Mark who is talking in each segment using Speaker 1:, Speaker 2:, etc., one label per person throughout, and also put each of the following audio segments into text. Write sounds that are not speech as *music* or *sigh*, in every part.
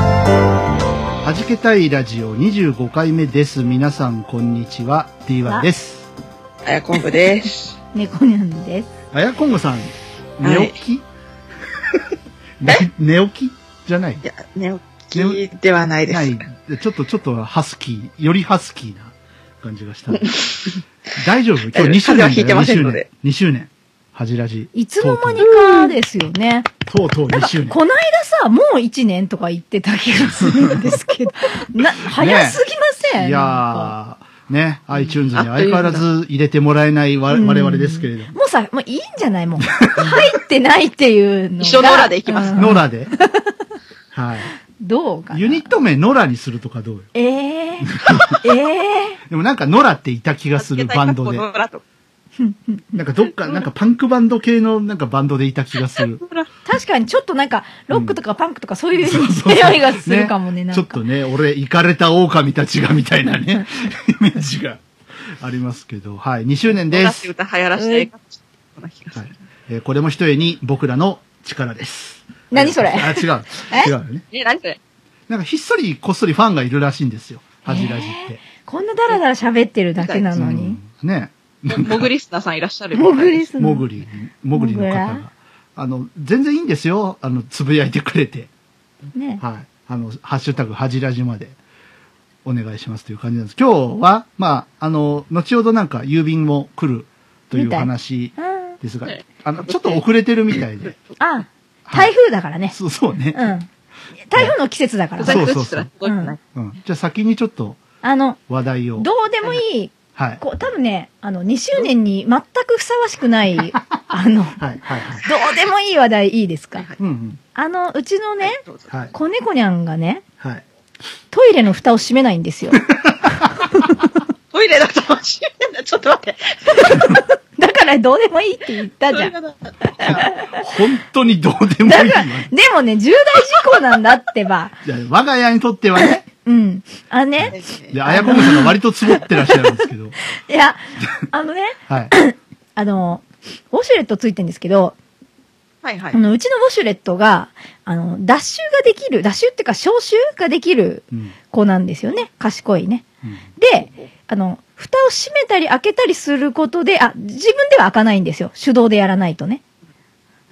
Speaker 1: はじけたいラジオ25回目です。皆さん、こんにちは。D1 です。
Speaker 2: あやこん
Speaker 1: *laughs*
Speaker 2: ぶです。
Speaker 3: 猫ニャンです。
Speaker 1: あやこんごさん、
Speaker 2: はい
Speaker 1: 寝
Speaker 2: *laughs*
Speaker 1: 起き、ね *laughs* 寝起きじゃない
Speaker 2: いや、寝起きではないで
Speaker 1: な
Speaker 2: す。
Speaker 1: い。ちょっと、ちょっとハスキー、よりハスキーな感じが
Speaker 2: *laughs*
Speaker 1: した。大丈夫今日2周年だよ。
Speaker 2: 風邪はひいてませんので
Speaker 1: 2周年。2周年。恥じらじ。
Speaker 3: いつの間にかですよね。
Speaker 1: とうとう2周年。
Speaker 3: こないださ、もう1年とか言ってた気がするんで
Speaker 1: *laughs*
Speaker 3: すけど、な、早すぎません、
Speaker 1: い
Speaker 3: なんか
Speaker 1: やー、ね、iTunes に
Speaker 2: あっ
Speaker 1: 相
Speaker 2: と
Speaker 1: 変
Speaker 2: いう
Speaker 1: わ
Speaker 2: 間だ
Speaker 1: らず入れてもらえないわ我々ですけれども。
Speaker 3: もうさ、もういいんじゃないもう。入ってないっていうのが。
Speaker 2: 一緒ノラでいきます
Speaker 3: うん
Speaker 1: ノラ
Speaker 2: *laughs*
Speaker 1: で。はい。
Speaker 3: どうかな。
Speaker 1: ユニット名ノラにするとかどうよ。
Speaker 3: ええー。ええ
Speaker 1: でもなんかノラっていた気がするバンドで。
Speaker 2: ノラと
Speaker 1: なんかどっか、なんかパンクバンド系のなんかバンドでいた気がす
Speaker 3: *laughs*
Speaker 1: る。
Speaker 3: 確かにちょっとなんか、ロックとかパンクとかそういう
Speaker 1: そう
Speaker 3: 匂いがするかもね、なん
Speaker 1: ち
Speaker 3: か。
Speaker 1: ょっとね、俺、イカれた狼たちがみたいなね、
Speaker 3: *laughs*
Speaker 1: イメージがありますけど、はい、2周年
Speaker 2: ノ
Speaker 1: で
Speaker 2: ラって
Speaker 1: す。
Speaker 2: 歌流行らせていかこんな気がす
Speaker 1: は
Speaker 2: る
Speaker 1: い。えーこれも一重に僕らの力です。
Speaker 3: 何それ
Speaker 1: あ、違う。違
Speaker 3: え
Speaker 1: うよね。
Speaker 2: え、何
Speaker 1: *laughs*
Speaker 2: それ
Speaker 1: なんかひっそりこっそりファンがいるらしいんですよ。はじらじって。
Speaker 3: こんなダラダラ喋ってるだけなのに。
Speaker 1: うんね。
Speaker 2: モグリスナーさんいらっしゃる
Speaker 3: もぐり
Speaker 2: ス
Speaker 3: すんの
Speaker 1: もぐり、もぐりの方
Speaker 3: もぐ
Speaker 1: が
Speaker 3: ら。
Speaker 1: あの、全然いいんですよ。あの、つぶやいてくれて。
Speaker 3: ね。
Speaker 1: はい。あの、ハッシュタグ、はじらじまで、お願いしますという感じなんです。今日は、まあ、あの、後ほどなんか郵便も来るという
Speaker 3: みたい
Speaker 1: 話
Speaker 3: あ
Speaker 1: ですが
Speaker 2: はい、
Speaker 1: あの、ちょっと遅れてるみたいで。
Speaker 3: あ、
Speaker 1: はい
Speaker 3: *laughs* 台風だからね。
Speaker 1: そうそうね。
Speaker 3: うん。台風の季節だから。
Speaker 1: そう
Speaker 2: そうそう。
Speaker 3: うん。
Speaker 1: うん。じゃあ先にちょっと
Speaker 3: あの、
Speaker 1: 話題を。
Speaker 3: どうでもいい、
Speaker 1: はい。
Speaker 3: こう、多分ね、あの、2周年に全くふさわし
Speaker 2: *laughs*
Speaker 3: くない、あの、ど
Speaker 1: はい、はい、はい。
Speaker 3: うでもいい話題いいですか
Speaker 2: はい。
Speaker 1: うんうん。
Speaker 3: あの、うちのね、
Speaker 2: どうぞ
Speaker 1: はい。
Speaker 3: 子猫にゃんがね、
Speaker 1: はい。
Speaker 3: トイレの蓋を閉めないんで
Speaker 2: *laughs*
Speaker 3: すよ。
Speaker 2: トイレだと欲しいんだ。ちょっと待って。
Speaker 3: だからどうでもいいって言ったじゃん。だか
Speaker 2: トイレだ
Speaker 1: 本当にどうでもいいわ。
Speaker 3: *laughs* ら、でもね、重大事故なんだってば。
Speaker 1: じゃあ我が家にとってはね、
Speaker 3: うん。あのね、
Speaker 1: で、あやこむさんが割とつぼってらっしゃるんですけ *laughs* ど。
Speaker 3: いや、あのね、
Speaker 1: はい。
Speaker 3: あの、ウォシュレットついてんですけど、
Speaker 2: はいはい
Speaker 3: あ。の、うちのウォシュレットが、あの、脱臭ができる、脱臭っていうか消臭ができる
Speaker 1: うん。
Speaker 3: 子なんですよね。賢いね。
Speaker 1: うん
Speaker 3: で、あの、蓋を閉めたり開けたりすることで、あ、自分では開かないんですよ。手動でやらないとね。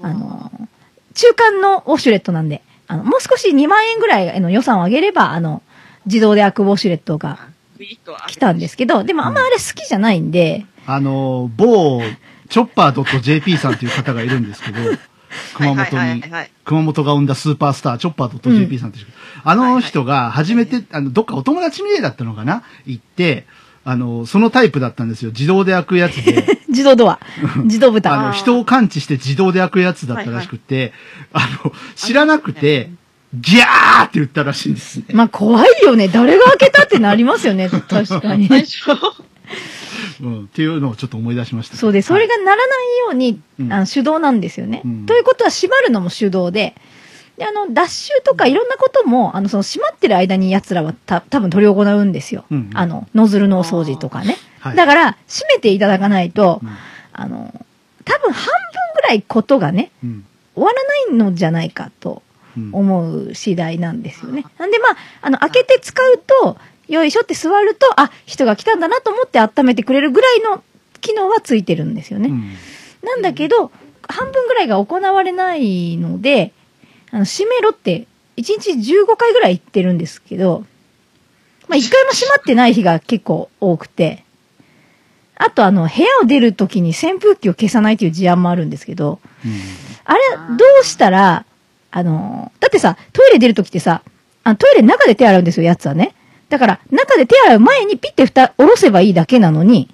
Speaker 3: あの、中間のウォシュレットなんで、あの、もう少し2万円ぐらいの予算を上げれば、あの、自動で開くウォシュレットが
Speaker 2: グイッと。
Speaker 3: 来たんですすけど、でもあんまあれ好きじゃないんで、
Speaker 1: あの、某、チョッパー .jp さんという方がいるんですけど、熊本
Speaker 2: はいはい
Speaker 1: に
Speaker 2: はいはい、
Speaker 1: 熊本が生んだスーパースター、チョッパー .jp さんという人、あの人が初めて、あの、どっかお友達の家だったのかな行って、あの、そのタイプだったんですよ。自動で開 *laughs* くやつで。
Speaker 3: 自動ドア、自動
Speaker 1: *laughs* あ
Speaker 3: 蓋。
Speaker 1: の、人を感知して自動で開くやつだったらしくて、あの、知らなくて、ギャーって言ったらしいんですね。
Speaker 3: まあ怖いよね。誰が開けたってなりますよね。確
Speaker 2: *laughs*
Speaker 3: かに。
Speaker 2: 最初。
Speaker 1: うん。っていうのをちょっと思い出しました。
Speaker 3: そうで、それ
Speaker 1: が、
Speaker 3: がならないように、
Speaker 1: うん
Speaker 3: あの手動なんですよね。
Speaker 1: うん
Speaker 3: ということは閉まるのも手動で、で、あの、脱臭とかいろんなことも、あの、その閉まってる間に奴らはた多分取り行うんですよ。
Speaker 1: うんうん
Speaker 3: あの、ノズルのお掃除とかね。
Speaker 1: はい
Speaker 3: だから、閉めていただかないと、
Speaker 1: うん
Speaker 3: あの、多分半分ぐらいことがね、
Speaker 1: うん。
Speaker 3: 終わらないのじゃないかと
Speaker 1: うん
Speaker 3: 思う次第なんですよね。なんでまあ、あの、開けて使うと、よいしょって座ると、あ、人が来たんだなと思って温めてくれるぐらいの機能はついてるんですよね。
Speaker 1: うん
Speaker 3: なんだけど、半分ぐらいが行われないので、あの、閉めろって、1日15回ぐらい言ってるんですけど、まあ、1回も閉まってない日が結構多くて、あとあの、部屋を出るときに扇風機を消さないという事案もあるんですけど、
Speaker 1: うん
Speaker 3: あれ
Speaker 2: あー、
Speaker 3: どうしたら、あのー、だってさ、トイレ出るときってさ、あのトイレの中で手洗うんですよ、やつはね。だから、中で手洗う前にピッて蓋下ろせばいいだけなのに、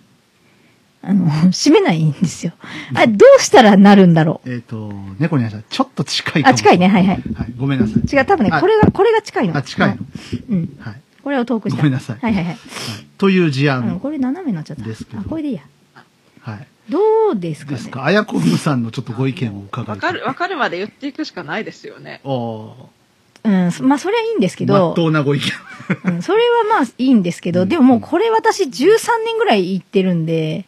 Speaker 3: あの、 *laughs* 閉めないんですよ。あれ、どうしたらなるんだろう。
Speaker 1: えっ、と、猫に話したらちょっと近いかも
Speaker 3: あ近いねはいはい
Speaker 1: ごめんなさい。
Speaker 3: 違う、多分ね、
Speaker 1: あ
Speaker 3: これが、これが近いの。
Speaker 1: あ、近いの。
Speaker 3: うん。
Speaker 1: はい。はい
Speaker 3: これを遠くした。
Speaker 1: ごめんなさい
Speaker 3: はいはいはい。
Speaker 1: という事
Speaker 3: あの、
Speaker 1: 案。
Speaker 3: これ斜めになっちゃった。
Speaker 1: ですけど
Speaker 3: あ、これでいいや。
Speaker 1: はい。
Speaker 3: どうですか
Speaker 1: で
Speaker 3: ね
Speaker 1: すか。あやこむさんのちょっとご意見を伺う。
Speaker 2: わかる、わかるまで言っていくしかないですよね。
Speaker 1: お
Speaker 3: うん、そまあ、それはいいんですけ
Speaker 1: ー。まっ
Speaker 3: ど、
Speaker 1: とうなご意
Speaker 3: *laughs*
Speaker 1: 見。
Speaker 3: うん、それはまあ、いいんですけど、
Speaker 1: うん
Speaker 3: でももうこれ私13年ぐらい行ってるんで、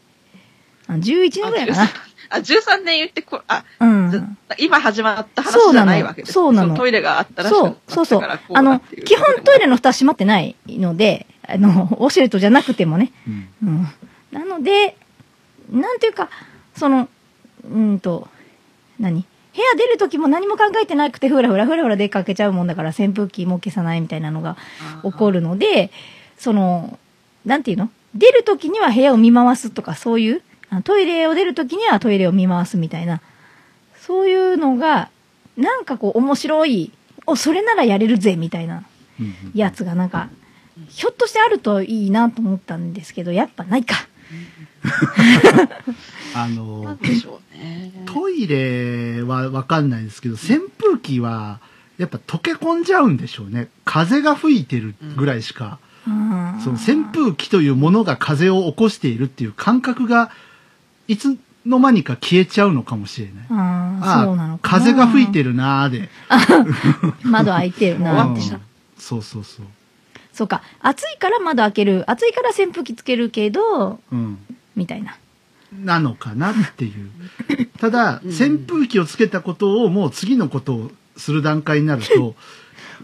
Speaker 3: あ11年ぐらいか
Speaker 2: あ、13年言ってこ、あ、
Speaker 3: な。うん。
Speaker 2: ず今始まった
Speaker 3: そう
Speaker 2: 話じ
Speaker 3: な
Speaker 2: ゃ
Speaker 3: の
Speaker 2: ないわけです。
Speaker 3: そうなの
Speaker 2: トイレがあったらしく
Speaker 3: そ
Speaker 2: なっ
Speaker 3: う、そうそ
Speaker 2: た
Speaker 3: う
Speaker 2: からこ。うだ
Speaker 3: あ
Speaker 2: っ
Speaker 3: の
Speaker 2: ていう。、
Speaker 3: 基本トイレの蓋閉まってないので、あの、 *laughs* ウォシュレットじゃなくてもね。
Speaker 1: うん
Speaker 3: うん。なので、なんていうか、その、うーんと、何部屋出る時も何も考えてなくて、ふらふらふらふら出かけちゃうもんだから、扇風機も消さないみたいなのが起こ
Speaker 2: る。
Speaker 3: るので、その、なんていうの出る時には部屋を見回すとか、そういう、あのトイレを出る時にはトイレを見回すみたいな、そういうのが、なんかこう面白い、お、それならやれるぜ、みたいな
Speaker 1: うんうん
Speaker 3: やつがなんか、ひょっとしてあるといいなと思ったんですけど、やっぱないか。
Speaker 1: あ
Speaker 2: な
Speaker 1: の
Speaker 2: ん、でしょうね。
Speaker 1: トイレはわかんないですけど、扇風機は、やっぱ溶け込んじゃうんでしょうね。風が吹いてるぐらいしか、
Speaker 3: あー
Speaker 1: その扇風機というものが風を起こしているっていう感覚が、いつの間にか消えちゃうのかもしれない。
Speaker 3: あ
Speaker 1: あ
Speaker 3: あ、
Speaker 1: あ
Speaker 3: そうなのかな。
Speaker 1: 風が吹いて
Speaker 3: る。
Speaker 1: るなーで。
Speaker 3: 窓開いてる
Speaker 2: 終わ
Speaker 3: な
Speaker 2: っ
Speaker 3: ー
Speaker 2: て
Speaker 3: っ
Speaker 2: しま
Speaker 3: て
Speaker 2: う。
Speaker 1: そうそうそう。
Speaker 3: そうか。暑いから窓開ける。暑いから扇風機つけるけど、
Speaker 1: うん。
Speaker 3: みたいな。
Speaker 1: なのかなっていう。ただ、
Speaker 2: うん
Speaker 1: 扇風機をつけたことをもう次のことをする段階になる
Speaker 2: *laughs*
Speaker 1: と、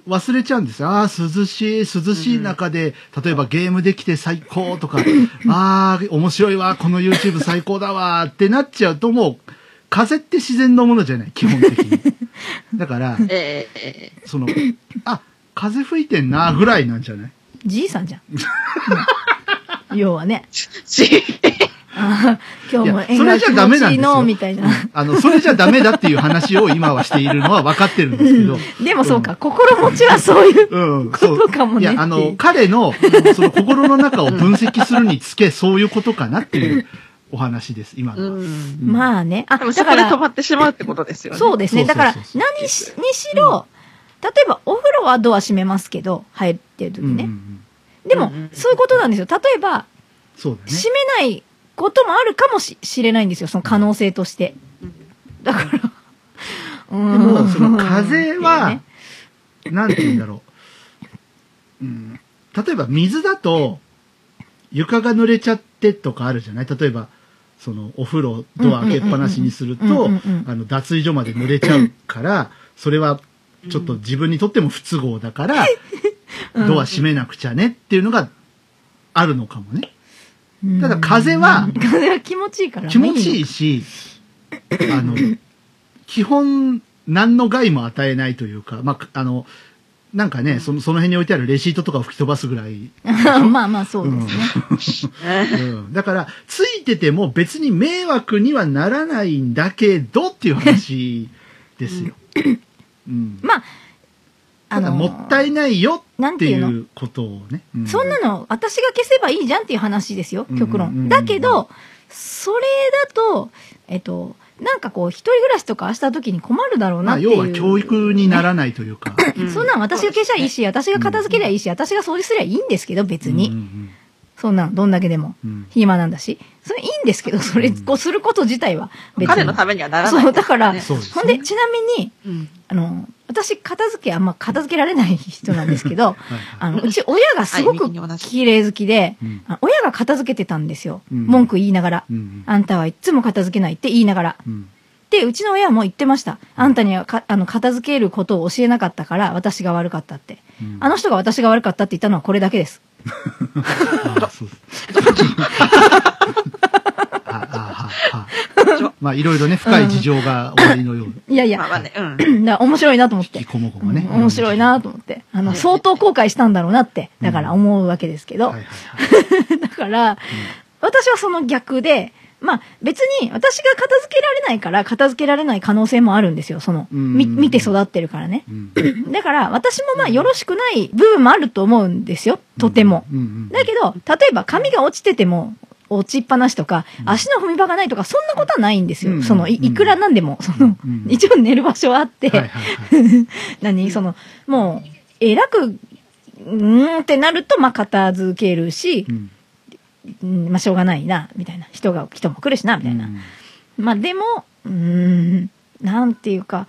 Speaker 1: 忘れちゃうんですよ。ああ、涼しい、涼しい中で、例えばゲームできて最高
Speaker 2: *laughs*
Speaker 1: とか、ああ、面白いわ、この YouTube 最高だわってなっちゃうともう、風って自然のものじゃない、基本的
Speaker 2: *laughs*
Speaker 1: に。だから、
Speaker 2: えええ
Speaker 1: その、あ、風吹いてんな、ぐらいなんじゃない
Speaker 3: じいさんじゃん。うん要
Speaker 1: *laughs*
Speaker 3: はね。
Speaker 2: えし
Speaker 3: あー *laughs* 今日も
Speaker 1: いやそれじゃダメなんですよ
Speaker 3: 縁が気持ちいいのみたいな。
Speaker 1: あの、それじゃダメだっていう話を今はしているのは分かってるんです
Speaker 3: *laughs*
Speaker 1: けど、
Speaker 3: でもそうか、心持ちはそういう。
Speaker 1: うん、
Speaker 3: ことかもね
Speaker 1: いや、あ
Speaker 3: ってい
Speaker 1: の
Speaker 3: う、
Speaker 1: 彼の、その心の中を分析するにつけ、そういうことかなっていうお話です、今
Speaker 2: う
Speaker 1: のは。
Speaker 2: ん。
Speaker 1: うん
Speaker 3: まあね。あ、
Speaker 2: でも
Speaker 3: だ
Speaker 2: そ
Speaker 3: か
Speaker 2: こで止
Speaker 3: ら、
Speaker 2: まってしまうってことですよね。
Speaker 3: そうですね。
Speaker 1: そ
Speaker 3: だ
Speaker 1: うそう
Speaker 3: か
Speaker 1: そう
Speaker 3: ら
Speaker 1: そう、
Speaker 3: 何し、にしろ、例えばお風呂はドア閉めますけど、入ってる時
Speaker 1: うんうんう
Speaker 3: ね。
Speaker 1: ん
Speaker 3: で
Speaker 2: う
Speaker 3: も
Speaker 2: んうん、
Speaker 3: そういうことなんですよ。例えば、
Speaker 1: そうだね。
Speaker 3: 閉めないこともあるかもししれないんですよ、その可能性として。だから、で
Speaker 1: でも、その風は、なんて言うんだろう。うん、例えば水だと、床が濡れちゃってとかあるじゃない例えば、そのお風呂、ドア開けっぱなしにすると
Speaker 3: うんうんうんうんうんうんう、ん
Speaker 1: あの、脱衣所まで濡れちゃうから、それは、ちょっと自分にとっても不都合だから、ドア閉めなくちゃねっていうのがあるのかもね。ただ風は
Speaker 3: うん風は気持ちいいから。
Speaker 1: 気持ちい
Speaker 3: い。
Speaker 1: いし、あの、基本何の害も与えないというか、まあ、あの、なんかね、そのその辺に置いてあるレシートとかを吹き飛ばすぐらい。
Speaker 3: *laughs* まあまあそうですね。
Speaker 2: ね。
Speaker 1: うんだから、ついてても別に迷惑にはならないんだけどっていう話ですよ。うん。
Speaker 3: まあ、
Speaker 1: ただ、もった
Speaker 3: い。
Speaker 1: いないよ
Speaker 3: なん
Speaker 1: ってて
Speaker 3: いう
Speaker 1: い
Speaker 3: の
Speaker 1: うことをね。う
Speaker 3: そんなの私が消せばいいじゃんっていう話ですよ
Speaker 1: うん、
Speaker 3: 極
Speaker 1: うんうんうん
Speaker 3: 論。だけど、それだと、えっと、なんかこう、一人暮らしとかした時に困るだろう
Speaker 1: ま
Speaker 3: な
Speaker 1: あ、
Speaker 3: っていう。
Speaker 1: 要は教育にならないというか。
Speaker 2: うん
Speaker 3: そんなん私が消しゃいいし、私が片付けりゃいいし、私が掃除すりゃいいんですけど、別
Speaker 1: う
Speaker 3: に。
Speaker 1: ん
Speaker 3: そんなん、どんだけでも。
Speaker 1: うんうん
Speaker 3: 暇なんだし。それいいんですけど、それ、こうすること自体は別に。
Speaker 2: 彼のためにはならない。
Speaker 3: そう、だから、
Speaker 1: そうですね
Speaker 3: ほんで、ちなみに、
Speaker 2: うん。
Speaker 3: あの、私、片付け、あんま片付けられない人なんですけ
Speaker 1: *laughs*
Speaker 3: ど、
Speaker 1: はいはい
Speaker 3: あの、うち親がすご
Speaker 2: はい
Speaker 3: く
Speaker 2: 右に同じ
Speaker 3: 綺麗好きで、
Speaker 1: うん
Speaker 3: あ親が片付けてたんですよ。
Speaker 1: うん
Speaker 3: 文句言いながら。
Speaker 1: うん
Speaker 3: あんたはいつも片付けないって言いながら。
Speaker 1: うん
Speaker 3: で、うちの親も言ってました。あんたにはか、あの、片付けることを教えなかったから、私が悪かったって。
Speaker 1: うん
Speaker 3: あの人が私が悪かったって言ったのはこれだけです。
Speaker 1: あそうですあああああまあいろいろね深い事情が終わりのよう
Speaker 3: いやい
Speaker 2: まあ
Speaker 3: や、
Speaker 2: まあね、うん。
Speaker 3: だから面白いなと思っ
Speaker 1: 引
Speaker 3: て
Speaker 1: き。こもごもね
Speaker 3: うん面白いなと思って。あの、
Speaker 2: はい
Speaker 3: 相当後悔したんだろうなって、だから思うわけですけど
Speaker 1: はい。はいはい
Speaker 3: *laughs* だから、私はその逆で、まあ別に私が片付けられないから片付けられない可能性もあるんですよ。その、
Speaker 1: うん
Speaker 3: み見て育ってるからね。
Speaker 1: うん
Speaker 3: だから私もまあよろしくない部分もあると思うんですよ。とても。
Speaker 1: うんうん
Speaker 3: だけど、例えば髪が落ちてても、落ちっぱなしとか、
Speaker 1: うん
Speaker 3: 足の踏み場がないとか、そんなことはないんですよ。
Speaker 1: うん
Speaker 3: そのい、
Speaker 1: うん
Speaker 3: いくらなんでも、その、
Speaker 1: うん
Speaker 3: *laughs* 一応寝る場所はあって、
Speaker 1: はいはいはい。
Speaker 3: 何その、もう、えらく、うーんってなると、まあ、片付けるし
Speaker 1: う、ん
Speaker 3: うんまあ、しょうがないな、みたいな。人が、人も来るしな、みたいな。まあでも、うーん、なんていうか、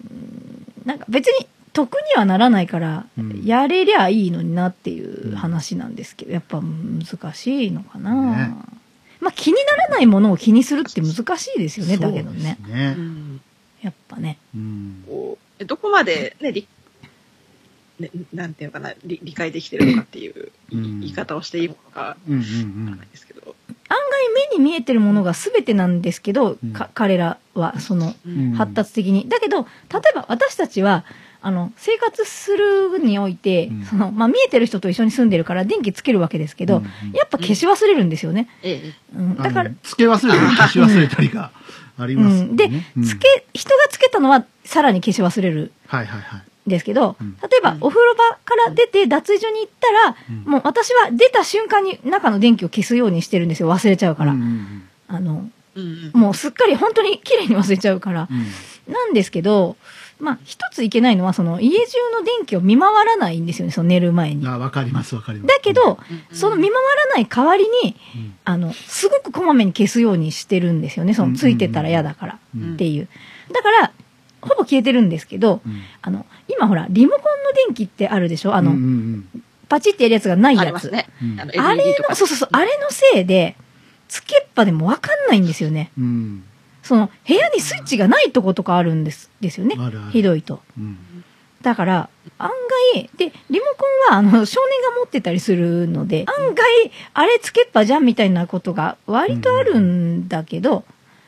Speaker 3: うーんなんか別に得にはならないから、
Speaker 1: うん
Speaker 3: やれりゃいいのになっていう話なんですけど、やっぱ難しいのかな。
Speaker 1: ね
Speaker 3: まあ気にならないものを気にするって難しいですよね、だけどね。
Speaker 1: そうですね
Speaker 2: うん
Speaker 3: やっぱね。
Speaker 1: うん
Speaker 2: こうどこまで、ね、理ねなんていうのかな理理解できてるのかっていうい
Speaker 1: うん
Speaker 2: 言い方をしていいのか
Speaker 1: うんうん
Speaker 2: わ
Speaker 1: う
Speaker 2: か
Speaker 1: ん
Speaker 2: らないですけど、
Speaker 3: 案外目に見えてるものが全てなんですけど、
Speaker 1: うん
Speaker 3: か彼らは、その、
Speaker 1: うん
Speaker 3: 発達的に。だけど、例えば私たちは、あの、生活するにおいて、
Speaker 1: うん
Speaker 3: その、まあ、見えてる人と一緒に住んでるから電気つけるわけですけど、
Speaker 1: うんうん
Speaker 3: やっぱ消し忘れるんですよね。
Speaker 2: ええ
Speaker 3: うん、だか
Speaker 1: あ
Speaker 3: ら
Speaker 1: の、つけ忘れたり消し忘れたりがあり
Speaker 3: う
Speaker 1: ます
Speaker 3: ん。
Speaker 1: もん
Speaker 3: で
Speaker 1: ね、
Speaker 3: つけ、人がつけたのはさらに消し忘れる
Speaker 1: はいはいはい
Speaker 3: んですけど、
Speaker 1: うん
Speaker 3: 例えば
Speaker 2: うん
Speaker 3: お風呂場から出て脱衣所に行ったら、
Speaker 1: うん
Speaker 3: もう私は出た瞬間に中の電気を消すようにしてるんですよ。忘れちゃうから。
Speaker 1: うんうん
Speaker 3: あの、
Speaker 2: うんうん
Speaker 3: もうすっかり本当に綺麗に忘れちゃうから。
Speaker 1: うん
Speaker 3: なんですけど、まあ、一ついけないのは、その、家中の電気を見回らないんですよね、その寝る前
Speaker 1: う
Speaker 3: に。
Speaker 1: ん
Speaker 3: だ
Speaker 1: あわかりますわかります
Speaker 3: けど、
Speaker 2: うん
Speaker 3: その見回らない代わりに、
Speaker 1: うん
Speaker 3: あの、すごくこまめに消すようにしてるんですよね、そ
Speaker 1: うん
Speaker 3: の、ついてたら嫌だから
Speaker 1: う
Speaker 3: っ
Speaker 1: ん
Speaker 3: ていう。だから、ほぼ消えてるんですけど、
Speaker 1: うん
Speaker 3: あの、今ほら、リモコンの電気ってあるでしょあ
Speaker 1: うん
Speaker 3: の、
Speaker 1: うん
Speaker 3: パチってやるやつがない
Speaker 2: あり
Speaker 3: や
Speaker 2: ます
Speaker 3: つ。
Speaker 2: ね。
Speaker 1: うん
Speaker 2: あの
Speaker 3: あ
Speaker 2: LED
Speaker 3: れ
Speaker 2: とか
Speaker 3: の、そうそうそう、あれのせいで、つけっぱでもわかんないんですよね。
Speaker 1: うん
Speaker 3: その、部屋にスイッチがないとことかあるんです、ですよね。
Speaker 1: あるある
Speaker 3: ひどいと。
Speaker 1: うん
Speaker 3: だから、案外、で、リモコンは、あの、少年が持ってたりするので、案外、あれつけっぱじゃんみたいなことが割とあるんだけど、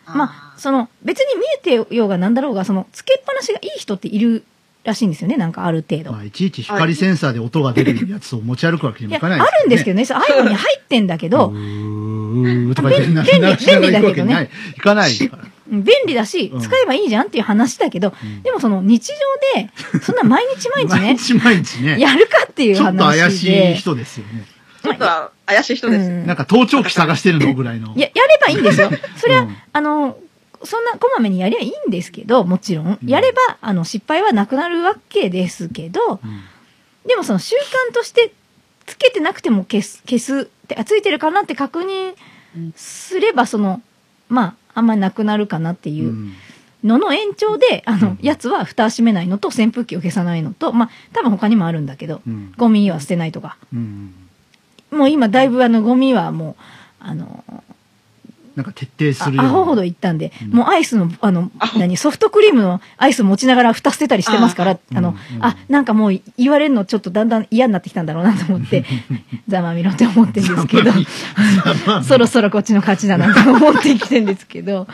Speaker 3: まあ、その、別に見えてようがなんだろうが、その、つけっぱなしがいい人っているらしいんですよね、なんかある程度。
Speaker 1: まあいちいち光センサーで音が出るやつを持ち歩くわけに
Speaker 3: い
Speaker 1: も
Speaker 3: や、
Speaker 1: いかない
Speaker 3: あるんですけ
Speaker 1: ど
Speaker 3: どね、そう iPhone に入ってんだけど、
Speaker 1: うーとか言って
Speaker 3: 便利
Speaker 1: ななしながら行くわけに
Speaker 3: 便利だけどね
Speaker 1: ない行かないから
Speaker 3: 便利だし
Speaker 1: う、ん
Speaker 3: 使えばいいじゃんっていう話だけど、
Speaker 1: うん
Speaker 3: でもその、日常で、そんな毎日毎日
Speaker 1: *laughs* 毎
Speaker 3: ね、
Speaker 1: 日毎日ね
Speaker 3: やるかっていう
Speaker 1: ちょっ
Speaker 3: 話で。
Speaker 1: と怪しい人ですよね
Speaker 2: ちょっとは怪しい人ですよ
Speaker 3: う
Speaker 2: ね。
Speaker 3: ん
Speaker 1: なんか盗聴器探してるのぐらいの
Speaker 3: いや、やればいいんで
Speaker 1: *laughs*
Speaker 3: すよ。それは、
Speaker 1: うん
Speaker 3: あの、そんなこまめにやりゃいいんですけど、もちろん。
Speaker 1: うん
Speaker 3: やれば、あの、失敗はなくなるわけですけど、
Speaker 1: うん
Speaker 3: でもその習慣として、つけてなくても消す、消すって、あ、ついてるかなって確認すれば、その、まあ、あんまりなくなるかなっていううんのの延長で、あ
Speaker 1: うん
Speaker 3: の、やつは蓋を閉めないのと、扇風機を消さないのと、まあ、多分他にもあるんだけど、
Speaker 1: うん
Speaker 3: ゴミは捨てないとか。
Speaker 1: うん
Speaker 3: もう今、だいぶあの、ゴミはもう、あの、
Speaker 1: なんか徹底
Speaker 3: あ
Speaker 1: するよう
Speaker 3: ア
Speaker 1: な
Speaker 3: ホほど行ったんで、
Speaker 1: うん
Speaker 3: もうアイスの、あの
Speaker 2: ア、ホ
Speaker 3: 何、ソフトクリームのアイス持ちながら蓋捨てたりしてますから、あ
Speaker 1: ー
Speaker 3: の、
Speaker 1: うんうん
Speaker 3: あ、なんかもう言われるのちょっとだんだん嫌になってきたんだろうなと思
Speaker 1: *laughs*
Speaker 3: って、ざまみろって思ってるんですけ
Speaker 1: ざ
Speaker 3: ど
Speaker 1: ま、まあ
Speaker 3: そろそろこっちの勝ちだなと思ってきてんですけど、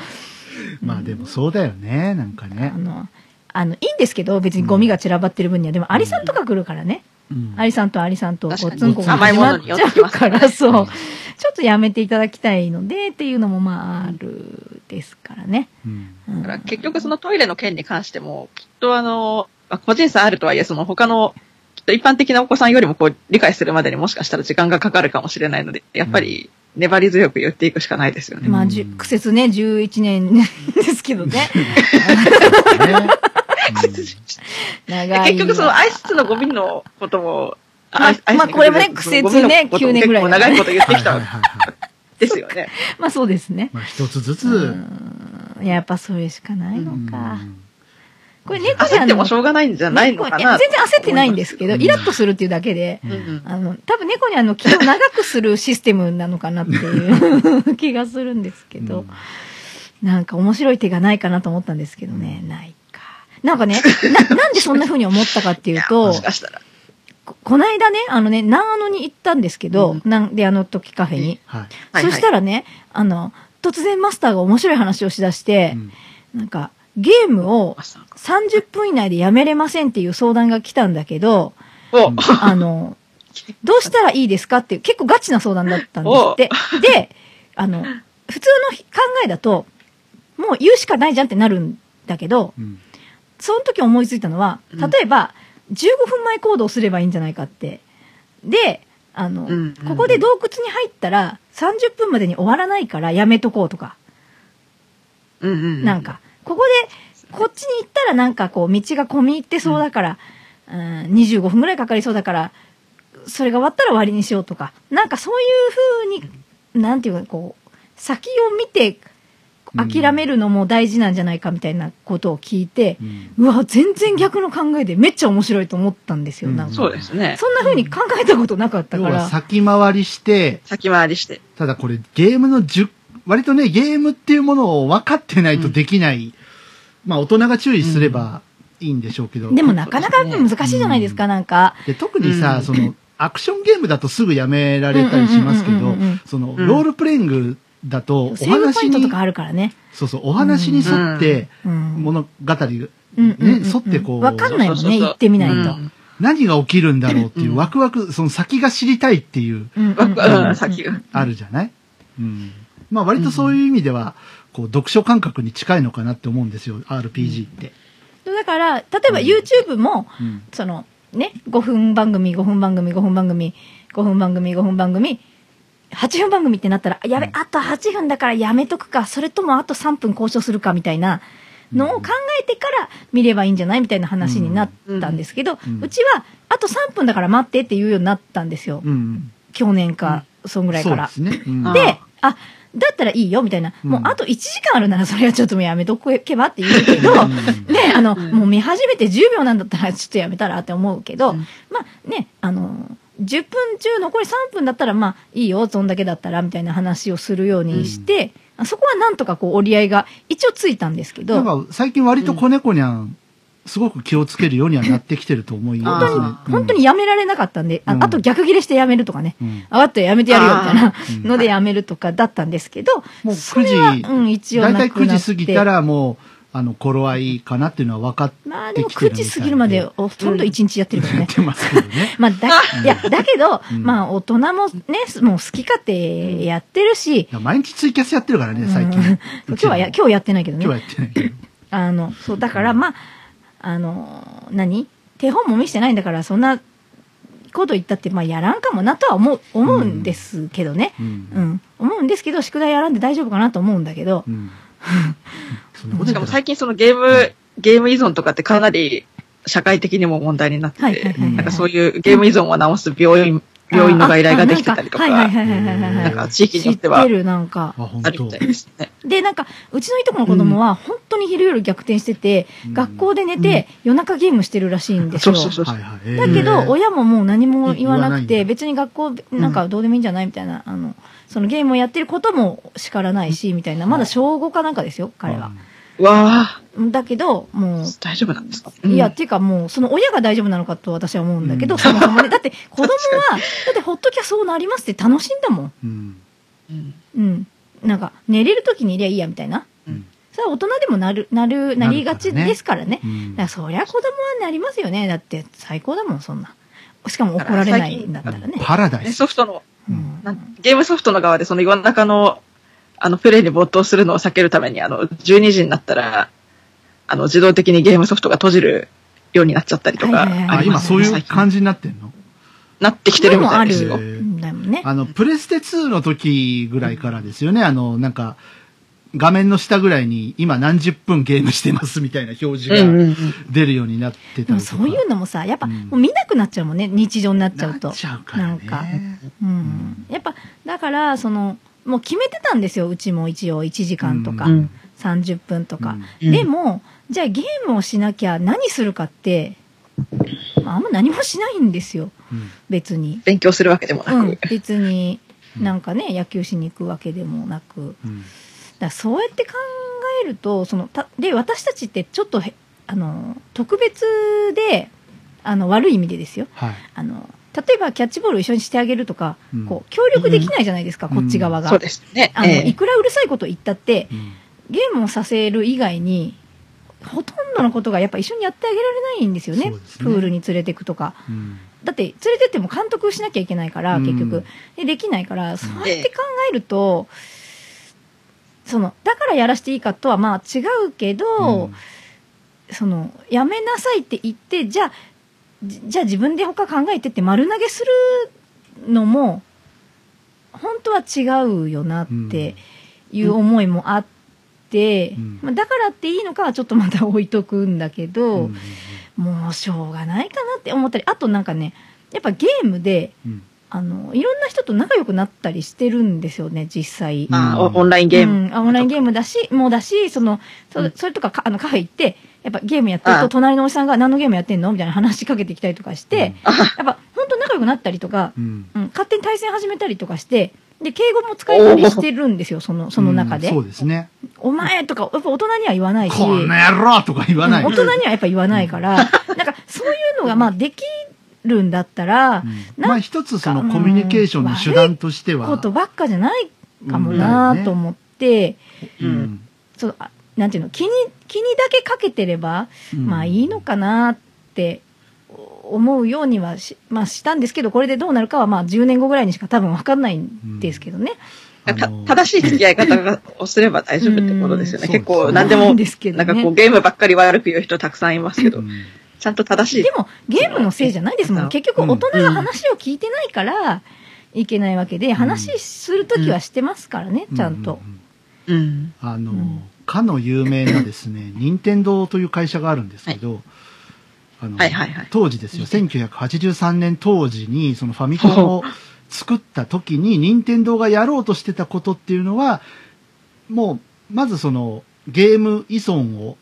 Speaker 1: まあでもそうだよね、なんか
Speaker 3: あ
Speaker 1: ね。
Speaker 3: の、あの、いいんですけど、別にゴミが散らばってる分には、でもアリさんとか来るからね、
Speaker 1: うん
Speaker 3: アリさんとアリさんとごっ
Speaker 2: 確かに
Speaker 3: つんこが
Speaker 1: 甘い
Speaker 3: 始
Speaker 2: も
Speaker 3: ま
Speaker 2: の
Speaker 3: っ
Speaker 2: に
Speaker 3: ち
Speaker 2: 寄
Speaker 3: ゃ
Speaker 2: ってき
Speaker 3: う
Speaker 2: ます
Speaker 3: か
Speaker 2: からね
Speaker 3: ら、そう、ちょっとやめていただきたいので、っていうのもまあ、あるですからね。
Speaker 1: うん
Speaker 3: うん
Speaker 2: だから結局そのトイレの件に関しても、きっとあの、まあ個人差あるとはいえ、その他の、きっと一般的なお子さんよりもこう、理解するまでにもしかしたら時間がかかるかもしれないので、やっぱり粘り強く言っていくしかないですよね。
Speaker 3: ま
Speaker 1: う
Speaker 3: あ、
Speaker 1: ん
Speaker 3: じゅ苦節ね、11年 *laughs* ですけ
Speaker 2: *laughs*
Speaker 3: どね。
Speaker 1: ね
Speaker 3: *laughs* 長いわ。
Speaker 2: 結局そのアイスのゴミのことも、
Speaker 3: まあ
Speaker 2: アイスアイス
Speaker 3: まあこれもね
Speaker 2: ゴミのそのゴミのこと
Speaker 3: 苦節ね9年ぐら
Speaker 2: 結
Speaker 3: い
Speaker 2: 構長いこと言って
Speaker 1: はい
Speaker 2: き
Speaker 1: はいはい
Speaker 2: た
Speaker 1: はい
Speaker 2: んですよね。
Speaker 3: ま *laughs* あそうですね。
Speaker 1: まあ一つず
Speaker 3: う
Speaker 1: つ。
Speaker 3: んやっぱそれしかないのか。これ猫ちゃ
Speaker 2: 焦って
Speaker 3: んの。
Speaker 2: もしょうがないんじゃないのか
Speaker 3: 猫いや
Speaker 2: な。
Speaker 3: 全然焦ってないんですけど、
Speaker 1: うん
Speaker 3: イラッとするっていうだけで、
Speaker 1: うん
Speaker 2: うん
Speaker 3: あの、多分猫にあの、気を長くするシステムなのかなっていう *laughs* 気がするんですけど、なんか面白い手がないかなと思ったんですけどね、ないか。なんかね、な、 *laughs* なんでそんな風に思ったかっていうと、
Speaker 2: もしかしたら。
Speaker 3: ここないだね、あのね、長野に行ったんですけど、
Speaker 2: うん
Speaker 3: なんであの時カフェに。
Speaker 1: はい。
Speaker 2: はい
Speaker 3: そしたらね、あの、突然マスターが面白い話をしだして
Speaker 1: う、ん
Speaker 3: なんか、ゲームを30分以内でやめれませんっていう相談が来たんだ
Speaker 2: *laughs*
Speaker 3: けど、
Speaker 2: お
Speaker 3: あの、どうしたらいいですかっていう、結構ガチな相談だったんです
Speaker 2: *laughs*
Speaker 3: って。で、あの、普通の考えだと、もう言うしかないじゃんってなるんだけど、
Speaker 1: うん
Speaker 3: その時思いついたのは、
Speaker 2: うん
Speaker 3: 例えば、15分前行動すればいいんじゃないかって。で、あ
Speaker 2: う
Speaker 3: の、
Speaker 2: んうん
Speaker 3: ここで洞窟に入ったら、30 30分までに終わらないからやめとこうとか、
Speaker 2: うんうんうん。
Speaker 3: なん。か、ここで、こっちに行ったらなんかこう、道が混み入ってそうだから、うん、25分ぐらいかかりそうだから、それが終わったら終わりにしようとか、なんかそういう風に、なんていうかこう、先を見て、諦めるのも大事なんじゃないかみたいなことを聞いて、
Speaker 1: うん
Speaker 3: うわ、全然逆の考えでめっちゃ面白いと思ったんですよ、
Speaker 1: うん
Speaker 3: なんか。
Speaker 2: そうですね。
Speaker 3: そんな風に考えたことなかった
Speaker 1: 要
Speaker 3: か
Speaker 1: は
Speaker 3: ら。
Speaker 1: 先回りして、
Speaker 2: 先回りして。
Speaker 1: ただこれゲームの10、割とね、ゲームっていうものを分かってないとできない、まあ大人が注意すればいいんでしょうけど、
Speaker 3: でもなかなか難しいじゃないですか、なんか。
Speaker 1: で特にさ、
Speaker 2: うん
Speaker 1: そのアクションゲームだとすぐやめられたりしますけ
Speaker 3: うんうん
Speaker 1: ど
Speaker 3: うんうんうん、
Speaker 1: その
Speaker 2: ん
Speaker 1: ロールプレイングだとお
Speaker 3: セーブポ
Speaker 1: 話
Speaker 3: イント
Speaker 1: に
Speaker 3: と、かあるからね。
Speaker 1: そうそう、お話に沿って
Speaker 3: うん。
Speaker 1: 物語、
Speaker 3: うんうんうん
Speaker 1: ね、沿ってこう、
Speaker 3: わかんないもん
Speaker 2: そうそう
Speaker 3: ね、
Speaker 2: そう
Speaker 3: 行ってみないと。
Speaker 2: う
Speaker 3: うん
Speaker 2: ん
Speaker 1: 何が起きるんだろうっていう
Speaker 2: うん
Speaker 1: ワクワク、その先が知りたいっていう、
Speaker 3: うん
Speaker 2: わかうん、
Speaker 3: うん
Speaker 2: 先が。
Speaker 1: あるじゃないうん。まあ割とそういう意味では、こう、読書感覚に近いのかなって思うんですよ、RPG って。
Speaker 3: だから、例えば YouTube も、
Speaker 1: うん。
Speaker 3: その、ね、5分番組、5分番組、5分番組、5分番組、5分番組、8分番組ってなったら、やべ
Speaker 1: う、ん
Speaker 3: あと8分だからやめとくか、それともあと3分交渉するかみたいなのを考えてから見ればいいんじゃないみたいな話になったんですけど、
Speaker 1: うんうん
Speaker 3: うちは、あと3分だから待ってって言うようになったんですよ。
Speaker 1: うん。
Speaker 3: 去年か、そんぐらい
Speaker 1: そ
Speaker 3: か
Speaker 1: うで
Speaker 3: ら。
Speaker 1: すね。うん
Speaker 2: あ
Speaker 3: で、あ、だったらいいよ、みたいな。
Speaker 1: うん
Speaker 3: もうあと1時間あるなら、それはちょっともうやめとけばって言うけど、
Speaker 1: うん
Speaker 3: ね、あの、
Speaker 2: うん
Speaker 3: もう見始めて10秒なんだったら、ちょっとやめたらって思うけど、
Speaker 2: うん
Speaker 3: まあね、あの、10分中残り3分だったら、まあいいよ、そんだけだったら、みたいな話をするようにして、あそこはなんとかこう折り合いが一応ついたんですけど、
Speaker 1: なんか最近割と子猫にゃん、すごく気をつけるようにはなってきてると思いますね。
Speaker 2: 本
Speaker 3: 本当にやめられなかったんで、あ
Speaker 1: うん
Speaker 3: あと逆切れしてやめるとかね、
Speaker 1: うん。うん
Speaker 3: あわっとやめてやるよみたいな
Speaker 2: あ
Speaker 1: ーうん
Speaker 3: のでやめるとかだったんですけど、
Speaker 1: もう
Speaker 3: それは
Speaker 1: 9時
Speaker 3: うん、一応
Speaker 1: 大
Speaker 3: なくなっ
Speaker 1: 体
Speaker 3: て。
Speaker 1: 9時過ぎたらもう、あの、頃合いかなっていうのは分かってきてるみ
Speaker 3: ま
Speaker 1: た
Speaker 3: あ
Speaker 1: い
Speaker 3: で
Speaker 1: で。
Speaker 3: も9時過ぎるまでほとんど1日やってるから
Speaker 1: やっ
Speaker 3: ね。
Speaker 1: てますけど *laughs* ね。
Speaker 3: まあだ、いや、だけど、
Speaker 1: うん
Speaker 3: まあ大人もね、もう好き勝手やってるし、
Speaker 1: 毎日ツイキャスやってるからね、最
Speaker 3: うん
Speaker 1: 近。
Speaker 3: 今日はや、今日やってないけど
Speaker 1: 今日は
Speaker 3: ね。
Speaker 1: やってないけど。
Speaker 3: あの、そう、だからまあ、あの、何手本も見せてないんだから、そんなこと言ったって、まあやらんかもなとは思う、思うんですけどね。
Speaker 1: う。
Speaker 3: うんん。思うんですけど、宿題やらんで大丈夫かなと思うんだけど
Speaker 1: う、ん。 *laughs* そんなこと
Speaker 2: しか
Speaker 1: 言
Speaker 2: も
Speaker 1: ったら
Speaker 2: 最近そのゲーム、ゲーム依存とかってかなり社会的にも問題になって
Speaker 3: はいはいはい
Speaker 2: て
Speaker 3: はい、
Speaker 1: はい
Speaker 2: なんかそういうゲーム依存を治す病院、病院の外来ができてたりと
Speaker 3: ああなん
Speaker 2: か、
Speaker 3: はいはいはいはいはいはい。
Speaker 2: なんか地域によって
Speaker 3: 知っ
Speaker 2: は
Speaker 3: てる、なんか。
Speaker 1: あ、本
Speaker 2: ある
Speaker 1: 当
Speaker 2: みたいですね。
Speaker 3: で、なんか、うちのいとこの子供は、本当に昼夜逆転してて、
Speaker 1: うん
Speaker 3: 学校で寝て、夜中ゲームしてるらしいんです
Speaker 2: そ
Speaker 3: よ。
Speaker 2: うそうそう。
Speaker 1: はいはい。
Speaker 3: だけ
Speaker 1: え
Speaker 3: ど、
Speaker 1: ー
Speaker 3: 親ももう何も言わな
Speaker 1: 言
Speaker 3: く
Speaker 1: わな
Speaker 3: て、
Speaker 1: い
Speaker 3: 別に学校、なんかどうでもいいんじゃないみたいな、あの、そのゲームをやってることも叱らないし、みたいな、まだ小5かなんかですよ、彼は。
Speaker 2: うわ
Speaker 3: だけど、もう、
Speaker 2: ぁ、大丈夫なんですか
Speaker 3: いや、っ
Speaker 2: うん
Speaker 3: ていうかもう、その親が大丈夫なのかと私は思うんだけど、
Speaker 1: うん
Speaker 3: そもそもね。だって、子供は、だってほっときゃそうなりますって楽しいんだもん。
Speaker 1: うん。
Speaker 2: うん
Speaker 3: うん。なんか、寝れる時にいりゃいいや、みたいな。
Speaker 1: うん
Speaker 3: それは大人でもなる、なる、なりがちですからね。
Speaker 1: うん
Speaker 3: だからそりゃ子供はなりますよね。だって最高だもん、そんな。しかも怒られないんだったらね。
Speaker 1: パラダイ
Speaker 2: ね
Speaker 1: ス。
Speaker 2: ソフトの、
Speaker 3: うん
Speaker 2: なんゲームソフトの側でその世の中の、あの、プレイに没頭するのを避けるために、あの、12時になったら、あの、自動的にゲームソフトが閉じるようになっちゃったりとか、
Speaker 3: はいはいはい
Speaker 1: あ、今そういう感
Speaker 2: じ
Speaker 1: じになってんの
Speaker 2: なってきて
Speaker 3: で
Speaker 2: るみ
Speaker 3: も
Speaker 2: た
Speaker 3: あ
Speaker 2: いで
Speaker 3: る
Speaker 2: すよ。
Speaker 3: んだよね。
Speaker 1: あの、プレステ2の時ぐらいからですよね。あの、なんか、画面の下ぐらいに今何十分ゲームしてますみたいな表示
Speaker 2: うんうん
Speaker 1: が
Speaker 2: うん
Speaker 1: 出るようになって
Speaker 3: で
Speaker 1: た
Speaker 3: も
Speaker 1: りと
Speaker 3: そ
Speaker 1: か
Speaker 3: ういうのもさ、やっぱ
Speaker 1: うん
Speaker 3: もう見なくなっちゃうもんね、日常になっちゃう
Speaker 1: な
Speaker 3: と
Speaker 1: っ。ちゃうからね。
Speaker 3: なんうん。やっぱ、だから、その、もう決めてたんですよ、うちも一応1時間とか、
Speaker 2: うん
Speaker 3: 30分とか。
Speaker 2: うん
Speaker 3: でも、じゃあゲームをしなきゃ何するかって、まああんま何もしないんですよ、
Speaker 1: うん
Speaker 3: 別に。
Speaker 2: 勉強するわけでも
Speaker 3: う
Speaker 2: なく
Speaker 3: ん、、別になんかね、野球しに行くわけでもなく。
Speaker 1: うん
Speaker 3: だからそうやって考えるとそのたで私たちってちょっとへあの特別であの悪い意味でですよ
Speaker 1: はい。
Speaker 3: あの例えばキャッチボールを一緒にしてあげるとか、
Speaker 1: うん
Speaker 3: こう協力できないじゃないですか、
Speaker 1: うん
Speaker 3: こっち側が、
Speaker 2: そうですね。
Speaker 3: あの
Speaker 2: え
Speaker 3: いくらうるさいこと言ったって
Speaker 1: うん
Speaker 3: ゲームをさせる以外にほとんどのことがやっぱ一緒にやってあげられないんですよね
Speaker 1: そうですね
Speaker 3: プールに連れてくとか
Speaker 1: うん
Speaker 3: だって連れてっても監督しなきゃいけないから、
Speaker 1: うん
Speaker 3: 結局でできないからそうやって考えると、そのだからやらせていいかとはまあ違うけど、
Speaker 1: うん
Speaker 3: そのやめなさいって言ってじゃあじじゃあ自分で他考えてって丸投げするのも本当は違うよなっていう思いもあって、
Speaker 1: うん
Speaker 3: まあだからっていいのかはちょっとまた置いとくんだけ
Speaker 1: う
Speaker 3: ど、
Speaker 1: ん
Speaker 3: もうしょうがないかなって思ったり、あとなんかね、やっぱゲームで、
Speaker 1: うん
Speaker 3: あの、いろんな人と仲良くなったりしてるんですよね、実際。
Speaker 2: あーオンラインゲーム。
Speaker 3: うん、あオンラインゲームだし、もうだし、その、そ,、
Speaker 2: うん
Speaker 3: それとかかあのカフェ行って、やっぱゲームやってる
Speaker 2: あ
Speaker 3: と、
Speaker 2: あ
Speaker 3: 隣のおじさんが何のゲームやってんのみたいな話しかけてきたりとかして、
Speaker 2: あ、
Speaker 3: やっぱ本当仲良くなったりとか、
Speaker 1: うん
Speaker 3: うん、勝手に対戦始めたりとかして、で、敬語も使えたりしてるんですよ、その、その中で。
Speaker 1: うんそうですね。
Speaker 3: お前とか、やっぱ大人には言わないし、
Speaker 1: こんな野郎とか言わない。
Speaker 3: う
Speaker 1: うん
Speaker 3: 大人にはやっぱ言わないから、なんかそういうのが、まあ、できるんだった
Speaker 1: ん
Speaker 3: ら、なんか
Speaker 1: まあ一つそのコミュニケーションの手段としては。
Speaker 3: ことばっかじゃないかも
Speaker 1: う
Speaker 3: な
Speaker 1: な
Speaker 3: ん
Speaker 1: いね
Speaker 3: と思って、
Speaker 2: う
Speaker 1: うん
Speaker 2: ん
Speaker 3: そのあなんていうの、気に、気にだけかけてれば、まあいいのかなって思うようにはし,、まあ、したんですけど、これでどうなるかはまあ10年後ぐらいにしか多分わかんないんですけどね。
Speaker 2: た
Speaker 1: あの
Speaker 2: 正しい付き合い方をすれば大丈夫ってことですよね。
Speaker 1: うん
Speaker 2: 結
Speaker 1: そう
Speaker 2: 構
Speaker 1: そう
Speaker 2: 何で
Speaker 3: なん
Speaker 2: も、
Speaker 3: ですけど
Speaker 2: な
Speaker 3: ね
Speaker 2: んかこうゲームばっかり悪く言う人たくさんいますけど
Speaker 1: う、ん
Speaker 2: ちゃんと正しい
Speaker 3: で。もゲームのせいじゃないですもん。結局大人が話を聞いてないからいけないわけで、話するときはしてますからね、ちゃんと
Speaker 1: う。う
Speaker 2: うん。
Speaker 1: あ
Speaker 3: う
Speaker 1: の
Speaker 3: ん、
Speaker 1: かの有名なです
Speaker 3: *laughs*
Speaker 1: ね、任天堂という会社があるんですけど、あの
Speaker 2: はいはいはい
Speaker 1: 当時ですよ、1983年当時に、そのファミコン
Speaker 3: *laughs*
Speaker 1: を作った時に、任天堂がやろうとしてたことっていうのは、もう、まずその、ゲーム依存を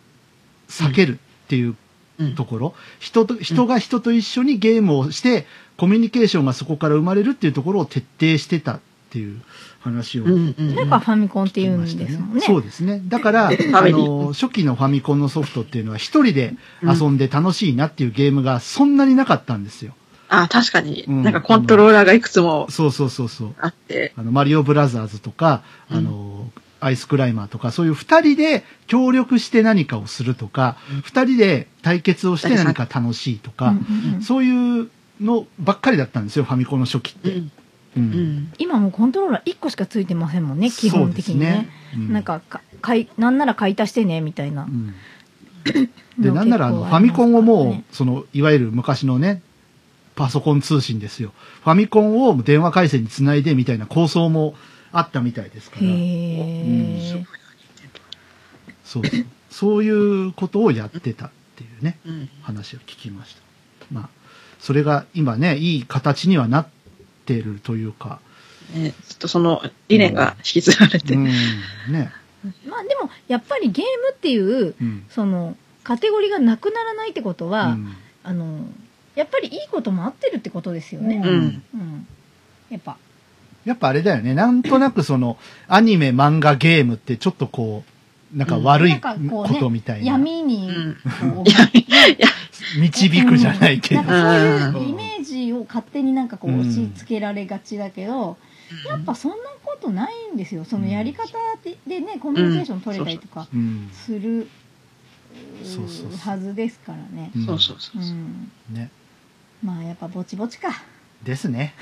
Speaker 1: 避けるっていう
Speaker 2: うん
Speaker 1: ところ、人と、人が人と一緒にゲームをして、コミュニケーションがそこから生まれるっていうところを徹底してたっていう話を
Speaker 2: うんうん
Speaker 3: だからファミコンって言うんですもんね。
Speaker 1: そうですね。だから、あ
Speaker 2: ァミリー
Speaker 1: の、初期のファミコンのソフトっていうのは一人で遊んで楽しいなっていうゲームがそんなになかったんですよ。
Speaker 2: あ、確かに、
Speaker 1: うん
Speaker 2: なんかコントローラーがいくつも
Speaker 1: そうそうそうそう。
Speaker 2: あって、
Speaker 1: あの、マリオブラザーズとか、
Speaker 2: うん
Speaker 1: あの、アイスクライマーとか、そういう二人で協力して何かをするとか
Speaker 2: うん、
Speaker 1: 二人で対決をして何か楽しいと
Speaker 3: うんう
Speaker 1: か、
Speaker 3: んうん
Speaker 1: そういうのばっかりだったんですよ、ファミコンの初期って。う
Speaker 2: うんん
Speaker 3: 今もうコントローラー1個しかついてませんもんね、基本的にね。。
Speaker 1: そうですう
Speaker 3: なんかか買い、なんなら買い足してね、みたいな
Speaker 1: う。んで、なんならあの、ファミコンをもう、その、いわゆる昔のね、パソコン通信ですよ。ファミコンを電話回線につないでみたいな構想もあったみたいですから、う
Speaker 3: へえ。
Speaker 1: そうそう。そういうことをやってたっていうね、
Speaker 2: うん。
Speaker 1: 話を聞きました。まあ、それが今ね、いい形にはなってるというか、
Speaker 2: ねちょっとその理念が引き継がれて。
Speaker 1: う、
Speaker 2: うんん。
Speaker 1: ね、
Speaker 3: まあでも、やっぱりゲームっていう、
Speaker 1: うん。
Speaker 3: その、カテゴリーがなくならないってこと
Speaker 1: う
Speaker 3: は、
Speaker 1: ん
Speaker 3: あの、やっぱりいいこともあってるってことですよね。
Speaker 2: うん。
Speaker 3: うん。やっぱ。
Speaker 1: やっぱあれだよね。なんとなくその、アニメ、漫画、ゲームってちょっとこう、なんか悪い
Speaker 3: なんかこ
Speaker 1: こ
Speaker 3: うね
Speaker 1: とみたいな。
Speaker 3: 闇に、こう
Speaker 2: いや、いや、
Speaker 1: 導くじゃないけど
Speaker 3: なん。かそういうイメージを勝手になんかこう
Speaker 1: うん
Speaker 3: 押し付けられがちだけど、やっぱそんなことないんですよ。そのやり方ででね、コミュニケーション取れたりとか
Speaker 1: うん。
Speaker 3: する
Speaker 1: そうそうそう
Speaker 3: はずですからね。
Speaker 2: そうそうそううそう。
Speaker 3: ん。
Speaker 1: ね。
Speaker 3: まあやっぱぼちぼちか。
Speaker 1: ですね。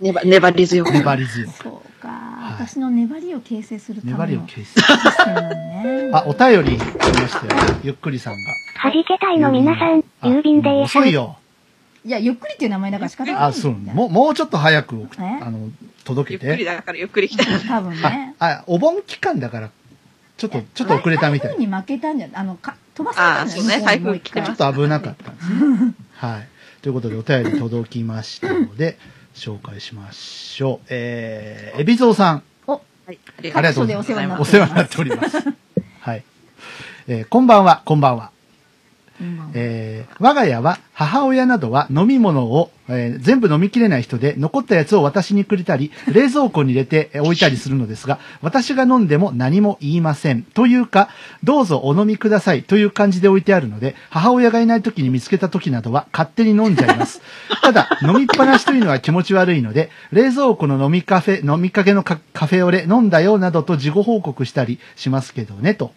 Speaker 2: 粘粘り強く。
Speaker 1: 粘り強く。
Speaker 3: そうか、
Speaker 1: い
Speaker 3: 私の粘りを形成するための
Speaker 1: 粘りを消す。
Speaker 3: システムね。
Speaker 1: あ、お便り来ましたよ。ゆっくりさんが。
Speaker 4: 弾けたいの皆さん、
Speaker 1: あ
Speaker 4: 郵便
Speaker 1: もう
Speaker 4: です。
Speaker 1: 遅いよ。
Speaker 3: いや、ゆっくりっていう名前だから仕方ない。
Speaker 1: あ、そう。もう、もうちょっと早く送っ、
Speaker 3: え
Speaker 1: あの、届
Speaker 2: ゆ
Speaker 1: け
Speaker 2: っくり
Speaker 1: て。
Speaker 2: だからゆっくり来た。
Speaker 3: 多分
Speaker 1: あ
Speaker 3: ね。、
Speaker 1: あ、お盆期間だから、ちょっと、ちょっと遅れたみたい。
Speaker 3: 台
Speaker 1: ち
Speaker 3: 風に負けたんじゃ、あの、か飛ばされたんじゃ
Speaker 2: あーそうね台風
Speaker 3: もう一
Speaker 2: 来
Speaker 3: 回
Speaker 2: て
Speaker 1: ょっ
Speaker 2: ます
Speaker 1: と危なかったんですね。はい。ということで、お便り届きましたので、紹介しましょう。えー、エビゾウさん。
Speaker 3: お、
Speaker 2: はい。あ
Speaker 1: ありがとうござい
Speaker 3: 各所でお
Speaker 1: ます
Speaker 3: 世話になって
Speaker 1: お世
Speaker 3: おり
Speaker 1: 話
Speaker 3: ま
Speaker 1: に
Speaker 3: す
Speaker 1: なっており *laughs* ます。はい。えーこんばんは、こんばんは。
Speaker 3: うん
Speaker 1: えー我が家は母親などは飲み物を、えー全部飲みきれない人で残ったやつを私にくれたり、冷蔵庫に入れてえー置いたりするのですが、私が飲んでも何も言いません。というか、どうぞお飲みくださいという感じで置いてあるので、母親がいない時に見つけた時などは勝手に飲んじゃいます。ただ、飲みっぱなしというのは気持ち悪いので、冷蔵庫の飲みカフェ、飲みかけのカカフェオレ飲んだよなどと事後報告したりしますけどね、と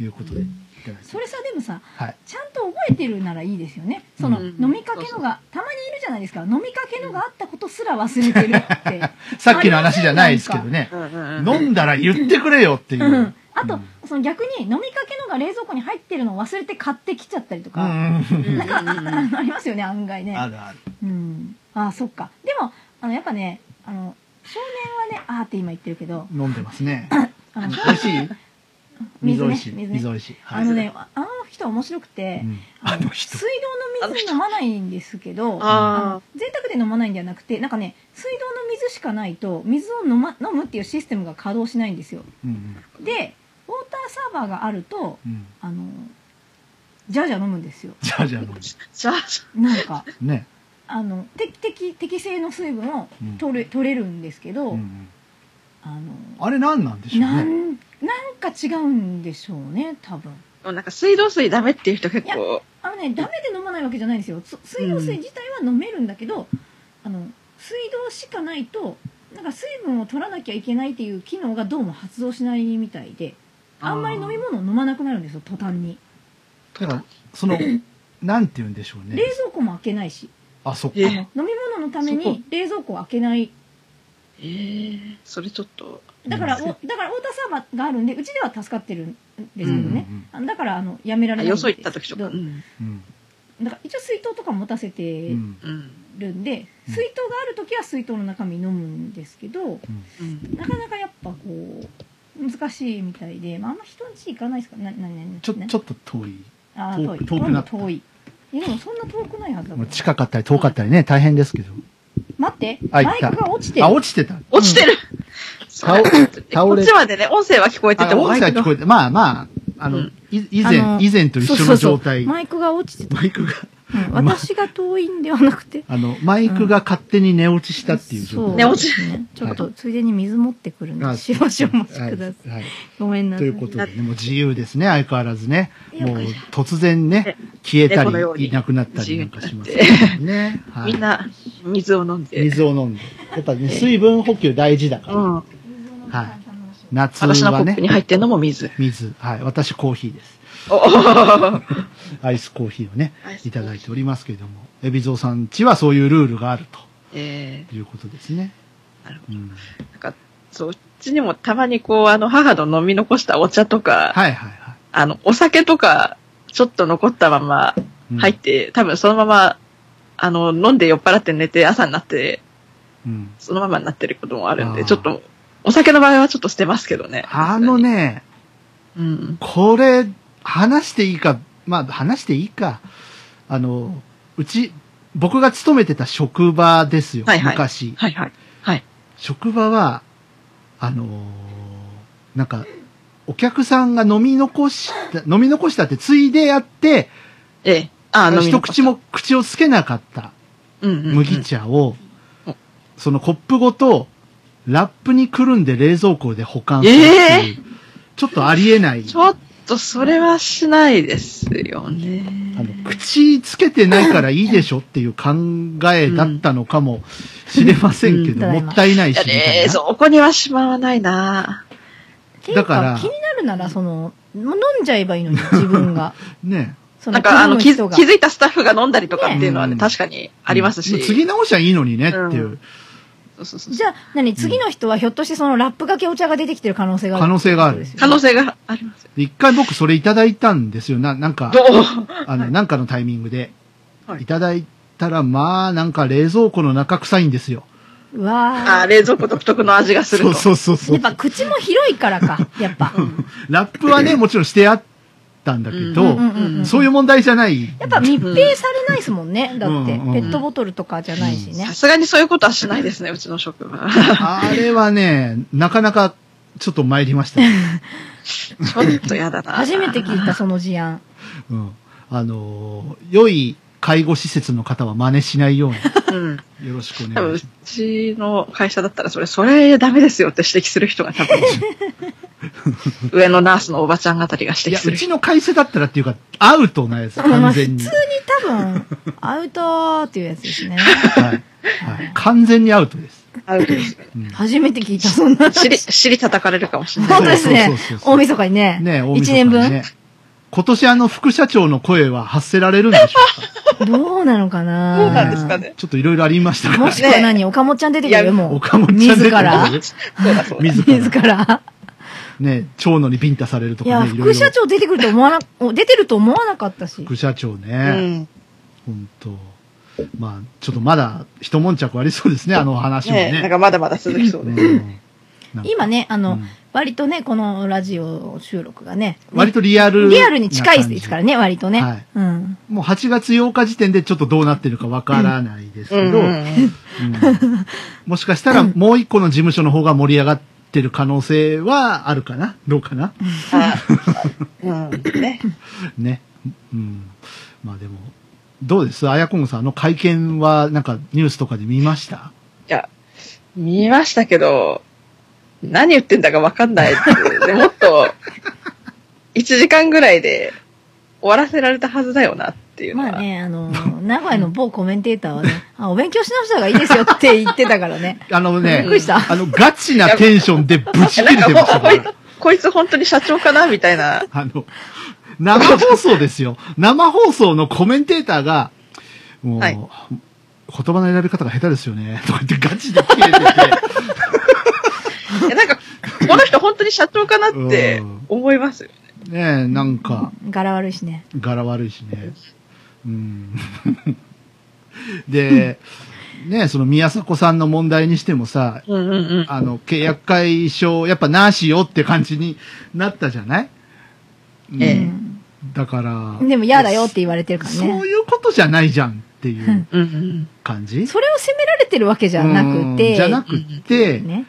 Speaker 1: いうことで。いただいて
Speaker 3: それさ、でもさ、
Speaker 1: はい。
Speaker 3: ちゃんと覚えてるならいいですよね。その、
Speaker 2: うん
Speaker 3: 飲みかけのが、たまにいるじゃないですか。飲みかけのがあったことすら忘れてるって。。。
Speaker 1: さっきの話じゃないですけどね。
Speaker 2: うんうんうん。
Speaker 1: 飲んだら言ってくれよ *laughs* っていううん
Speaker 3: あと、その逆に飲みかけのが冷蔵庫に入ってるのを忘れて買ってきちゃったりと
Speaker 1: う
Speaker 3: か。
Speaker 1: ん、うん
Speaker 2: うん
Speaker 3: *laughs* あのありますよね案外ね
Speaker 1: あるある。
Speaker 3: うんあそっかでもあのやっぱねあの年はね、あーって今言ってるけど、
Speaker 1: 飲んでますね。
Speaker 3: あ
Speaker 1: 美
Speaker 3: の
Speaker 1: 味しい水美
Speaker 3: 水ね
Speaker 1: 味しい。
Speaker 3: 水ね
Speaker 1: 水美味しい。は
Speaker 3: あ
Speaker 1: い
Speaker 3: のね、ああの人面白くて
Speaker 1: う、ん
Speaker 3: あ
Speaker 1: あ
Speaker 3: の
Speaker 1: の
Speaker 3: 水
Speaker 1: 人。
Speaker 3: 道の水飲まないんですけど、
Speaker 2: あ
Speaker 3: の贅沢で飲まないんじゃなくて、なんかね、水道の水しかないと、水を飲,、ま、飲むっていうシステムが稼働しないんですよ。
Speaker 1: うん
Speaker 3: で、ウォーターサーバーがあると、
Speaker 1: うんうん。
Speaker 3: あの、じゃじゃ飲むんですよ。
Speaker 1: じゃあじゃあ飲む
Speaker 2: じゃあ、
Speaker 3: なんか、
Speaker 1: ね。
Speaker 3: あの、適、適、適正の水分を
Speaker 1: うん
Speaker 3: 取れ、取れるんですけど、
Speaker 1: うんうん
Speaker 3: あの、
Speaker 1: あれ何なんでしょう
Speaker 3: な
Speaker 1: ね。
Speaker 3: ん、なんか違うんでしょうね、多分。
Speaker 2: でもなんか水道水ダメっていう人結構、
Speaker 3: あのね、ダメで飲まないわけじゃないんですよ。す水道水自体は飲めるんだけど、あの、水道しかないと、なんか水分を取らなきゃいけないっていう機能がどうも発動しないみたいで、あんまり飲み物を飲まなくなるんですよ、途端に。
Speaker 1: だから、その、なんて言うんでしょう
Speaker 3: 冷
Speaker 1: ね。
Speaker 3: 蔵庫も開けないし、
Speaker 1: あ、そっか
Speaker 2: え。
Speaker 3: あの飲み物のため
Speaker 2: そこ
Speaker 3: に冷蔵庫を開けない。
Speaker 2: えー、それちょっと、
Speaker 3: だから、
Speaker 1: う
Speaker 3: お
Speaker 1: ん
Speaker 3: だから、ウォーターサーバーがあるんで、うちでは助かってるんですけどね
Speaker 1: うんうんうん。
Speaker 3: あのだから、あの、やめられ
Speaker 2: あ
Speaker 3: ないん
Speaker 2: よ
Speaker 3: です
Speaker 2: そ
Speaker 3: け
Speaker 2: 行
Speaker 3: ど。
Speaker 2: った時とか。うん。
Speaker 1: うん。
Speaker 3: だから、一応水筒とか持たせて
Speaker 1: うん。
Speaker 2: うん。
Speaker 3: るんで、
Speaker 1: うん
Speaker 3: 水筒がある時は水筒の中身飲むんですけど、
Speaker 1: うん
Speaker 2: うん。
Speaker 3: なかなかやっぱこう、難しいみたいで、まあ、あんま人んち行かないですかな、な、な、な、
Speaker 1: ちょ、
Speaker 3: な
Speaker 1: ちょっと遠い。
Speaker 3: あ
Speaker 1: 遠
Speaker 3: ー
Speaker 1: く
Speaker 3: 遠い。
Speaker 1: 遠くなった
Speaker 3: 遠い。いや、でもそんな遠くないはずだも。
Speaker 1: もうん近かったり遠かったりね、大変ですけど。
Speaker 3: 待って、
Speaker 1: あ
Speaker 3: マイ
Speaker 1: 行った
Speaker 3: クが落ちてる。
Speaker 1: あ、落ちてた。
Speaker 2: 落ちてる、
Speaker 1: 倒
Speaker 2: *laughs*
Speaker 1: れ倒
Speaker 2: こ
Speaker 1: れ
Speaker 2: っちまでね、音声は聞こえてて、
Speaker 1: あ、音声は聞こえて、まあまあ、あ
Speaker 2: う
Speaker 1: の
Speaker 2: ん、
Speaker 1: い以
Speaker 3: あ
Speaker 1: 前、
Speaker 3: の
Speaker 1: 以前と一緒の状態。マ
Speaker 3: マイクが落ちてた。
Speaker 1: イクが、
Speaker 3: うん私が遠いんではなくて。
Speaker 1: あの、マイクが勝手に寝落ちしたっていう状
Speaker 3: そう
Speaker 1: 態。
Speaker 2: ね落ち
Speaker 3: ですねちょっと、ついでに水持ってくるん
Speaker 1: あ
Speaker 3: で、少々お待ち
Speaker 1: は
Speaker 3: ください。
Speaker 1: はい。
Speaker 3: ごめんな
Speaker 1: と
Speaker 3: さ
Speaker 1: い
Speaker 3: い。
Speaker 1: うことでね、もう自由ですね、相変わらずね。もう
Speaker 3: いや
Speaker 1: 突然ね、消えた
Speaker 2: 猫のよう
Speaker 1: り、
Speaker 2: に
Speaker 1: いなくなったりなんかします
Speaker 2: 自
Speaker 1: からね。はい
Speaker 2: みんな水を飲んで。
Speaker 1: 水を飲んで。やっぱね、水分補給大事だか
Speaker 2: う
Speaker 1: ら。
Speaker 2: ん。
Speaker 1: はい。夏
Speaker 2: 私のコ
Speaker 1: は
Speaker 2: ップに
Speaker 1: ね、
Speaker 2: 入ってるのも水。
Speaker 1: 水。はい。私コーヒーです。
Speaker 2: おお
Speaker 1: アイスコーヒーをね
Speaker 2: アイスコー、ヒー
Speaker 1: いただいておりますけれども、海老蔵さん家はそういうルールがある
Speaker 2: え
Speaker 1: ということですね。
Speaker 2: ー、なるほ
Speaker 1: うん
Speaker 2: ど。なんか、そう、うちにもたまにこう、あの、母の飲み残したお茶とか、
Speaker 1: はいはいは
Speaker 2: あの、お酒とか、ちょっと残ったまま
Speaker 1: い。
Speaker 2: 入って、多分そのまま、あの、飲んで酔っ払って寝て朝になって、
Speaker 1: うん。うん
Speaker 2: そのままになってることもあるん
Speaker 1: あ
Speaker 2: で、
Speaker 1: ー
Speaker 2: ちょっと、お酒の場合はちょっと捨てますけどね。
Speaker 1: あの。ね、
Speaker 2: うん。
Speaker 1: これ、話していいか、まあ、話していいか。あの、うち、僕が勤めてた職場ですよ、
Speaker 2: はいはい
Speaker 1: 昔。
Speaker 2: はいはい。はい。
Speaker 1: 職場は、あのーなんか、お客さんが飲み残した、飲み残したってついでやって、
Speaker 2: ええ。あー、飲み
Speaker 1: 一
Speaker 2: 残し
Speaker 1: 口、
Speaker 2: た
Speaker 1: も口をつけなかった
Speaker 2: うんうんうん
Speaker 1: 麦茶を
Speaker 2: うん、
Speaker 1: そのコップごと、ラップにくるんで冷蔵庫で保管するっていう、ちょっとありえない。
Speaker 2: ちょっと、それはしないですよね。
Speaker 1: あの、口つけてないからいいでしょっていう考えだったのかもしれませんけど、
Speaker 3: うん
Speaker 1: もったいない
Speaker 2: い
Speaker 1: し、
Speaker 2: や
Speaker 1: みたい
Speaker 2: ね、
Speaker 1: な。
Speaker 2: そこにはしまわないな
Speaker 3: っていう
Speaker 1: だから
Speaker 3: 気になるなら、その、飲んじゃえばいいのに、自分が。
Speaker 1: ね
Speaker 3: そ
Speaker 2: なんか、あの、気
Speaker 3: 飲む人
Speaker 2: づ
Speaker 3: が
Speaker 2: 気づいたスタッフが飲んだりとかっていうのはね、
Speaker 1: ね
Speaker 2: 確かにありますし。
Speaker 1: 次直しはいいのにねっていううん
Speaker 2: そうそうそう
Speaker 3: じゃあ、何次の人はひょっとしてそのラップがけお茶が出てきてる可能性がある。
Speaker 1: 可能性がある。
Speaker 2: 可能性がありますよ。
Speaker 1: で一回僕それいただいたんですよ。な、なんか
Speaker 2: ど、う
Speaker 1: あの、なんかのタイミングで。
Speaker 2: はい
Speaker 1: いただいたら、まあ、なんか冷蔵庫の中臭いんですよ。
Speaker 3: うわ
Speaker 2: あー冷蔵庫独特の味がする
Speaker 1: そ
Speaker 2: と。
Speaker 1: うそうそう
Speaker 3: ー
Speaker 1: そう
Speaker 3: やっ。ぱ口も広いからか、やっぱ。
Speaker 1: ラップはね、もちろんしてあったんだけ
Speaker 2: うん
Speaker 1: ど、
Speaker 3: うんうんうん
Speaker 1: そういう問題じゃない。
Speaker 3: やっぱ密閉されないですもんね。だって、
Speaker 1: うんうん
Speaker 3: ペットボトルとかじゃないしね
Speaker 2: さ。すがにそういうことはしないですね、うちの職場。 *laughs*
Speaker 1: あれはね、なかなかちょっと参りました。
Speaker 2: ちょっとやだな。
Speaker 3: 初めて聞いたその事案。
Speaker 1: うん。あのー良い介護施設の方は真似しないように、
Speaker 2: うん。
Speaker 1: よろしくお
Speaker 2: 多分、
Speaker 1: 願いうしま
Speaker 2: ちの会社だったら、それ、それダメですよって指摘する人が多
Speaker 1: *laughs*
Speaker 2: 分、上のナースのおばちゃんあたりが
Speaker 1: す。い
Speaker 2: 指摘
Speaker 1: や、
Speaker 2: す
Speaker 1: う
Speaker 2: る
Speaker 1: ち
Speaker 2: 人。
Speaker 1: の会社だったらっていうか、アウトなやつ、
Speaker 3: まあ
Speaker 1: 完
Speaker 3: 普通
Speaker 1: 全
Speaker 3: に
Speaker 1: に。
Speaker 3: 多分、アウトーっていうやつですね。
Speaker 1: はい。はい。完全にアウトです。
Speaker 2: アウトですよね
Speaker 1: うん
Speaker 3: 初めて聞いた、そんな。
Speaker 2: 尻、尻叩かれるかもしれない
Speaker 3: 本。当です
Speaker 1: そう
Speaker 3: ね
Speaker 1: そうそう。そう
Speaker 3: 大晦日にね。
Speaker 1: ねえ、大
Speaker 3: 一
Speaker 1: 晦日
Speaker 3: 年
Speaker 1: に
Speaker 3: 分
Speaker 1: ね。。今年あの副社長の声は発せられるんでしょう
Speaker 3: どうなのかな
Speaker 2: そうなんですかね
Speaker 3: *laughs*
Speaker 1: か。ちょっといろいろありましたか
Speaker 3: も
Speaker 1: ら。
Speaker 3: しくは何、岡本ちゃん出てくるよ、
Speaker 2: いや
Speaker 3: もう。
Speaker 1: 岡本ちゃん出て
Speaker 3: 自
Speaker 1: く
Speaker 3: ら
Speaker 1: るよ。
Speaker 2: そうだそう
Speaker 1: *laughs*
Speaker 2: だ。
Speaker 1: 自ら。
Speaker 3: 自
Speaker 1: *laughs*
Speaker 3: ら。
Speaker 1: ね、長野にビンタされると
Speaker 3: いや、
Speaker 1: かね、いろ
Speaker 3: 副
Speaker 1: いろ
Speaker 3: 社。長出てくると思わな、お出てると思わなかったし。
Speaker 1: 副社長
Speaker 2: う
Speaker 1: ね。
Speaker 2: ん。
Speaker 1: 本当まあ、ちょっとまだ一悶着ありそうですね、あの話も
Speaker 2: ね
Speaker 1: ね。
Speaker 2: なんかまだまだ続きそう
Speaker 1: う
Speaker 2: で
Speaker 1: ん
Speaker 2: す。
Speaker 1: なんか
Speaker 3: 今ね、あの、
Speaker 1: うん
Speaker 3: 割とね、このラジオ収録がね、
Speaker 1: 割とリアルな感じ。
Speaker 3: リアルに近いですからね、割とね。
Speaker 1: はい
Speaker 3: うん。
Speaker 1: もう8月8日時点でちょっとどうなってるかわからないです
Speaker 2: う
Speaker 1: け
Speaker 2: ん
Speaker 1: ど、
Speaker 2: う
Speaker 1: うん
Speaker 2: ん
Speaker 1: もしかしたらもう一個の事務所の方が盛り上がってる可能性はあるかなどうかな
Speaker 2: あうん。ね。
Speaker 1: ね。うん。まあでも、どうですあやこんさん、あの会見はなんかニュースとかで見ました
Speaker 2: いや、見ましたけど、何言ってんだかわかんないっていう。でもっと、1時間ぐらいで終わらせられたはずだよなっていうのは。
Speaker 3: まあね、あの、名古屋の某コメンテーター
Speaker 1: *laughs*
Speaker 3: はね、あお勉強し直した方がいいですよって言ってたからね。
Speaker 1: あの
Speaker 3: びっ
Speaker 1: ね
Speaker 3: く、りした。
Speaker 1: あのガチなテンションでぶち切れてましたか
Speaker 2: なん
Speaker 1: ら。
Speaker 2: こいつ本当に社長かなみたいな。
Speaker 1: あの、生放送ですよ。生放送のコメンテーターが、もう、
Speaker 2: はい
Speaker 1: 言葉の選び方が下手ですよね。とか言ってガチで切
Speaker 3: *laughs*
Speaker 1: れてて。
Speaker 2: いやなんか、この人本当に社長かなって思いますよ。
Speaker 1: ねえ、なんか、
Speaker 3: 柄悪いしね。
Speaker 1: 柄悪いしね。うん。で、ねえ、その宮迫さんの問題にしてもさ、
Speaker 2: うんうんうん。
Speaker 1: あの、契約解消、やっぱなしよって感じになったじゃない、うん
Speaker 2: ええ
Speaker 1: だから
Speaker 3: う。んでも嫌だよって言われてるから
Speaker 1: そう
Speaker 3: ね。
Speaker 1: いうことじゃないじゃんっていううん
Speaker 2: うんうん。
Speaker 1: 感じ
Speaker 3: それを責められてるわけじゃなく
Speaker 1: う
Speaker 3: て。
Speaker 1: んじゃなくて、
Speaker 3: ね。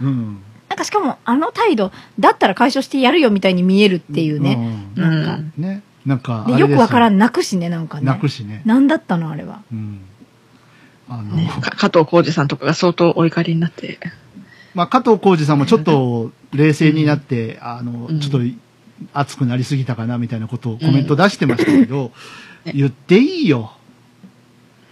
Speaker 1: うん。
Speaker 3: なんかしかも、あの態度、だったら解消してやるよみたいに見えるっていうね。
Speaker 2: うん
Speaker 3: なん
Speaker 1: うん。ね。なんか
Speaker 3: で、よくわから
Speaker 1: ん
Speaker 3: ん、泣くしね、なんかね。
Speaker 1: 泣くしね。
Speaker 3: なんだったの、あれは。
Speaker 1: うん。あの、
Speaker 2: ねか加藤浩二さんとかが相当お怒りになって。
Speaker 1: *laughs* まあ、加藤浩二さんもちょっと冷静にな
Speaker 3: *laughs*
Speaker 1: って、あの
Speaker 2: う、ん
Speaker 1: ちょっと熱くなりすぎたかなみたいなことをコメント出してましたけ
Speaker 3: *laughs*
Speaker 1: ど、言っていいよ。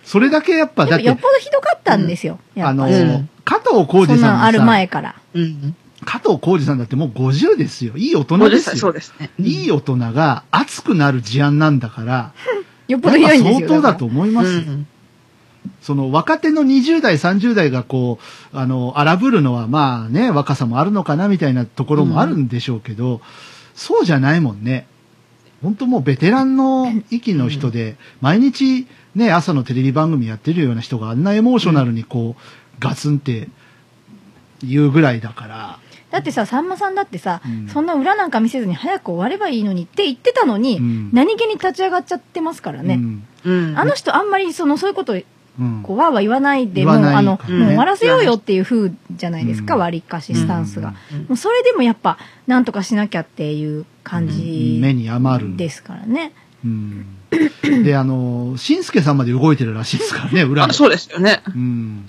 Speaker 1: それだけやっぱ、
Speaker 3: で
Speaker 1: だ
Speaker 3: も
Speaker 1: っ、
Speaker 3: よってぽどひどかったんですよ。や
Speaker 1: あ
Speaker 3: っぱ
Speaker 1: の
Speaker 3: り
Speaker 2: うん、
Speaker 1: 加藤浩
Speaker 3: そ
Speaker 1: 二
Speaker 3: んな
Speaker 1: さ
Speaker 3: のあ
Speaker 1: ん
Speaker 3: る
Speaker 1: もさ、
Speaker 3: 前から。
Speaker 2: うん
Speaker 1: 加藤浩二さんだってもう50ですよ。いい大
Speaker 2: うん。
Speaker 1: 人
Speaker 2: 50
Speaker 1: です
Speaker 2: 歳、そ
Speaker 1: よ
Speaker 2: う。ですね。
Speaker 1: いい大人が熱くなる事案なんだから、
Speaker 3: よっぽ
Speaker 1: や
Speaker 3: ど
Speaker 1: っぱ
Speaker 3: ひどいんです
Speaker 1: 相
Speaker 3: よ。
Speaker 1: 当だ
Speaker 3: だ
Speaker 1: と思いうますよ。
Speaker 2: ん
Speaker 1: その若手の20代、30代がこう、あの、荒ぶるのはまあね、若さもあるのかなみたいなところもあるんでしょうけど、そうじゃないもんね。本当もうベテランの域の人で、毎日ね、朝のテレビ番組やってるような人があんなエモーショナルにこう、ガツンって言うぐらいだから、
Speaker 3: ってさ、さんまさんだってさ、
Speaker 1: うん
Speaker 3: そんな裏なんか見せずに早く終わればいいのにって言ってたのに、
Speaker 1: うん
Speaker 3: 何気に立ち上がっちゃってますから
Speaker 1: う
Speaker 3: ね。
Speaker 1: ん。
Speaker 2: うん。
Speaker 3: あの人あんまりそのそういうこと
Speaker 1: うん
Speaker 3: こうわーわー言わない
Speaker 1: 言
Speaker 3: でもう
Speaker 1: わない
Speaker 3: あの、
Speaker 1: から
Speaker 2: ね
Speaker 3: もう終わらせようよっていう風じゃないですか、
Speaker 1: うん
Speaker 3: 割りかしスタンスが、も
Speaker 2: うん
Speaker 3: うそれでもやっぱなんとかしなきゃっていう感じ
Speaker 1: 目に余る。
Speaker 3: ですからね、
Speaker 1: うん。で、あの、しんすけさんまで動いてるらしいですからね、裏
Speaker 2: あ
Speaker 1: で。
Speaker 2: そうですよね。
Speaker 1: うん。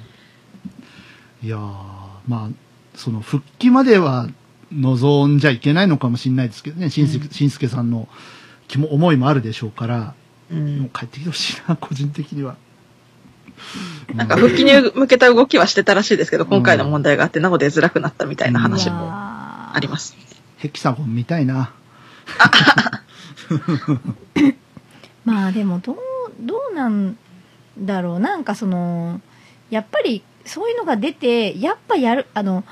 Speaker 1: いやー、まあ、その復帰までは望んじゃいけないのかもしれないですけどね、しんす
Speaker 2: うん
Speaker 1: しんすけさんの気も思いもあるでしょうから、
Speaker 2: う。
Speaker 1: もうん帰ってきてほしいな、個人的には。
Speaker 2: なんか復帰に向けた動きはしてたらしいですけど、今回の問題があって、なので出づらくなったみたいな話
Speaker 3: いや
Speaker 2: もあり
Speaker 3: ー
Speaker 2: ます。
Speaker 1: ヘキサゴン見たいな。
Speaker 3: まあでもどうどうなんだろうなんかそのやっぱりそういうのが出てやっぱやるあの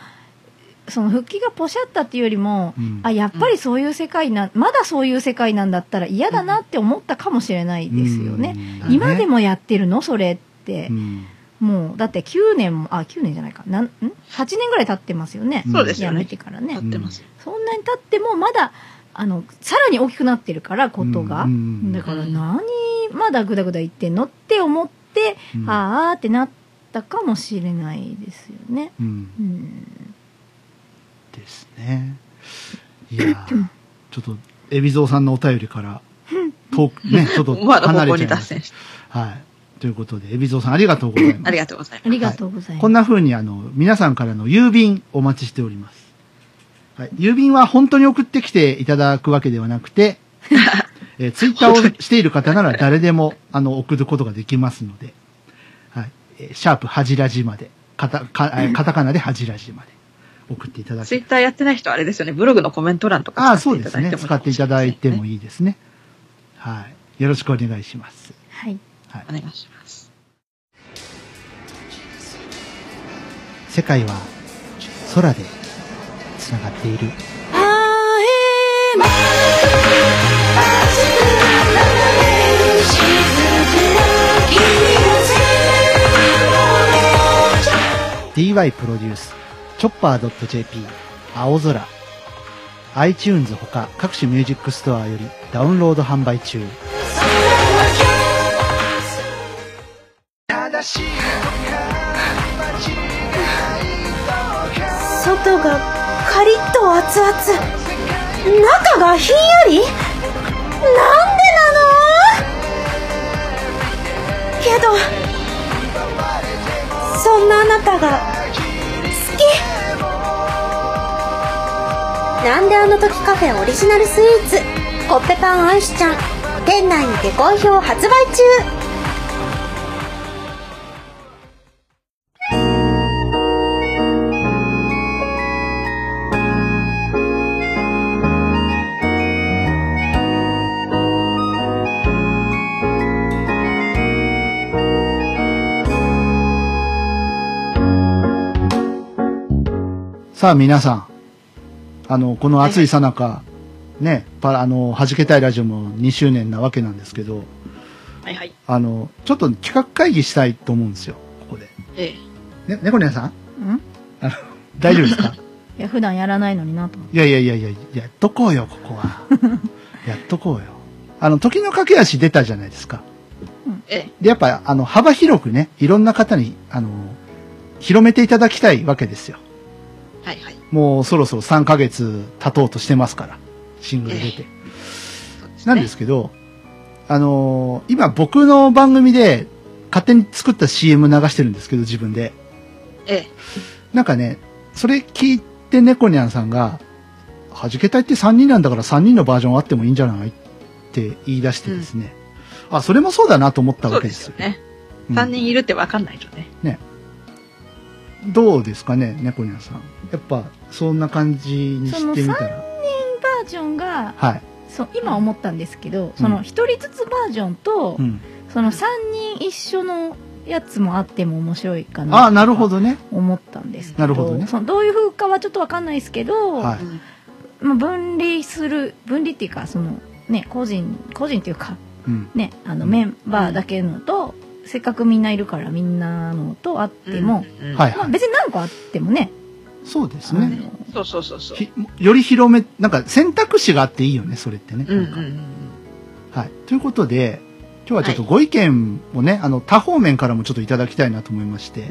Speaker 3: その復帰がポシャったっていうよりも、
Speaker 1: うん
Speaker 3: あやっぱりそういう世界な、まだそういう世界なんだったら嫌だなって思ったかもしれないですよね、
Speaker 1: うん
Speaker 3: 今でもやってるのそれって
Speaker 1: う、ん
Speaker 3: もうだって9年もあ9年じゃないかなんん8年ぐらい経ってますよね、
Speaker 1: うん
Speaker 2: そうです
Speaker 3: や
Speaker 2: よ
Speaker 3: め
Speaker 2: ね。
Speaker 3: てからね、
Speaker 2: やってます。
Speaker 3: そんなに経ってもまだあのさらに大きくなってるからことが、
Speaker 1: うんうん
Speaker 3: だから何まだグダグダ言ってんのって思って、
Speaker 1: うん
Speaker 3: ああってなったかもしれないですよね、
Speaker 1: うん
Speaker 3: うん、
Speaker 1: ですね。いやーちょっと、海老蔵さんのお便りから、遠く、
Speaker 2: *laughs*
Speaker 1: ね、ちょっと
Speaker 2: まだ
Speaker 1: 離
Speaker 2: 方向
Speaker 1: れちゃい
Speaker 2: に
Speaker 1: ま
Speaker 2: 脱
Speaker 1: す。
Speaker 2: 線して。
Speaker 1: はい。ということで、海老蔵さんありがとうございます
Speaker 2: あ。りがとうござい
Speaker 3: あ
Speaker 2: ます。
Speaker 3: りがとうございます、
Speaker 1: こんな風にあの、皆さんからの郵便お待ちしております。はい。郵便は本当に送ってきていただくわけではなく
Speaker 2: *laughs*
Speaker 1: て、えーツイッターをしている方なら誰でも、あの、送ることができますので、はい。えーシャープはじらじまで、カタカえーカタカナではじらじまで送っていただ
Speaker 2: ツイ
Speaker 1: け
Speaker 2: ッターやってない人はあれですよね、ブログのコメント欄とか
Speaker 1: ああ、そうですね。
Speaker 2: いただいても
Speaker 1: 使っていただいても
Speaker 2: いい
Speaker 1: いいですね。はい。よろしくお願いします。
Speaker 3: はい、
Speaker 1: はい
Speaker 2: か。もしれませんね。お願いします。
Speaker 1: 世界は空でつながっている
Speaker 5: DY プロデュース、チョッパー .jp、青空、iTunes ほか各種ミュージックストアよりダウンロード販売中。
Speaker 6: 外がカリッと熱々中がひんやりなんでなのけどそんなあなたが好きなんであの時カフェオリジナルスイーツコッペパンアイスちゃん店内にて好評発売中
Speaker 1: さあ皆さん、あの、この暑いさなか、ね、パラ、あの、弾けたいラジオも2周年なわけなんですけど、
Speaker 2: はいはい。
Speaker 1: あの、ちょっと企画会議したいと思うんですよ、ここで。
Speaker 2: ええ。
Speaker 1: ね、猫ニャンさん
Speaker 3: ん
Speaker 1: 大丈夫ですか
Speaker 3: いや、普段やらないのになと思って。
Speaker 1: いやいやいやいや、やっとこうよ、ここは。やっとこうよ。あの、時の駆け足出たじゃないですか。
Speaker 2: ええ。
Speaker 1: で、やっぱ、あの、幅広くね、いろんな方に、あの、広めていただきたいわけですよ。
Speaker 2: はいはい。
Speaker 1: もうそろそろ3ヶ月経とうとしてますから、シングル出て。
Speaker 2: そうですね
Speaker 1: なんですけど、あのー今僕の番組で勝手に作った CM 流してるんですけど、自分で。
Speaker 2: ええ。
Speaker 1: なんかね、それ聞いて猫ニャンさんが、弾けたいって3人なんだから3人のバージョンあってもいいんじゃないって言い出してですね。あ、それもそうだなと思った
Speaker 2: そ
Speaker 1: わ
Speaker 2: う
Speaker 1: け
Speaker 2: で
Speaker 1: です
Speaker 2: す
Speaker 1: よ
Speaker 2: よ。ね。
Speaker 1: うん
Speaker 2: 3人いるって分かんないとね。
Speaker 1: どうですかね、猫ニャンさん。やっぱ、そんな感じにしてみた
Speaker 3: そ
Speaker 1: ら。
Speaker 3: バージョンが、
Speaker 1: はい。
Speaker 3: そう今思ったんですけど、その1人ずつバージョンと、
Speaker 1: うん。
Speaker 3: その3人一緒のやつもあっても面白いかな
Speaker 1: ああ、なるほどね。
Speaker 3: 思ったんですけど
Speaker 1: なるほどね
Speaker 3: そのどういう風かはちょっとわかんないですけど、
Speaker 1: はい。
Speaker 2: うん
Speaker 3: まあ、分離する分離っていうかそのね個人個人っていうか
Speaker 1: うん。
Speaker 3: ねあの
Speaker 1: うん
Speaker 3: メンバーだけのと、せっかくみんないるからみんなのとあっても、、
Speaker 2: うん
Speaker 1: はい、
Speaker 3: まあ、
Speaker 1: はい。
Speaker 3: 別に何個あってもね
Speaker 1: そうです
Speaker 3: あの
Speaker 1: ね。
Speaker 2: そうそうそうそう。
Speaker 1: ひより広め、なんか選択肢があっていいよね、それってね。
Speaker 2: うんうん
Speaker 1: なん
Speaker 2: う
Speaker 1: か
Speaker 2: ん。
Speaker 1: はい。ということで、今日はちょっとご意見をね、あの、他方面からもちょっといただきたいなと思いま
Speaker 2: *laughs*
Speaker 1: して、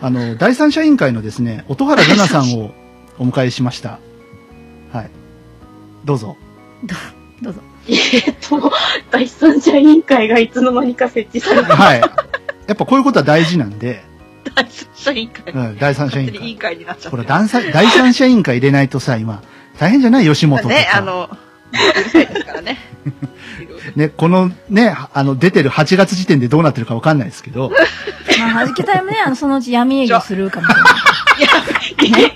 Speaker 1: あの、第三者委員会のですね、音原奈々
Speaker 2: *laughs*
Speaker 1: さんをお迎えしました。はい。どうぞ。
Speaker 3: どうぞ
Speaker 7: えっと、第三者委員会がいつの間にか設置されて
Speaker 1: はい。やっぱこういうことは大事なんで、
Speaker 2: *laughs* 第三者委員会。
Speaker 1: うん、第三者委員
Speaker 2: 勝手に委員
Speaker 1: 会。
Speaker 2: 会になっちゃった。
Speaker 1: これ、第三第三者委員会入れないとさ、今、大変じゃない吉本とか。
Speaker 2: ね、あ
Speaker 1: *laughs*
Speaker 2: の、うるさい *laughs* ですからね。いろいろ
Speaker 1: ね、このね、あの、出てる8月時点でどうなってるかわかんないですけど、
Speaker 3: まあ弾けたいもねあのそのうち闇営業するかもしれない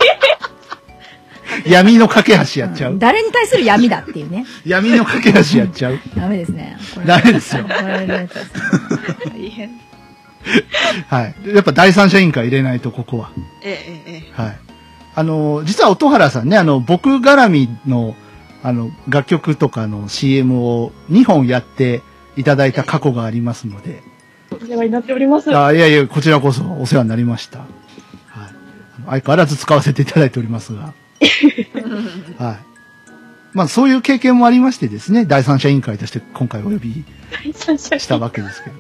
Speaker 1: 闇の架け橋やっちゃ
Speaker 3: う。
Speaker 1: うん
Speaker 3: 誰に対する闇だっていうね
Speaker 1: 闇の架け橋やっちゃう。
Speaker 3: ダメですねこれ
Speaker 1: ダメですよ
Speaker 3: これね
Speaker 2: 大変。
Speaker 1: はい。やっぱ第三者委員会入れないと、ここは。
Speaker 2: えええええ
Speaker 1: はい。あの、実は音原さんね、あの、僕絡みの、あの、楽曲とかの CM を2本やっていただいた過去がありますので、
Speaker 7: お世話になっております。
Speaker 1: あいやいや、こちらこそお世話になりました。はい。あの相変わらず使わせていただいており
Speaker 7: *laughs*
Speaker 1: ますが、
Speaker 2: えうん
Speaker 1: はい。まあ、そういう経験もありましてですね、第三者委員会として今回お呼び
Speaker 7: 第三者委
Speaker 1: した
Speaker 7: 員
Speaker 1: わけですけど。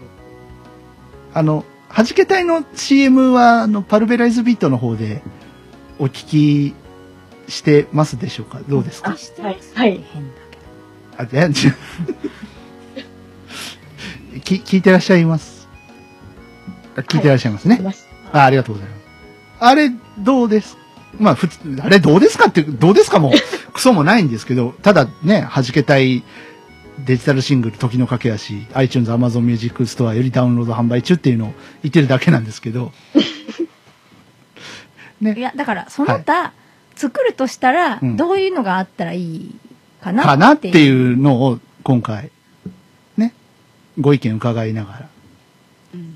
Speaker 1: あの、はじけたいの CM は、あの、パルベライズビートの方でお聞きしてますでしょうかどうですか
Speaker 7: はいはい
Speaker 3: 変だけ
Speaker 1: あ、
Speaker 3: ど
Speaker 1: いや、ちょ *laughs* き聞いてらっしゃいますあ聞いてらっしゃいますね。
Speaker 7: 会ました。
Speaker 1: あありがとうございます。あれ、どうですまあ、普通、あれ、どうですかって、どうですかも、 *laughs* クソもないんですけど、ただね、弾けたいデジタルシングル、時の駆け足、iTunes、Amazon Music Store よりダウンロード販売中っていうのを言ってるだけなんですけど、
Speaker 3: いやだからその他、作るとしたら、
Speaker 1: うん
Speaker 3: どういうのがあったらいいかな
Speaker 1: かなって
Speaker 3: う
Speaker 1: いうのを、今回、ね、ご意見伺いながら。
Speaker 2: うん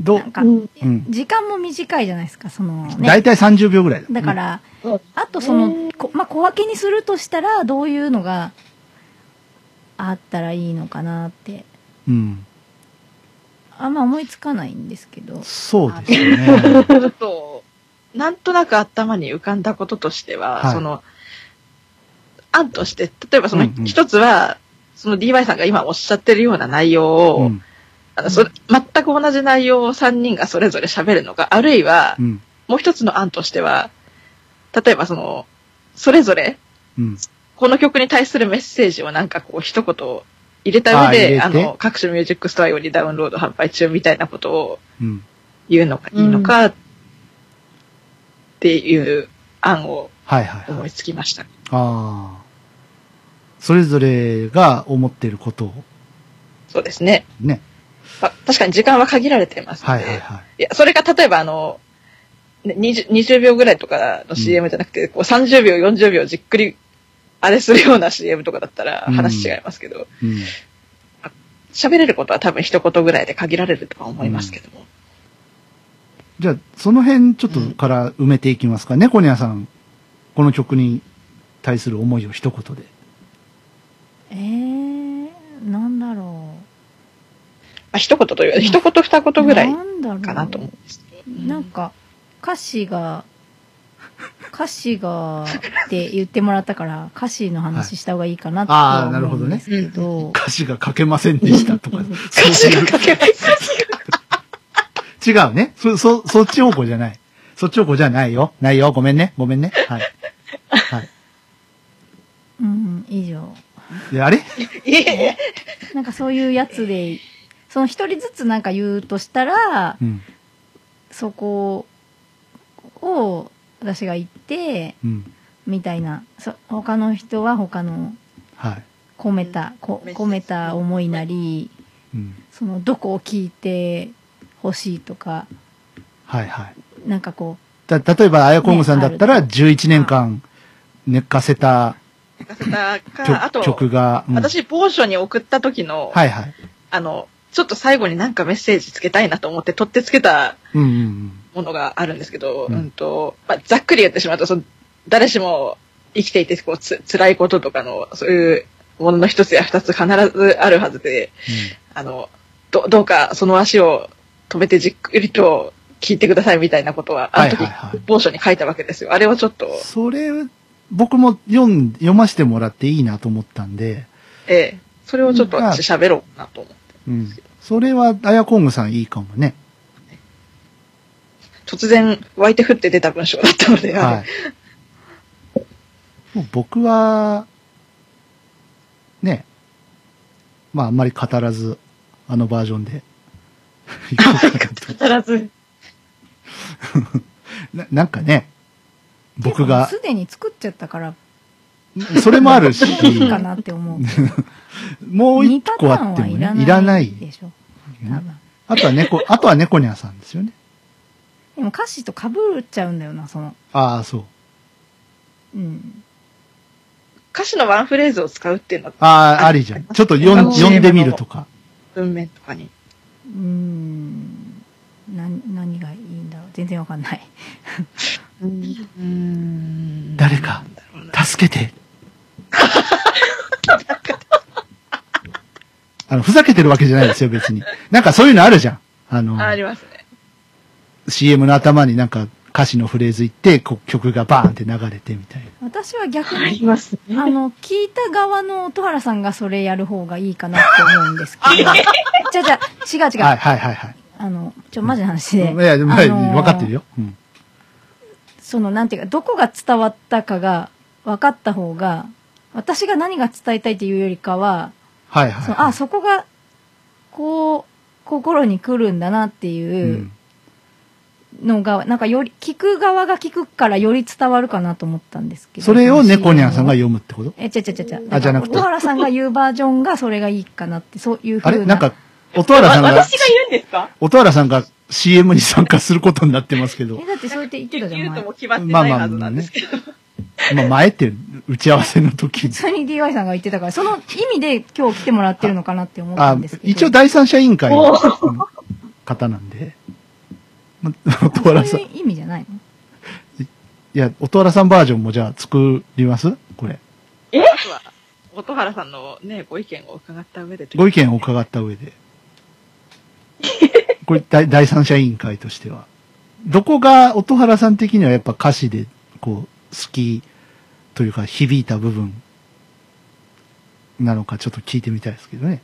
Speaker 1: ど
Speaker 3: なんか、
Speaker 7: うん
Speaker 1: うん。
Speaker 3: 時間も短いじゃないですかその
Speaker 1: だ
Speaker 3: ね
Speaker 1: いたい30秒ぐらいだ。
Speaker 3: だから、
Speaker 7: そう
Speaker 3: あとその、
Speaker 7: ね
Speaker 3: こまあ、小分けにするとしたらどういうのがあったらいいのかなって
Speaker 1: うん。
Speaker 3: あんま思いつかないんですけど。
Speaker 1: そうですね。
Speaker 2: ちょっと、なんとなく頭に浮かんだこととしては、
Speaker 1: はい
Speaker 2: その、案として、例えばその
Speaker 1: うんうん
Speaker 2: 一つは、その DY さんが今おっしゃってるような内容を、
Speaker 1: うん
Speaker 2: あのそれ全く同じ内容を3人がそれぞれ喋るのか、あるいは、
Speaker 1: うん
Speaker 2: もう一つの案としては、例えばその、それぞれ、
Speaker 1: うん
Speaker 2: この曲に対するメッセージをなんかこう一言入れた上で、
Speaker 1: あ
Speaker 2: あ
Speaker 1: 入れて
Speaker 2: の、各種ミュージックストアよりダウンロード販売中みたいなことを
Speaker 1: うん
Speaker 2: 言うのがいいのか、っていう案を
Speaker 1: はいはいは
Speaker 2: 思
Speaker 1: い。
Speaker 2: いつきました。
Speaker 1: ああ。それぞれが思ってることを
Speaker 2: そうですね。
Speaker 1: ね。
Speaker 2: た確かに時間は限られてますの
Speaker 1: はい
Speaker 2: で、
Speaker 1: はい
Speaker 2: い
Speaker 1: はい。
Speaker 2: や、それが例えばあの、ね 20, 20秒ぐらいとかの CM じゃなくて、こう30秒、40秒じっくり、あれするような CM とかだったら
Speaker 1: うん
Speaker 2: 話違いますけど、
Speaker 1: うん
Speaker 2: 喋、れることは多分一言ぐらいで限られるとは思いますけども。
Speaker 1: じゃあ、その辺ちょっとから埋めていきますかね、コニャさん。この曲に対する思いを一言で。
Speaker 3: えー、なんだろ
Speaker 2: まあ、一言というより一言二
Speaker 3: う。
Speaker 2: 言ぐらい
Speaker 3: なんだろう
Speaker 2: かなと思うんです *laughs* けど。
Speaker 3: なんか、歌詞が、歌詞が、って言ってもらったから、歌詞の話した方がいいかなと
Speaker 1: あー
Speaker 3: は思うんですけ
Speaker 2: なる
Speaker 3: ど、
Speaker 1: 歌詞が書けませんでしたとか。
Speaker 2: 歌詞が書けない。
Speaker 1: 違うね。そ、そ、そっち方向じゃない。そっち方向じゃないよ。ないよ。ごめんね。ごめんね。はい。はい。
Speaker 3: うん、以上。
Speaker 1: で、あれ
Speaker 2: いやいやいや
Speaker 3: なんかそういうやつで、その一人ずつなんか言うとしたら、
Speaker 1: うん。
Speaker 3: そこを私が言って、
Speaker 1: うん。
Speaker 3: みたいな、そ他の人は他の
Speaker 1: はい。
Speaker 3: 込めた、こ込めた思いなり、
Speaker 1: うん。
Speaker 3: そのどこを聞いてほしいとか、
Speaker 1: はいはい。
Speaker 3: なんかこ
Speaker 1: た、例えば、あやこんぐさんだったら、
Speaker 3: ね
Speaker 1: 11年間寝かせた
Speaker 2: 書かせたか、あ
Speaker 1: 曲
Speaker 2: と、
Speaker 1: 曲が、うん
Speaker 2: 私、某所に送った時の、
Speaker 1: はいはい。
Speaker 2: あの、ちょっと最後になんかメッセージつけたいなと思って取ってつけた
Speaker 1: うんうんうん。
Speaker 2: ものがあるんですけど、
Speaker 1: う
Speaker 2: うんん、と、まあ、ざっくり言ってしまうと、その、誰しも生きていて、こう、つ、辛いこととかの、そういうものの一つや二つ必ずあるはずで、あの、ど、どうかその足を止めてじっくりと聞いてくださいみたいなことは、あの
Speaker 1: は
Speaker 2: 時、
Speaker 1: いはいはい
Speaker 2: 某所に書いたわけですよ。あれをちょっと、
Speaker 1: それ、僕も読ん、読ませてもらっていいなと思ったんで、
Speaker 2: ええ、それをちょっと私喋ろうかなと思って。
Speaker 1: うん。それは、あやこんぐさんいいかもね。
Speaker 2: 突然湧いて降って出た文章だったので、あの
Speaker 1: はい。 *laughs* もう僕は、ね、まああんまり語らず、あのバージョンで。 *laughs*
Speaker 8: 語らず、
Speaker 1: ななんかね、
Speaker 3: う、
Speaker 1: 僕が
Speaker 3: す、でに作っちゃったから、
Speaker 1: それもある
Speaker 3: *laughs*
Speaker 1: し、
Speaker 3: いいかなって思う。
Speaker 1: もう
Speaker 3: 2
Speaker 1: 一
Speaker 3: パタ
Speaker 1: 個
Speaker 3: ー
Speaker 1: あ
Speaker 3: ン
Speaker 1: って
Speaker 3: は
Speaker 1: も
Speaker 3: い
Speaker 1: ね
Speaker 3: ら、ない。
Speaker 1: いらない。
Speaker 3: でしょ。多分。
Speaker 1: あとは猫、あとは猫ニャンさんですよね。
Speaker 3: でも歌詞と被っちゃうんだよな、その。
Speaker 1: ああ、そう。
Speaker 3: うん。
Speaker 2: 歌詞のワンフレーズを使うっていうのは
Speaker 1: ああ、ありじゃん。ちょっと読
Speaker 2: あ
Speaker 1: ん
Speaker 2: の
Speaker 1: 読んでみるとか。
Speaker 2: 文面とかに。
Speaker 3: うーん。な、何がいいんだろう。全然わかんない。
Speaker 2: うん
Speaker 1: 誰か、助けて。 *laughs* あの、ふざけてるわけじゃないですよ、別に。なんかそういうのあるじゃん。あの、
Speaker 2: あありますね。
Speaker 1: CM の頭になんか歌詞のフレーズ言って、こ曲がバーンって流れてみたいな。
Speaker 3: 私は逆
Speaker 8: あり
Speaker 3: に、
Speaker 8: ますね。
Speaker 3: あの、聞いた側の音原さんがそれやる方がいいかなって思うんです
Speaker 1: *laughs*
Speaker 3: けど。じゃあじゃあ、違う違う。
Speaker 1: はいはいはいはい。
Speaker 3: あの、ちょ、マジな話
Speaker 1: い
Speaker 3: で。
Speaker 1: や、でも、はい
Speaker 3: あのー
Speaker 1: 分かってるよ。うん。
Speaker 3: その、なんていうか、どこが伝わったかが分かった方が、私が何が伝えたいっていうよりかは、
Speaker 1: はい
Speaker 3: そ
Speaker 1: はい。
Speaker 3: のあ、そこが、こう、心に来るんだなって
Speaker 1: う。
Speaker 3: いうんうのが、なんかより、聞く側が聞くからより伝わるかなと思ったんですけど。
Speaker 1: それを猫ニャンさんが
Speaker 3: う。
Speaker 1: 読むってこと
Speaker 3: え、ちゃちゃちゃちゃ。
Speaker 1: あじゃなくて
Speaker 3: 小原さんが言うバージョンがそれがいいかなって、そういうふう
Speaker 1: あ
Speaker 3: な。
Speaker 1: れなんか、音原さ
Speaker 8: わ
Speaker 1: んが
Speaker 8: 私、が言うんですか
Speaker 1: 音原さんが CM に参加することになってますけ
Speaker 3: *laughs*
Speaker 1: ど
Speaker 3: え、。だってそうやって言ってたじゃん
Speaker 2: 言うと
Speaker 3: 前。
Speaker 2: も決まってないはずなんですけど。
Speaker 1: まあ前って打ち合わせの時に
Speaker 3: 普通に DY さんが言ってたから、その意味で今日来てもらってるのかなって思った
Speaker 1: あ
Speaker 3: んですけど。
Speaker 1: 一応第三者委員会の方なんで、ま、音原さ
Speaker 3: そ
Speaker 1: ん、
Speaker 3: う
Speaker 1: い
Speaker 3: いう意味じゃないの
Speaker 1: や、音原さんバージョンもじゃあ作りますこれ。
Speaker 2: あとは、音原さんのね、ご意見を伺った上で。
Speaker 1: ご意見を伺った上で。これ第第三者委員会としては。どこが音原さん的にはやっぱ歌詞でこう好きというか響いた部分なのかちょっと聞いてみたいですけどね。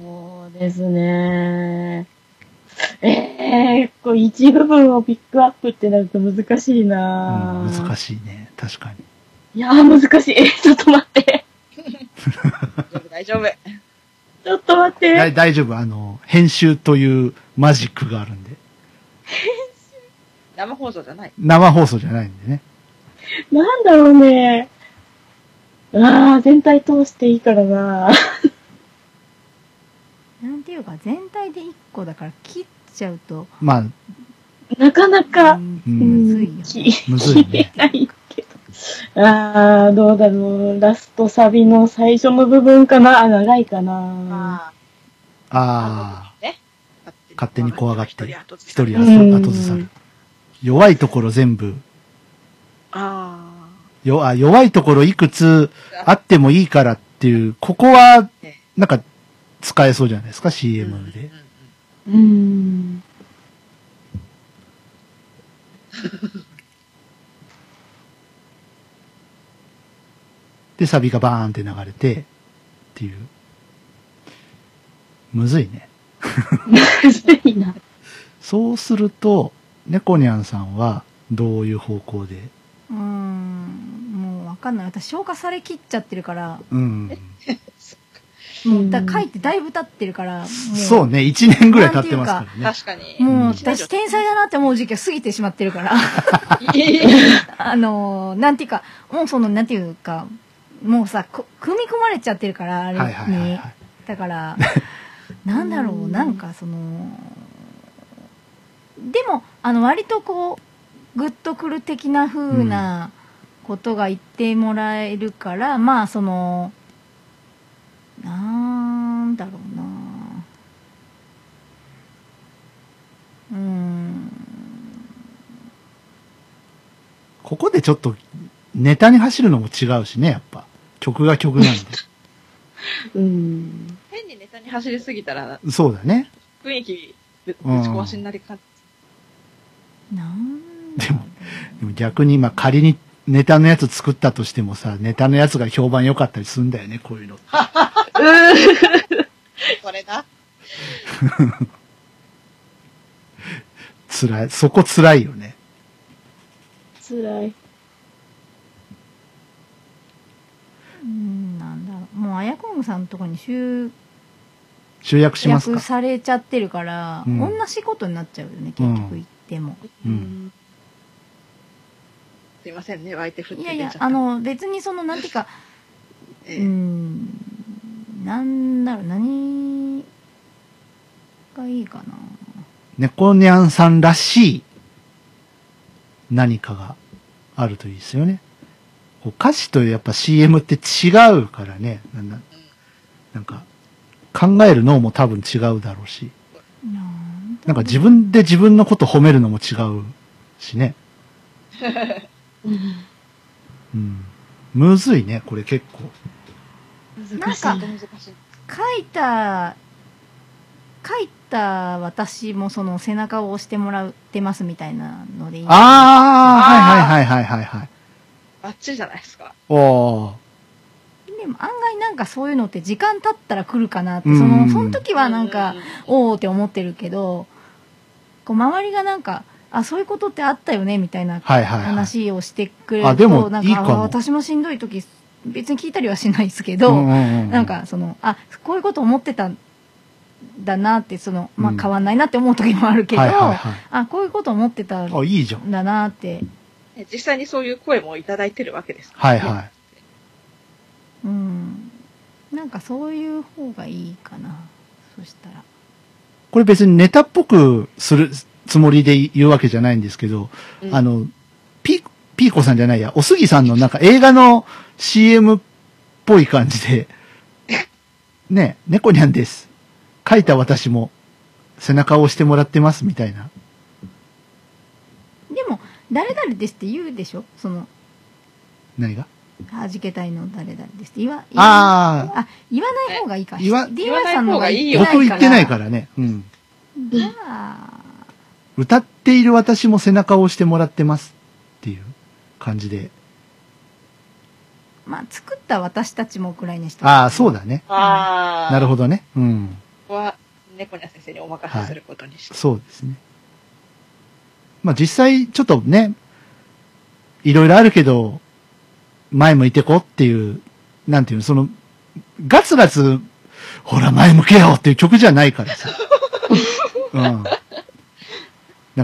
Speaker 7: そうですね。ええこう一部分をピックアップってなると難しい
Speaker 1: うん、
Speaker 7: な、ぁ
Speaker 1: 難しいね。確かに。
Speaker 7: いやー難しい。えちょっと待って。
Speaker 2: 大丈夫。
Speaker 7: ちょっと待って。
Speaker 1: だい大丈夫。あの、編集というマジックがあるんで。
Speaker 2: 生放送じゃない。
Speaker 1: 生放送じゃないんでね。
Speaker 7: なんだろうね。ああ、全体通していいからな。
Speaker 3: なんていうか、全体で一個だから切っちゃうと、
Speaker 1: まあ、
Speaker 7: なかな
Speaker 3: う
Speaker 7: か、
Speaker 3: ん
Speaker 1: う、
Speaker 7: うん
Speaker 3: むずいよ
Speaker 7: ん、
Speaker 3: ね
Speaker 7: き
Speaker 1: むずい
Speaker 7: 言え
Speaker 1: ね。
Speaker 7: ないけど。ああ、どうだろう。ラストサビの最初の部分かな。あ、長いかな。
Speaker 2: あ
Speaker 1: ああ、
Speaker 2: ね。
Speaker 1: 勝手に怖がって一
Speaker 2: 一
Speaker 1: 人
Speaker 2: 人
Speaker 7: や
Speaker 2: あ
Speaker 7: うん
Speaker 1: 後ずさる。弱いところ全部、
Speaker 2: あ
Speaker 1: よあ弱いところいくつあってもいいからっていう、ここは
Speaker 2: ね、
Speaker 1: なんか、使えそうじゃないですか、
Speaker 2: ー。
Speaker 1: CM
Speaker 2: うんうん
Speaker 1: で
Speaker 2: う。ん
Speaker 7: うーん。 *laughs*
Speaker 1: で、サビがバーンって流れて、っていう。むずいね。
Speaker 7: むずいな。
Speaker 1: そうすると、猫ニャンさんは、どういう方向で。
Speaker 3: うーん、もうわかんない。私消化されきっちゃってるから、
Speaker 1: うん。
Speaker 3: も
Speaker 7: うん
Speaker 3: うだ書いてだいぶ経ってるから、もう。
Speaker 1: そうね、1年ぐらい経ってますからね。
Speaker 2: 確かに。
Speaker 3: もう
Speaker 1: うん
Speaker 3: 私天才だなって思う時期は過ぎてしまって
Speaker 1: *laughs*
Speaker 3: るから、
Speaker 2: いやいやいや
Speaker 3: あのー、なんていうか、もうその、なんていうか、もうさ、こ組み込まれちゃってるから、あれに。
Speaker 1: はいはいはいはい。*laughs*
Speaker 3: だから、なんだろう、なんかその、でも、あの、割とこう、グッとくる的な風なことが言ってもらえるから、まあ、その、なんだろうなうーん。
Speaker 1: ここでちょっと、ネタに走るのも違うしね、やっぱ。曲が曲なん
Speaker 7: うーん。
Speaker 2: 変にネタに走りすぎたら、
Speaker 1: で。そうだね。
Speaker 2: 雰囲気ぶぶち
Speaker 1: うん
Speaker 2: 壊しになりかね
Speaker 3: なんだ
Speaker 1: で
Speaker 3: ろ
Speaker 1: もでも逆に、まあ仮にネタのやつ作ったとしてもさ、ネタのやつが評判良かったりするんだよね、こういうのって。
Speaker 2: これだ。
Speaker 1: 辛い。そこ辛いよね。
Speaker 7: 辛い。
Speaker 3: ううんなんだろう。もう、あやこんさんとかに集
Speaker 1: 集約します
Speaker 3: 約
Speaker 1: か。
Speaker 3: されちゃってるから、
Speaker 1: うん
Speaker 3: 同じことになっちゃうよね、結局言っても。
Speaker 1: うん
Speaker 2: すいませんね、湧いて振って
Speaker 3: い
Speaker 2: 出ち
Speaker 3: や
Speaker 2: ゃった。
Speaker 3: いや、あの、別にその、なんていうか、う
Speaker 2: え
Speaker 3: ー
Speaker 2: え、
Speaker 3: ん、なんだろう、何がいいかな。
Speaker 1: 猫ニャンさんらしい何かがあるといいですよね。こう歌詞とやっぱ CM って違うからね。なんだなんか、考える脳も多分違うだろうし。
Speaker 3: なんだ
Speaker 1: なん
Speaker 3: ろ
Speaker 1: か
Speaker 3: う
Speaker 1: 自分で自分のこと褒めるのも違うし
Speaker 3: *laughs*
Speaker 1: ね。うん。むずいね、これ結構。
Speaker 3: なん
Speaker 2: 難
Speaker 3: か
Speaker 2: しい。
Speaker 3: 書いた、書いた私もその背中を押してもらってますみたいなのでいい。
Speaker 1: ああ、はいはいはいはいはいはい。
Speaker 2: バッチリじゃないですか。
Speaker 1: おー。
Speaker 3: でも案外なんかそういうのって時間経ったら来るかなって、
Speaker 1: うん
Speaker 3: その、その時はなんか
Speaker 2: う、う
Speaker 3: おーって思ってるけど、こう周りがなんか、あ、そういうことってあったよねみたいな
Speaker 1: はいはいはい。
Speaker 3: 話をしてくれると、
Speaker 1: あでも
Speaker 3: なん
Speaker 1: いいかも
Speaker 3: あ私もしんどい時別に聞いたりはしないですけ
Speaker 1: う
Speaker 3: ど、
Speaker 1: んうんうん
Speaker 3: なんかそのあこういうこと思ってたんだなってその、ま
Speaker 1: う
Speaker 3: あ、
Speaker 1: ん
Speaker 3: 変わんないなって思う時もあるけど、
Speaker 1: はいはいはい。
Speaker 3: あこういうこと思ってたん
Speaker 1: あ、いいじゃん。
Speaker 3: だなって、
Speaker 2: ね実際にそういう声もいただいてるわけですから
Speaker 1: はい
Speaker 2: ね
Speaker 1: はい。
Speaker 3: うん、なんかそういう方がいいかなそしたら。
Speaker 1: これ別にネタっぽくするつもりで言うわけじゃないんですけど、
Speaker 2: うん
Speaker 1: あの、ピ、ピーコさんじゃないや、おすぎさんのなんか映画の CM っぽい感じで、 *laughs* ね、猫にゃんです。書いた私も背中を押してもらってますみたいな。
Speaker 3: でも誰々ですって言うでしょその
Speaker 1: 何が
Speaker 3: 弾けたいの誰々ですって言わ言わ
Speaker 1: ああ、
Speaker 3: あ言わない方がいいか
Speaker 1: 言わ
Speaker 3: DY さんの方が言
Speaker 2: 言
Speaker 3: ってないから
Speaker 1: 僕言ってないからね。うん。
Speaker 3: うあ
Speaker 1: 歌っている私も背中を押してもらってますっていう感じで。
Speaker 3: ーまあ、作った私たちもくらいにした
Speaker 1: ああ、そうだね。
Speaker 2: ああ。
Speaker 1: なる
Speaker 2: ほど。
Speaker 1: ほどね。うん。
Speaker 2: ここは、猫ニャ先生にお任せすることにして。
Speaker 1: そうですね。まあ実際、ちょっとね、いろいろあるけど、前向いてこっていう、なんていうの、その、ガツガツ、ほら前向けよっていう曲じゃないから
Speaker 2: *laughs*
Speaker 1: さ。うん。なん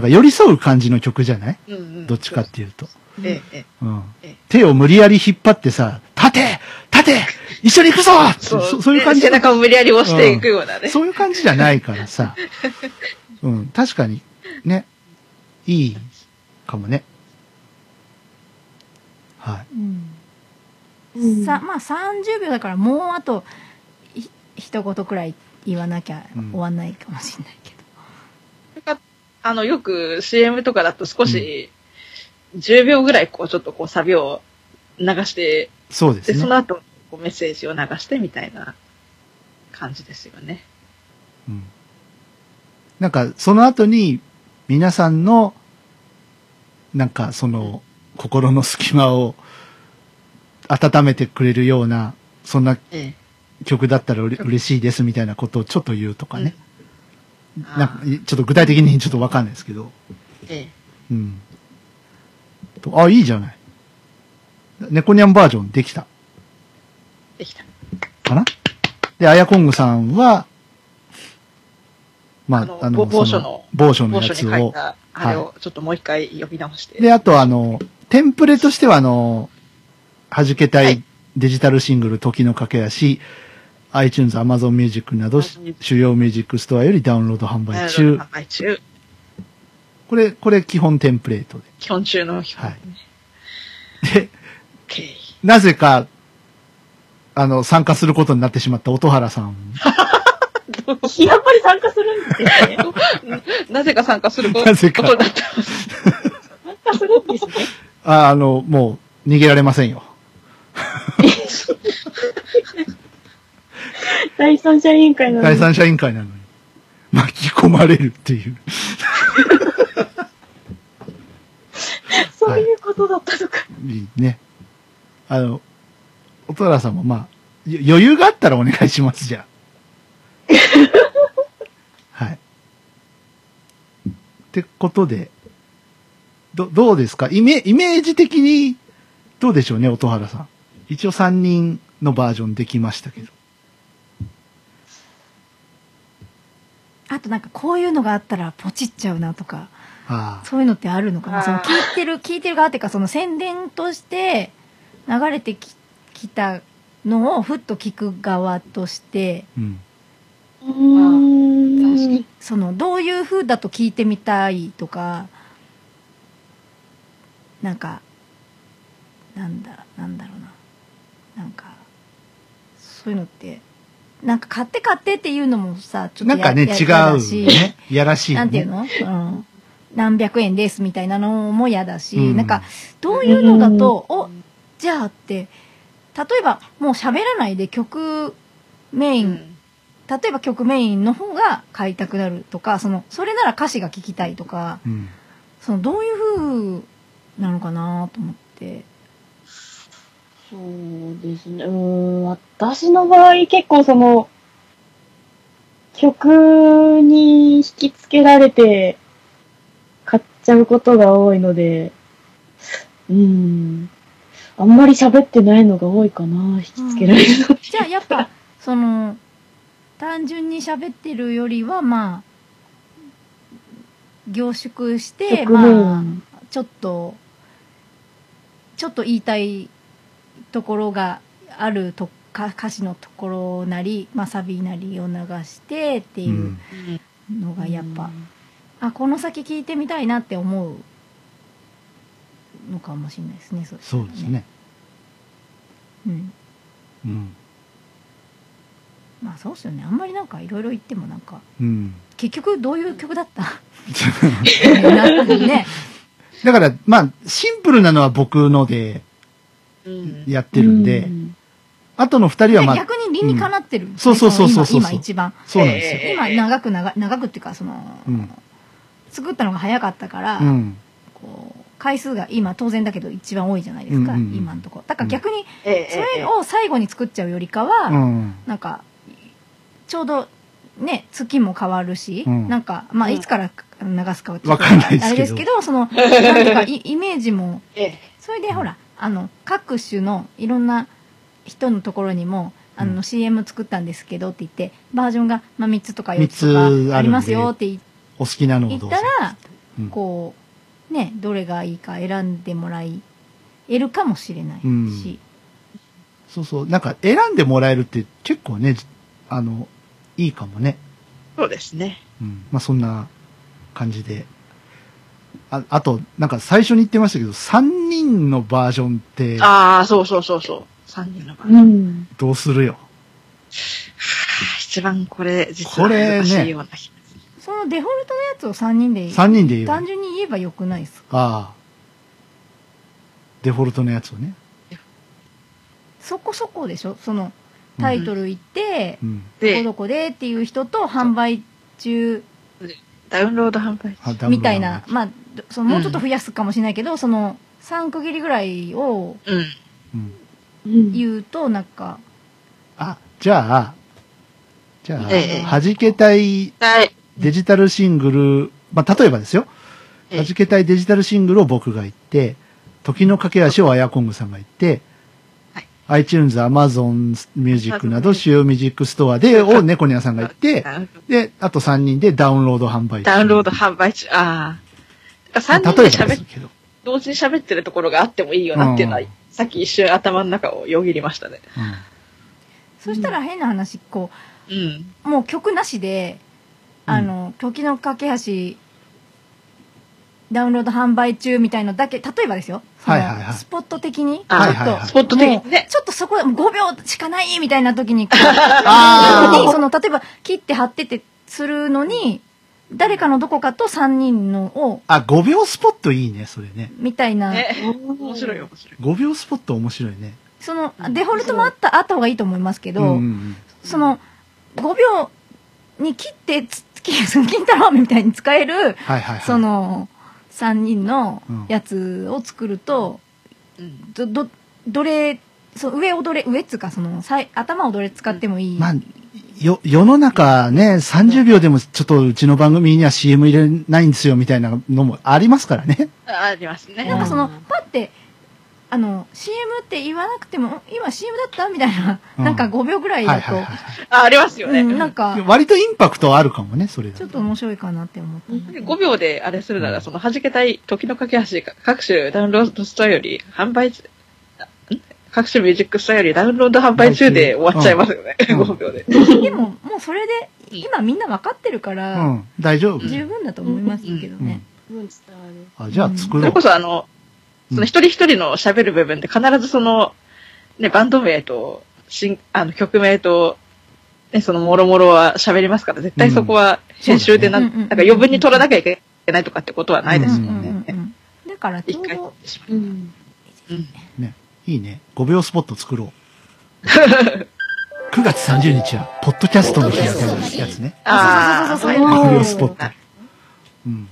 Speaker 1: か寄り添う感じの曲じゃない
Speaker 2: うんう
Speaker 1: *laughs*
Speaker 2: ん
Speaker 1: どっちかっ。ていうと。
Speaker 2: ええ、ええ。
Speaker 1: うん
Speaker 2: ええ。
Speaker 1: 手を無理やり引っ張ってさ、立て立て一緒に行くぞそそういう感じ
Speaker 2: で背中を無理やり押していくようなね。
Speaker 1: そういう感じじゃないから
Speaker 2: *laughs*
Speaker 1: さ。うん、確かに、ね、いいかもね。はい。
Speaker 3: うんさまあ30秒だからもうあとひ一言くらい言わなきゃ
Speaker 1: うん
Speaker 3: 終わんないかもしれないけど、
Speaker 2: あの、よく CM とかだと少し、10秒ぐらい、こう、ちょっとこう、サビを流して、
Speaker 1: そうで
Speaker 2: で、
Speaker 1: す
Speaker 2: そ
Speaker 1: ね。
Speaker 2: の後、こうメッセージを流してみたいな感じですよね。
Speaker 1: うん、なんか、その後に、皆さんの、なんか、その、心の隙間を温めてくれるような、そんな
Speaker 2: え
Speaker 1: 曲だったらうれ嬉しいですみたいなことをちょっと言うとかね。
Speaker 2: え。
Speaker 1: なん
Speaker 2: あ
Speaker 1: か
Speaker 2: あ、
Speaker 1: ちょっと具体的にちょっとわかんないですけど。
Speaker 2: え
Speaker 1: うん。とあ、いいじゃない。猫ニャンバージョンできた。
Speaker 2: え。できた。
Speaker 1: かなで、アヤコングさんは、ま
Speaker 2: あ
Speaker 1: あ
Speaker 2: の、
Speaker 1: あの、
Speaker 2: 某某
Speaker 1: そ
Speaker 2: 所の
Speaker 1: 某所の
Speaker 2: 某
Speaker 1: や
Speaker 2: 所に
Speaker 1: つ
Speaker 2: 書い
Speaker 1: を。
Speaker 2: た、あれを、ちょっともう一回読み直して。
Speaker 1: で、あとあの、テンプレとしてはあの、弾けた
Speaker 2: はいい
Speaker 1: デジタルシングル、時の駆け足、iTunes、Amazon Music など、
Speaker 2: Amazon
Speaker 1: 主要ミュージックストアよりダウンロード販売中。
Speaker 2: 販売中。
Speaker 1: これ、これ基本テンプレートで。
Speaker 2: 基本中の基本。 *laughs*
Speaker 1: はいで、
Speaker 2: OK
Speaker 1: なぜか、あの、参加することになってしまった音原さん。
Speaker 7: やっぱり参加するんですね。
Speaker 2: なぜか参加するこ
Speaker 1: な
Speaker 2: と
Speaker 1: ぜか
Speaker 2: になってます。
Speaker 7: 参加するんですね。
Speaker 1: ああの、もう、逃げられませんよ。
Speaker 7: 第三者委員会の。
Speaker 1: 第三者委員会なのに。巻き込まれるっていう。
Speaker 7: そういうことだったのか。
Speaker 1: いいね。あの、音原さんもまあ、よ余裕があったらお願いします、じゃ
Speaker 3: *laughs*
Speaker 1: あ。はい。ってことで、ど、どうですかイメイメージ的に、どうでしょうね、音原さん。一応3人のバージョンできましたけど。
Speaker 3: あとなんかこういうのがあったらポチっちゃうなとか
Speaker 1: ああ。
Speaker 3: そういうのってあるのかな
Speaker 2: あー
Speaker 3: その聞いてる聞いてる側っていうかその宣伝として流れてききたのをふっと聞く側として
Speaker 1: うん。
Speaker 7: うーん。
Speaker 3: そのどういう風だと聞いてみたいとかなんかなんだなんだろうななんかそういうのってなんか買って買ってっていうのもさちょっ
Speaker 1: な
Speaker 3: と
Speaker 1: んかね、違う
Speaker 3: や
Speaker 1: よ
Speaker 3: だし
Speaker 1: ね。いやらしいよね。
Speaker 3: なんていうの、うん、何百円ですみたいなのも嫌だし、
Speaker 1: うん
Speaker 3: なんかどういうのだと、おじゃあって例えばもう喋らないで曲メイン、例えば曲メインの方が買いたくなるとかそのそれなら歌詞が聞きたいとか
Speaker 1: うん。
Speaker 3: そのどういう風なのかなと思って
Speaker 7: そうですね。うーん。私の場合、結構その、曲に引き付けられて買っちゃうことが多いので、うーん。あんまり喋ってないのが多いかな、引き付けられるの。
Speaker 3: じゃあやっぱその単純に喋ってるよりはまあ凝縮して
Speaker 7: 曲メイ
Speaker 3: まあ
Speaker 7: ン。
Speaker 3: ちょっとちょっと言いたいところがあるとか歌詞のところなり、まあ、サビなりを流してって
Speaker 1: う
Speaker 3: いうんうのがやっぱ、あこの先聞いてみたいなって思うのかもしれないですねそした
Speaker 1: そ
Speaker 3: ら
Speaker 1: うですね。
Speaker 3: うん
Speaker 1: うん。
Speaker 3: まあそうですよねあんまりなんかいろいろ言ってもなんか *laughs*
Speaker 1: うん。
Speaker 3: 結局どういう曲だった
Speaker 1: *laughs*
Speaker 3: ねなったりね
Speaker 1: だから、まあ、シンプルなのは僕ので
Speaker 2: うん。うん。
Speaker 1: やってるんで、
Speaker 7: うん
Speaker 1: あとの二人はまあ、
Speaker 3: 逆に理にかなってるんです
Speaker 1: そ
Speaker 3: ね、
Speaker 1: うそうそうそうそう
Speaker 3: 今今一番。
Speaker 1: そうなんですよ。
Speaker 2: えー
Speaker 3: 今長く長長くっていうかその、
Speaker 1: うん
Speaker 3: 作ったのが早かったから、
Speaker 1: うん。
Speaker 3: こう回数が今当然だけど一番多いじゃないですか、
Speaker 1: うんうんうん
Speaker 3: 今のとこだから逆に
Speaker 2: ええ
Speaker 3: それを最後に作っちゃうよりかは、
Speaker 1: うん。
Speaker 3: なんかちょうどね月も変わるし、
Speaker 1: うん
Speaker 3: なんかまあ
Speaker 2: うん
Speaker 3: いつから流すかはちょっと
Speaker 1: わかんないですけど
Speaker 3: あれですけど
Speaker 2: *laughs*
Speaker 3: そのなんていうかイイメージも
Speaker 2: ええ
Speaker 3: それでほらあの各種のいろんな人のところにもあ
Speaker 1: う
Speaker 3: の
Speaker 1: ん
Speaker 3: CM 作ったんですけどって言ってバージョンが、まあ、3つとか
Speaker 1: 三
Speaker 3: 4
Speaker 1: つあるん
Speaker 3: つと
Speaker 1: で
Speaker 3: かありますよって言って
Speaker 1: お好きなのを
Speaker 3: 行
Speaker 1: ど
Speaker 3: っ
Speaker 1: うぞ
Speaker 3: た。ら、
Speaker 1: うん
Speaker 3: こうねどれがいいか選んでもらえるかもしれないし、
Speaker 1: そうそう。なんか選んでもらえるって結構ね、あの、いいかもね。
Speaker 2: そうですね。
Speaker 1: うん。まあそんな感じで。ああと、なんか最初に言ってましたけど、3人のバージョンって
Speaker 2: ああ、そうそうそうそう。三人の場合。
Speaker 7: うん。
Speaker 1: どうするよ。
Speaker 2: 一番これ、実
Speaker 1: こ
Speaker 2: は
Speaker 1: れね
Speaker 2: 難しいような気がする
Speaker 3: そのデフォルトのやつを3人で
Speaker 1: 3人で言う。あ
Speaker 3: 単純に言えばよくないですか
Speaker 1: あ。デフォルトのやつをね。
Speaker 3: そこそこでしょそのタイトル言って、
Speaker 1: うん。
Speaker 3: どこ
Speaker 2: で、
Speaker 3: どこでっていう人と販売中
Speaker 2: ダウンロード販売。
Speaker 1: あ
Speaker 3: みたいな。まあどそのもうちょっと
Speaker 2: うん
Speaker 3: 増やすかもしれないけど、その3区切りぐらいを
Speaker 2: うん。
Speaker 1: うん。
Speaker 7: うん。
Speaker 3: 言うとなんか
Speaker 1: あ、じゃあ、じゃあ、
Speaker 2: ええ
Speaker 1: 弾けたい
Speaker 2: はい。
Speaker 1: デジタルシングル、まあ、例えばですよ。
Speaker 2: ええ
Speaker 1: 弾けたいデジタルシングルを僕が言って、時の駆け足をアヤコングさんが言って、
Speaker 2: はい
Speaker 1: iTunes、Amazon Music など主要ミュージックストアでを猫ニャンさんが言って、
Speaker 2: ダウン
Speaker 1: で、あと3人でダウンロード販売。
Speaker 2: ダウンロード販売中。ああ。3
Speaker 1: まあ
Speaker 2: 人
Speaker 1: 例
Speaker 2: で
Speaker 1: えばで
Speaker 2: 喋
Speaker 1: す
Speaker 2: っ、
Speaker 1: けど。
Speaker 2: 同時に喋ってるところがあってもいいよなっていうのは
Speaker 1: うん、
Speaker 2: さっき一瞬頭の中をよぎりましたね。
Speaker 3: そしたら変な話こ
Speaker 2: うん。
Speaker 3: うもう曲なしで
Speaker 1: うん
Speaker 3: あの「時の架け橋」ダウンロード販売中みたいのだけ例えばですよその
Speaker 1: はいはいはい
Speaker 3: スポット的にちょ
Speaker 2: あ
Speaker 1: はい
Speaker 3: っ
Speaker 1: はいはい
Speaker 3: と
Speaker 2: スポット的
Speaker 3: も
Speaker 2: に
Speaker 3: う
Speaker 2: ね。
Speaker 3: ちょっとそこでもう5秒しかないみたいな時にこう
Speaker 1: あー
Speaker 3: その例えば切って貼ってってするのに誰かのどこかと3人のを
Speaker 1: あ、5秒スポットいいね、それね。
Speaker 3: みたいな、
Speaker 2: ね。面白い面白い。
Speaker 1: 5秒スポット面白いね。
Speaker 3: そのデフォルトもあったあった方がいいと思いますけど、
Speaker 1: うんうん
Speaker 3: その5秒に切ってつ切その金太郎飴みたいに使える
Speaker 1: はいはいはい。
Speaker 3: その3人のやつを作ると、
Speaker 2: うん。
Speaker 3: どどどれその上をどれ上っつうかそのさい頭をどれ使ってもいい、
Speaker 1: まあ、よ、世の中ね、30秒でもちょっとうちの番組には CM 入れないんですよみたいなのもありますからね。
Speaker 2: あありますね。
Speaker 3: なんかその
Speaker 7: うん
Speaker 3: パってあの CM って言わなくてもん今 CM だったみたいな、
Speaker 1: うん
Speaker 3: なんか5秒ぐら
Speaker 1: はいいは
Speaker 3: だ
Speaker 1: い
Speaker 3: と、
Speaker 1: は
Speaker 2: あ、ありますよね。
Speaker 3: うん、なん
Speaker 1: い。
Speaker 3: か
Speaker 1: 割とインパクトあるかもね、それだ
Speaker 3: ちょっと面白いかなって思ったな、
Speaker 2: 5秒であれするなら、その弾けたい時の架け橋、各種ダウンロードストアより販売中、ん各種ミュージックストアよりダウンロード販売中で終わっちゃいますよね。 *laughs*
Speaker 1: うん
Speaker 2: 5秒で。
Speaker 3: でももうそれで今みんな分かってるか
Speaker 1: う
Speaker 3: ら、
Speaker 1: ん、大丈夫。
Speaker 2: うん
Speaker 3: 十分だと思いますけどね。
Speaker 7: うん伝わる
Speaker 1: あじゃあ作
Speaker 2: そ
Speaker 1: ろ
Speaker 2: れ
Speaker 1: う
Speaker 2: こ。そあの、
Speaker 1: うん
Speaker 2: その一人一人の喋る部分で必ずその、ね、バンド名と、新、あの曲名と、ね、そのもろもろは喋りますから、絶対そこは編集でな、
Speaker 3: うんそうだね
Speaker 2: なんか余分に取らなきゃいけないとかってことはないですもん
Speaker 3: うんうん
Speaker 2: ね。
Speaker 3: うんだからち
Speaker 2: 一
Speaker 3: ょう
Speaker 2: 回撮っ
Speaker 3: ど
Speaker 2: てしま
Speaker 7: うん。
Speaker 2: う。うん
Speaker 1: いいね。5秒スポット作ろう。9月30日は、ポッドキャストの日やるやつね。
Speaker 2: ああ、
Speaker 3: そうそうそうそう
Speaker 1: 5
Speaker 3: そう
Speaker 1: 秒スポット。うん。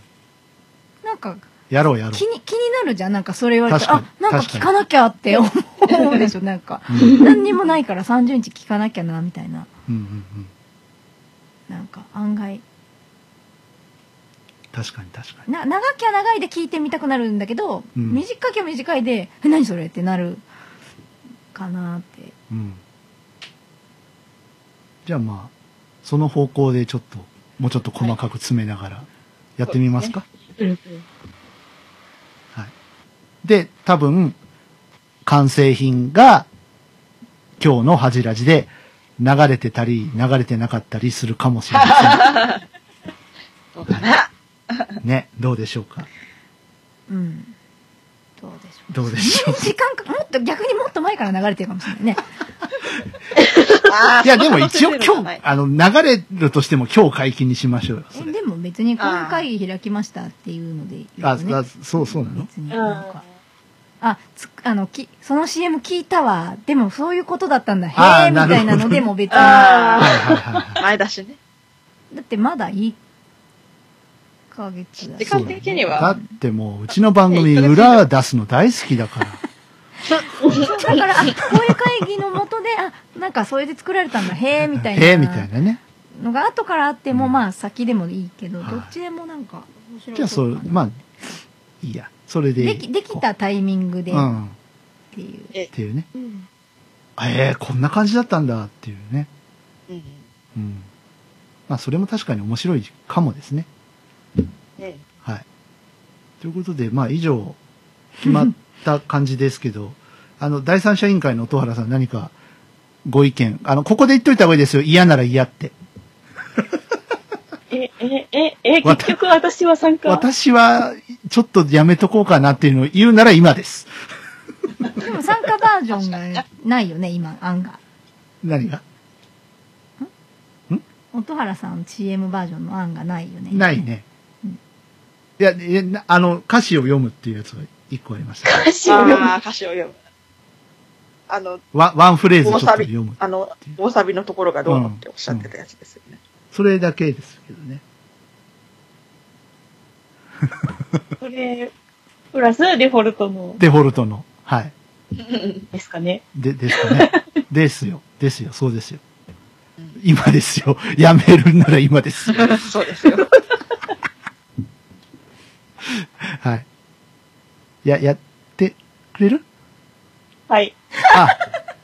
Speaker 3: なんか
Speaker 1: やろうやろ
Speaker 3: 気に気になるじゃんなんかそれ言われたら
Speaker 1: 確
Speaker 3: あ
Speaker 1: かに
Speaker 3: なんか聞かなきゃって思うでしょなんか
Speaker 1: う。うん。うん
Speaker 3: 何にもないから30日聞かなきゃなみたいな
Speaker 1: うんうん。
Speaker 3: なんか案外
Speaker 1: 確かに確かに。
Speaker 3: な長きゃ長いで聞いてみたくなるんだけど、
Speaker 1: うん
Speaker 3: 短きゃ短いでえ何それってなるかなって
Speaker 1: うん。じゃあまあ、その方向でちょっと、もうちょっと細かく詰めながら、やってみますか。で、多分、完成品が、今日の恥じらじで、流れてたり、流れてなかったりするかもしれま
Speaker 2: *laughs* どうかな
Speaker 1: せん。ね、どうでしょう
Speaker 2: *laughs*
Speaker 1: か。
Speaker 3: うんどうでしょう
Speaker 1: どうでしょう。
Speaker 3: 時間かもっと逆にもっと前から流れてるかもしれないね
Speaker 2: あー
Speaker 1: いや、でも一応
Speaker 2: そんなこと
Speaker 1: 今
Speaker 2: 言うのはない
Speaker 1: 日、あの、流れるとしても今日解禁にしましょうよ、 *laughs* そ
Speaker 3: え
Speaker 1: れ。
Speaker 3: でも別にこの会議開きましたっていうので言う
Speaker 1: あ、
Speaker 3: とね *laughs*
Speaker 1: あそう、そうなの
Speaker 3: 別になんかあ、つあの、き、その CM 聞いたわ。でもそういうことだったんだ。へ
Speaker 1: あー
Speaker 3: え、みたいなのでも別に。だ
Speaker 1: は
Speaker 2: あ
Speaker 1: いはいはい。
Speaker 2: 前出しね。
Speaker 3: ってまだ1ヶ月だ
Speaker 2: 時
Speaker 3: し。
Speaker 2: 間的に
Speaker 1: だ
Speaker 2: は
Speaker 1: っ、てもう、うちの番組裏出すの大好きだから。
Speaker 3: だから、あこういう会議のもとで、あ、なんかそれで作られたんだ。へえ、みたいな。
Speaker 1: へえ、みたいなね。
Speaker 3: のが後からあっても、まあ先でもいいけど、
Speaker 1: はい
Speaker 3: どっちでもなんか面白い
Speaker 1: じゃあ、そう、まあ、いいや。それで。
Speaker 3: でき、できたタイミングで
Speaker 1: う
Speaker 3: っ
Speaker 1: ん。って
Speaker 3: いう。
Speaker 1: ていうね。
Speaker 3: うん。
Speaker 1: ええ、こんな感じだったんだっていうね。
Speaker 2: うん。
Speaker 1: うん。まあ、それも確かに面白いかもですね。
Speaker 2: うん
Speaker 1: はい。ということで、まあ、以上、決まった感じですけ *laughs* ど、あの、第三者委員会の音原さん何かご意見、あの、ここで言っといた方がいいですよ。嫌なら嫌って。
Speaker 7: え、え、え、え、
Speaker 1: わ
Speaker 7: 結局私は参加。
Speaker 1: 私は、ちょっとやめとこうかなっていうのを言うなら今です。
Speaker 3: でも参加バージョンがないよね、今、案が。
Speaker 1: 何が
Speaker 3: 音原さん CM バージョンの案がないよね。
Speaker 1: ない。ね
Speaker 3: うん。
Speaker 1: いや、えなあの、歌詞を読むっていうやつが一個ありま *laughs* した。
Speaker 7: 歌詞を読む
Speaker 2: ああ、歌詞を読む。あの、
Speaker 1: ワンワンフレーズちょ
Speaker 2: 大
Speaker 1: っと
Speaker 2: サビ
Speaker 1: 読む、。
Speaker 2: あの、大サビのところがどうのっておっしゃってたやつですよね。
Speaker 1: それだけですけどね。
Speaker 7: これ、プラスデフォルトの
Speaker 1: デフォルトの。はい。
Speaker 7: ですかね。
Speaker 1: で、ですかね。ですよ。ですよ。そうですよ。今ですよ。やめるなら今ですよ。
Speaker 2: そうですよ。
Speaker 1: はい。や、やってくれる
Speaker 7: はい。
Speaker 1: あ、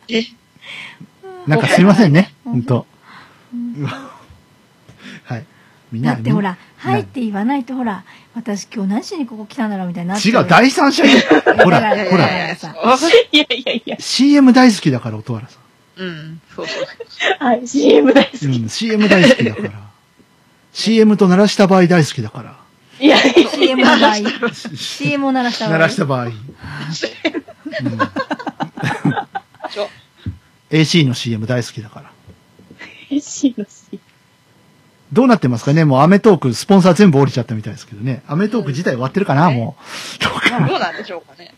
Speaker 2: え、
Speaker 1: なんかすいませんね。ほ
Speaker 3: 本
Speaker 1: ん
Speaker 3: 当
Speaker 1: と。はい。みんな
Speaker 3: だってほら、
Speaker 1: みんな
Speaker 3: はいって言わないとほら、私今日何しにここ来たんだろうみたいになっち
Speaker 1: 違
Speaker 3: ゃ
Speaker 1: う、第三者委員会。ほ
Speaker 3: いやい
Speaker 1: ら、
Speaker 3: やいや
Speaker 1: ほ
Speaker 3: いや
Speaker 1: ら、
Speaker 3: いやさ
Speaker 7: いやいやいや。
Speaker 1: CM 大好きだから、音原さ
Speaker 2: うん、そうそう。
Speaker 7: はい、CM 大好き。
Speaker 1: ん。うん、CM 大好きだから。CM と鳴らした場合大好きだから。
Speaker 7: いやいや
Speaker 3: CM の場合、CM を鳴らした場合。
Speaker 1: 鳴らした場合。うん
Speaker 2: ちょ
Speaker 1: AC の CM 大好きだから。
Speaker 7: 嬉しいのし。
Speaker 1: どうなってますかねもうアメトーク、スポンサー全部降りちゃったみたいですけどね。アメトーク自体終わってるかな、
Speaker 2: うん
Speaker 1: もう。どう *laughs* か
Speaker 2: どうなんでしょうかね。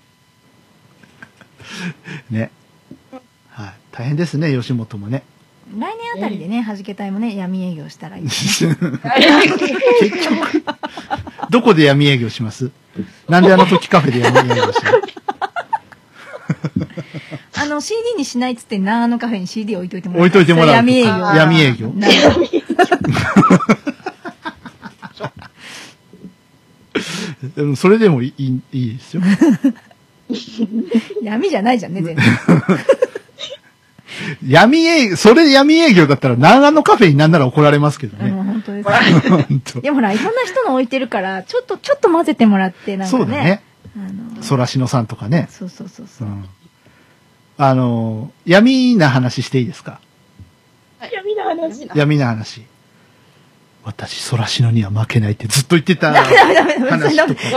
Speaker 1: ね。はい。大変ですね、吉本もね。
Speaker 3: 来年あたりでね、弾け隊もね、闇営業したらいい。
Speaker 1: 結 *laughs* 局、どこで闇営業しますなんであの時カフェで闇営業します
Speaker 3: あの、CD にしないっつって、長野カフェに CD 置いといてもらう。
Speaker 1: 置いといてもらう
Speaker 3: 闇営業。
Speaker 2: あー
Speaker 1: 闇営業
Speaker 3: なるほど
Speaker 1: でもそれでもいい、いいですよ。
Speaker 3: 闇じゃないじゃんね、全然。
Speaker 1: 闇営業、それで闇営業だったら長野カフェになんなら怒られますけど
Speaker 3: うん
Speaker 1: ね。
Speaker 3: 本当です。
Speaker 1: *laughs* 本当
Speaker 3: でもほら、いろんな人の置いてるから、ちょっと、ちょっと混ぜてもらって、なんか
Speaker 1: そう
Speaker 3: ね。
Speaker 1: だね。
Speaker 3: あの、
Speaker 1: ソラシノさんとかね。
Speaker 3: そうそうそう
Speaker 1: う
Speaker 3: そう。
Speaker 1: ん。あの、闇な話していいですか
Speaker 7: 闇の話。
Speaker 2: 闇な
Speaker 1: 闇な話。私、ソラシノには負けないってずっと言ってた。
Speaker 3: ダメダメダメ、それ
Speaker 1: 話
Speaker 3: ダ
Speaker 1: と
Speaker 3: メ。
Speaker 1: か。
Speaker 3: そ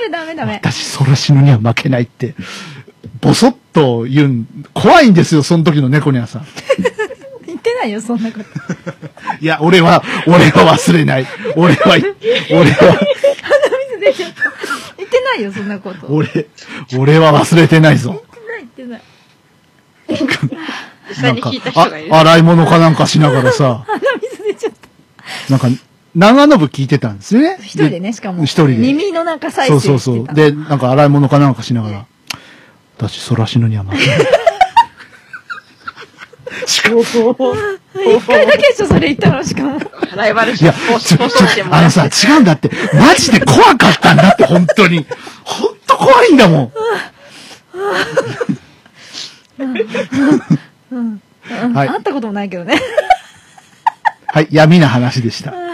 Speaker 3: れダメダメ。
Speaker 1: 私、ソラシノには負けないって、ボソッと言うん、怖いんですよ、その時の猫ニャンさん。
Speaker 3: 言ってないよ、そんなこと。
Speaker 1: いや、俺は、俺は忘れない。俺は、俺は、
Speaker 3: 鼻水出ちゃった。言ってないよ、そんなこと。言っ
Speaker 1: 俺、俺は忘れてないぞ。
Speaker 3: てない、言ってない。
Speaker 2: 実
Speaker 1: な
Speaker 2: 際
Speaker 1: ん
Speaker 2: に
Speaker 1: か
Speaker 2: 聞いた、人がいる。
Speaker 1: あ、洗い物かなんかしながらさ、
Speaker 3: 鼻水出ちゃった。
Speaker 1: なんか、長野部聞いてたんですよね。
Speaker 3: 一人でね、しかも。
Speaker 1: 一人で。
Speaker 3: 耳の中再
Speaker 1: そう
Speaker 3: 生
Speaker 1: そ
Speaker 3: して
Speaker 1: う
Speaker 3: た。
Speaker 1: そう。で、なんか洗い物かなんかしながら、私、ソラシノには負けない。しかも、
Speaker 3: 一回だけでしょ、それ言ったの、しかも。
Speaker 2: ライバ
Speaker 1: *laughs*
Speaker 2: ル
Speaker 1: い
Speaker 2: 視
Speaker 1: や、
Speaker 2: 方
Speaker 1: ちょ、ちょ
Speaker 2: して、も
Speaker 1: あ
Speaker 2: ら
Speaker 1: の
Speaker 2: って
Speaker 1: さ、違うんだって。マジで怖かったんだって、本当に。本当怖いんだもん。
Speaker 3: うん。うん
Speaker 1: はい
Speaker 3: 会ったこともないけどね。
Speaker 1: はい、闇な話でした。
Speaker 2: 闇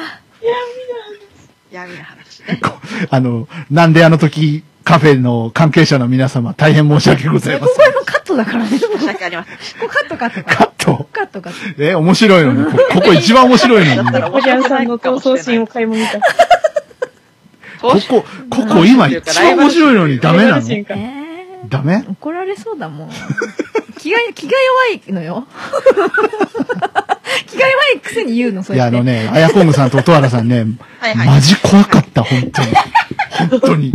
Speaker 2: な話ね。
Speaker 1: こあの、なんであの時、カフェの関係者の皆様、大変申し訳ございま
Speaker 3: ここ
Speaker 1: せ
Speaker 3: は
Speaker 1: ん。
Speaker 3: もうカットだからね。
Speaker 2: 申し訳ありません。
Speaker 3: ここカットカット
Speaker 1: カット。
Speaker 3: カットカッ
Speaker 1: え、面白いのに、こここ一番面白いの *laughs*
Speaker 2: だったら
Speaker 1: に。
Speaker 7: おじゃんさんの闘争心を買い物見た。
Speaker 1: ここ、ここ今一番 *laughs* 面白いのにダメな
Speaker 7: ライバル心
Speaker 1: の
Speaker 3: ト。
Speaker 7: か
Speaker 3: えー
Speaker 1: ダメ
Speaker 3: 怒られそうだもん。気が、気が弱い
Speaker 1: *laughs*
Speaker 3: のよ。気が弱いくせに言うの、そ
Speaker 1: い
Speaker 3: れ
Speaker 1: や、あのね、あやこんぐさんと音原さんね、
Speaker 2: はいはい
Speaker 1: マ
Speaker 2: *laughs*
Speaker 1: ジ怖かった、本当に。本当に。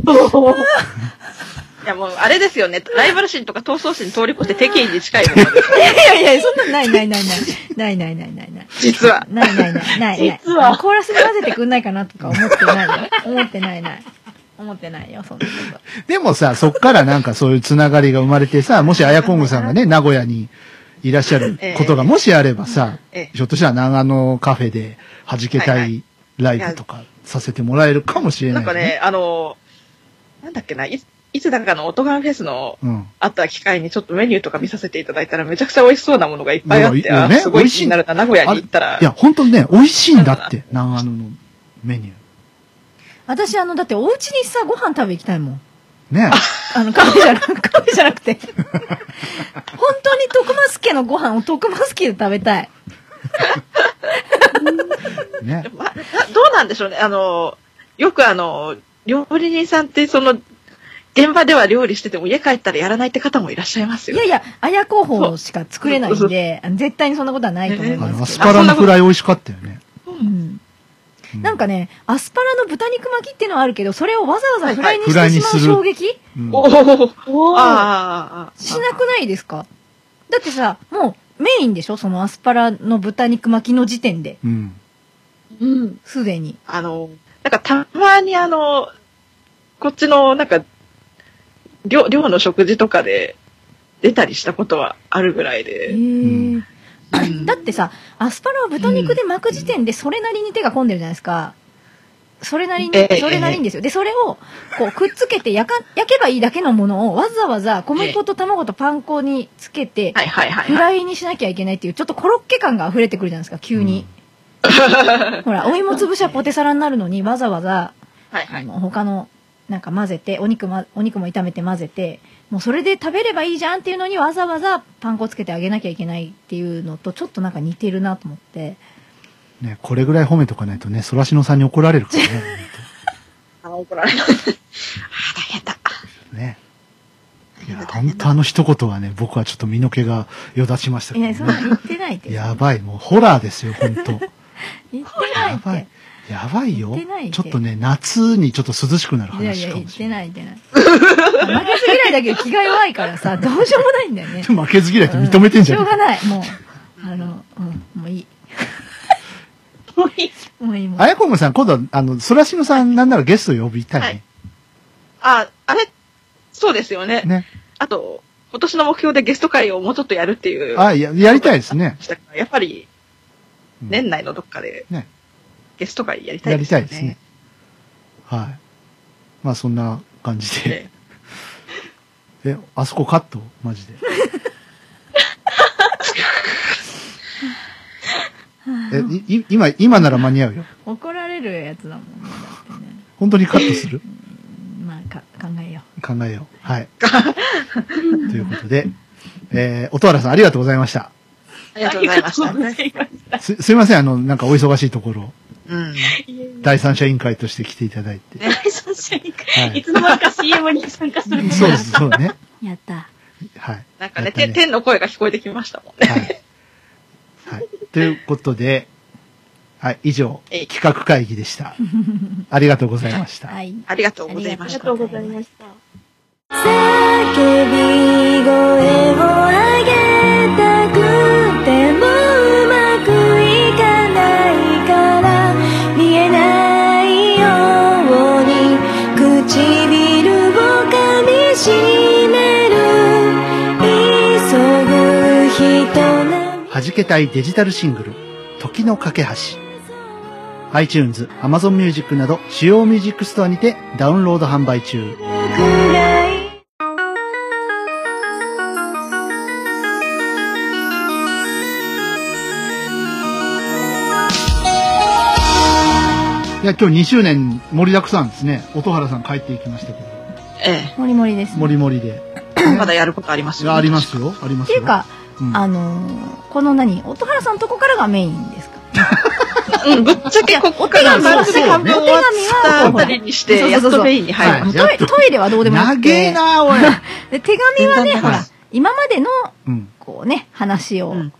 Speaker 2: やもう、あれですよね。ライバル心とか闘争心通り越して敵意に近いものです。
Speaker 3: いやいや、そんなんないないないない。ないないないないない。
Speaker 2: 実は。
Speaker 3: ないないないないない。
Speaker 7: 実は
Speaker 3: コーラスに混ぜてくんないかなとか思ってないよ。思ってないない。思ってないよ、そんなこと。
Speaker 1: でもさ、そっからなんかそういうつながりが生まれてさ、もしあやこんぐさんがね、名古屋にいらっしゃることがもしあればさ、
Speaker 2: ええ
Speaker 1: ひょっとしたら長野カフェで弾け
Speaker 2: はい
Speaker 1: た
Speaker 2: はいい
Speaker 1: ライブとかさせてもらえるかもしれ
Speaker 2: な
Speaker 1: なんい、
Speaker 2: かね、あの、なんだっけな、いいつだかのオトガンフェスの
Speaker 1: うん。
Speaker 2: あった機会にちょっとメニューとか見させていただいたらめちゃくちゃ美味しそうなものがいっぱいあっ
Speaker 1: い
Speaker 2: て、
Speaker 1: やいいよ
Speaker 2: あ
Speaker 1: ね
Speaker 2: すごい気になるな、名古屋
Speaker 1: あ
Speaker 2: に
Speaker 1: れ
Speaker 2: 行ったら。
Speaker 1: いや、本当にね、美味しいんだって、長野のメニュ
Speaker 3: 私、あの、だってお家にさ、ご飯食べ行きたいもん。
Speaker 1: ー。ね。
Speaker 3: あの、カフェじゃなく、カフェじゃなくて。本当に徳松家のご飯を徳松家で食べたい。
Speaker 1: ね。
Speaker 2: まあ、などうなんでしょうね。あの、よくあの、料理人さんってその、現場では料理してても家帰ったらやらないって方もいらっしゃいます
Speaker 3: い
Speaker 2: よ。
Speaker 3: やいや、綾候補しか作れないんで、あの絶対にそんなことはないと思い
Speaker 1: あ
Speaker 3: ま
Speaker 1: の、アス
Speaker 3: すけど。
Speaker 1: パラのフライ美味しかったよね。
Speaker 3: うん
Speaker 1: うん
Speaker 3: なんかね、アスパラの豚肉巻きっていうのはあるけど、それをわざわざフライにし
Speaker 1: フライ
Speaker 3: て
Speaker 1: に
Speaker 3: しまう
Speaker 1: する
Speaker 3: 衝撃
Speaker 1: うん
Speaker 2: おお
Speaker 7: おー
Speaker 2: ああ、ああああ
Speaker 3: しなくないですかだってさ、もうメインでしょそのアスパラの豚肉巻きの時点で。
Speaker 1: うん。
Speaker 7: うん。
Speaker 3: すでに。
Speaker 2: あの、なんかたまにあの、こっちの、なんか、寮、寮の食事とかで出たりしたことはあるぐらい
Speaker 3: へ
Speaker 2: で。
Speaker 3: ー
Speaker 2: うん
Speaker 3: だってさ、アスパラを豚肉で巻く時点でそれなりに手が込んでるじゃないですか。それなりに
Speaker 2: え、え
Speaker 3: それなりにですよ。で、それを、こう、くっつけて焼か、焼けばいいだけのものを、わざわざ小麦粉と卵とパン粉につけて、
Speaker 2: はいはいはい
Speaker 3: フ
Speaker 2: はい。
Speaker 3: ライにしなきゃいけないっていう、ちょっとコロッケ感が溢れてくるじゃないですか、急に。
Speaker 2: *laughs*
Speaker 3: ほら、お芋潰しはポテサラになるのに、わざわざ、
Speaker 2: はいは
Speaker 3: あ
Speaker 2: い。
Speaker 3: の、他の、なんか混ぜて、お肉ま、お肉も炒めて混ぜて、もうそれで食べればいいじゃんっていうのにわざわざパン粉つけてあげなきゃいけないっていうのと、ちょっとなんか似てるなと思って。
Speaker 1: ね、これぐらい褒めとかないとね、そらしのさんに怒られるからね。
Speaker 2: あ、怒られた。あ、 *laughs* 大変だ。
Speaker 1: ね。いや、本当あの一言はね、僕はちょっと身の毛がよだちましたけ
Speaker 3: い
Speaker 1: ど、
Speaker 3: や、そんな
Speaker 1: ね。
Speaker 3: 言ってないです。
Speaker 1: やばい、もうホラーですよ、本当
Speaker 3: 言ってない
Speaker 1: や
Speaker 3: って。
Speaker 1: ばい。やばいよ
Speaker 3: 言ってないっ。て
Speaker 1: ちょっとね、夏にちょっと涼しくなる
Speaker 3: いやい
Speaker 1: 話
Speaker 3: や、
Speaker 1: か
Speaker 3: 言
Speaker 1: も
Speaker 3: っ
Speaker 1: してれな
Speaker 3: ない
Speaker 1: い。
Speaker 3: 言ってない。負けず嫌いだけど気が弱いか
Speaker 1: *laughs*
Speaker 3: らさ、どうしようもないんだよね。
Speaker 1: 負けず嫌いって認めてんじゃ。
Speaker 3: うんしょうがない。もう、あの、うん、もういい。もういい。もういい、もう
Speaker 1: あやこむさん、今度は、あの、そらしのさん、なんならゲスト呼びたいね。
Speaker 2: あ、あれ、そうですよね。
Speaker 1: ね。
Speaker 2: あと、今年の目標でゲスト会をもうちょっとやるっていう。
Speaker 1: あや、やりたいです
Speaker 3: *laughs*
Speaker 1: ね。
Speaker 2: したからやっぱり、
Speaker 1: うん
Speaker 2: 年内のどっかで、
Speaker 1: ね
Speaker 2: ゲスト会やりた
Speaker 1: や
Speaker 2: い
Speaker 1: り
Speaker 2: ですよ
Speaker 1: たい
Speaker 2: ね。
Speaker 1: ですね。はい。まあ、そんな感じで。
Speaker 2: ね
Speaker 1: え、あそこカットマ
Speaker 3: *laughs*
Speaker 1: ジで。え、いい今、今なら間に合うよ。
Speaker 3: 怒られるやつだもんね。だってね。
Speaker 1: 本当にカットする
Speaker 3: まあ、か、考えよ
Speaker 1: 考えよう。
Speaker 3: *laughs*
Speaker 1: はい。ということで、えー、音原さんありがとうございました。
Speaker 2: ありがとうございました。
Speaker 1: す、すいません、あの、なんかお忙しいところ、
Speaker 2: うん。
Speaker 1: 第三者委員会として来ていただいて。
Speaker 7: 第三者委員
Speaker 1: は
Speaker 7: 会。い
Speaker 1: い。
Speaker 7: つの間にか CM に参加する。
Speaker 1: そうです、そうね。
Speaker 3: う。やった。
Speaker 1: はい。
Speaker 2: なんか
Speaker 1: や
Speaker 2: ね、
Speaker 1: っぱ
Speaker 2: て天の声が聞こえてきましたもんね。
Speaker 1: はい。はい。ということで、はい、以上、
Speaker 2: えい
Speaker 1: 企画会議で
Speaker 3: *laughs*
Speaker 1: した。ありがとうございました。
Speaker 3: はい。
Speaker 2: ありがとうございま
Speaker 3: あ
Speaker 7: あ
Speaker 2: し
Speaker 7: り
Speaker 2: た
Speaker 7: が。とうございました。
Speaker 6: 叫び声を上げたくてもうまくいかないから見えないように唇を噛みしめる急ぐ人並み
Speaker 1: 弾けたいデジタルシングル、時の架け橋。iTunes、Amazon Music など主要ミュージックストアにてダウンロード販売中。
Speaker 6: くらい
Speaker 1: いや、今日2周年盛りだくさんですね。音原さん帰っていきましたけど。
Speaker 2: え
Speaker 3: もりもりです、
Speaker 1: も
Speaker 3: ね。
Speaker 1: りもりで。
Speaker 2: え。まだやることあります
Speaker 1: いやありますよ。ありま
Speaker 3: っ
Speaker 1: す
Speaker 3: て
Speaker 1: よ。
Speaker 3: いうか、
Speaker 1: うん、
Speaker 3: あのーこの何、音原さんのとこからがメインですか
Speaker 2: うん、ぶっちゃけここから番組半分終わったあたりにして、やっとメインに入
Speaker 1: は
Speaker 2: る
Speaker 1: い。
Speaker 3: トイレトイレはどうでもよく
Speaker 1: 長
Speaker 3: て
Speaker 1: えな、
Speaker 3: *laughs*
Speaker 1: おい。
Speaker 3: で手紙はね、
Speaker 2: はい
Speaker 3: ほら、今までの、
Speaker 1: うん。
Speaker 3: こうね、話を、
Speaker 2: うん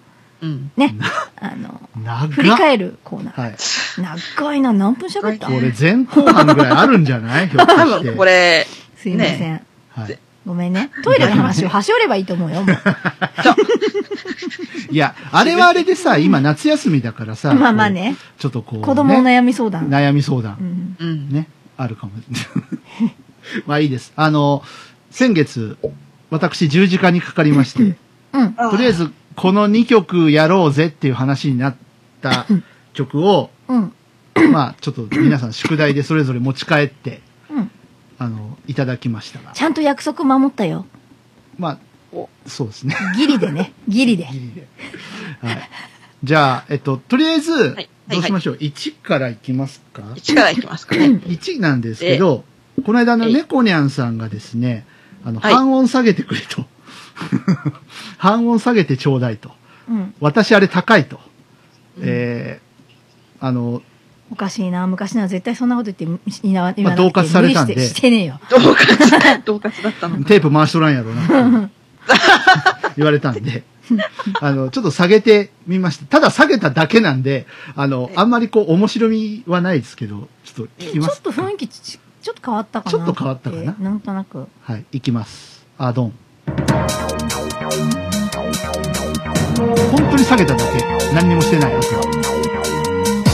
Speaker 2: うん。
Speaker 3: ね、あの、
Speaker 1: 長っ
Speaker 3: 振り返るコーナー。
Speaker 1: はい。
Speaker 3: 長いな、何分喋った
Speaker 1: これ前後半ぐらいあるんじゃないひょっと
Speaker 2: 多
Speaker 1: して。
Speaker 2: 分これ、
Speaker 3: すいません。
Speaker 1: はい。
Speaker 3: ごめんね。トイレの話を端折ればいいと思
Speaker 1: *laughs*
Speaker 3: うよ。もう
Speaker 1: いや、あれはあれでさ、今夏休みだからさ、
Speaker 3: まあまあね。
Speaker 1: こう。ちょっとこう、ね、
Speaker 3: 子供の悩み相談。
Speaker 1: 悩み相談
Speaker 2: う
Speaker 3: う。ん。
Speaker 2: ん。
Speaker 1: ね、あるか
Speaker 3: *laughs*
Speaker 1: も。まあいいです。あの、先月、私十字架にかかりま
Speaker 3: *laughs*
Speaker 1: して、
Speaker 3: うん。
Speaker 1: とりあえずこの2曲やろうぜっていう話にな
Speaker 3: *laughs*
Speaker 1: った曲を、
Speaker 3: うん。
Speaker 1: まあちょっと皆さん宿題でそれぞれ持ち帰って、
Speaker 3: うん。
Speaker 1: あの、いただきましたが
Speaker 3: ち。ゃんと約束守ったよ。
Speaker 1: まあ、そうですね。
Speaker 3: ギリでね。ギリで。
Speaker 1: ギリで。はい。じゃあ、えっと、とりあえず
Speaker 2: はい、
Speaker 1: どうしましょう。1からいきますか
Speaker 2: 一からいきますかね。
Speaker 1: 1なんですけど、この間の
Speaker 2: ええ
Speaker 1: 猫にゃんさんがですね、あの、
Speaker 2: はい
Speaker 1: 半音下げてくれと。 *laughs* 半音下げてちょうだいと。
Speaker 3: うん。
Speaker 1: 私あれ高いと。
Speaker 2: うん
Speaker 1: えー、あの、
Speaker 3: おかしいな。昔なら絶対そんなこと言って、いな、今
Speaker 1: まあ同喝されたんで
Speaker 3: してしてねえよ。
Speaker 2: 同喝、同喝だったのか。
Speaker 1: テープ回しとらんやろな
Speaker 2: *laughs*
Speaker 1: って言われたんで、あの、ちょっと下げてみました。ただ下げただけなんで、あの
Speaker 2: え、
Speaker 1: あんまりこう面白みはないですけど、ちょっと聞き
Speaker 3: ちょ
Speaker 1: ま
Speaker 3: っ
Speaker 1: す
Speaker 3: と雰囲気ち、ちょっと変わったかな。
Speaker 1: ちょっと変わったかな
Speaker 3: てなんとなく。
Speaker 1: はい、いきます。あ、ドン。本当に下げただけ。何にもしてない。あとは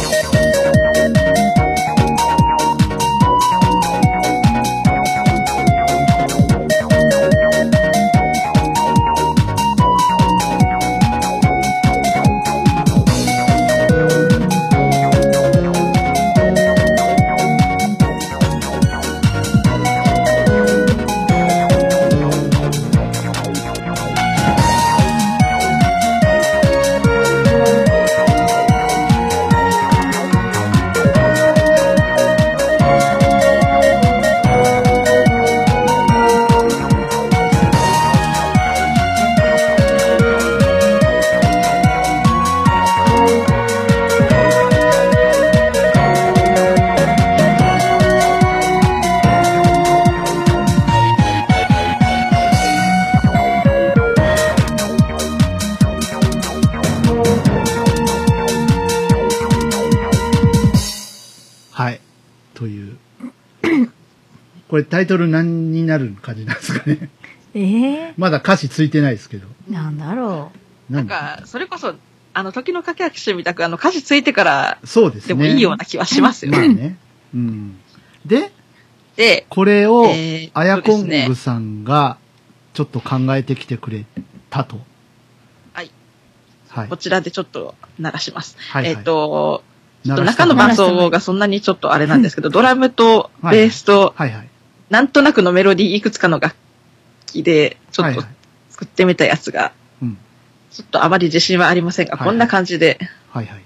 Speaker 1: はい。と
Speaker 2: *coughs*
Speaker 1: いう。これタイトル何になる感じなんですかね。
Speaker 3: ええ
Speaker 1: まだ歌詞ついてないですけど。
Speaker 3: なんだろ
Speaker 1: な
Speaker 2: なんか、それこそ、あの、時の駆け足みたく、あの、歌詞ついてから
Speaker 1: そうですね。
Speaker 2: でもいいような気はしますよ
Speaker 1: まあ
Speaker 2: ね。
Speaker 1: ね。うん。で、
Speaker 2: で、
Speaker 1: これを、
Speaker 2: えー
Speaker 1: あやこん
Speaker 2: そうです
Speaker 1: ぐ
Speaker 2: ね
Speaker 1: さんが、ちょっと考えてきてくれたと。
Speaker 2: はい。
Speaker 1: はい
Speaker 2: こ。ちらでちょっと流します。
Speaker 1: はいはい
Speaker 2: えっ、と、ちょっと
Speaker 1: 鳴らした
Speaker 2: 中の伴奏がそんなにちょっとあれなんですけど、ドラムと
Speaker 1: はい
Speaker 2: ベースと、
Speaker 1: はいはい。
Speaker 2: なんとなくのメロディーいくつかの楽器で、ちょ
Speaker 1: は
Speaker 2: っ
Speaker 1: いは
Speaker 2: と
Speaker 1: い。
Speaker 2: 作ってみたやつが、
Speaker 1: うん。
Speaker 2: ちょっとあまり自信はありません
Speaker 1: は
Speaker 2: が、
Speaker 1: いはい
Speaker 2: こんな感じで、
Speaker 1: はいはい。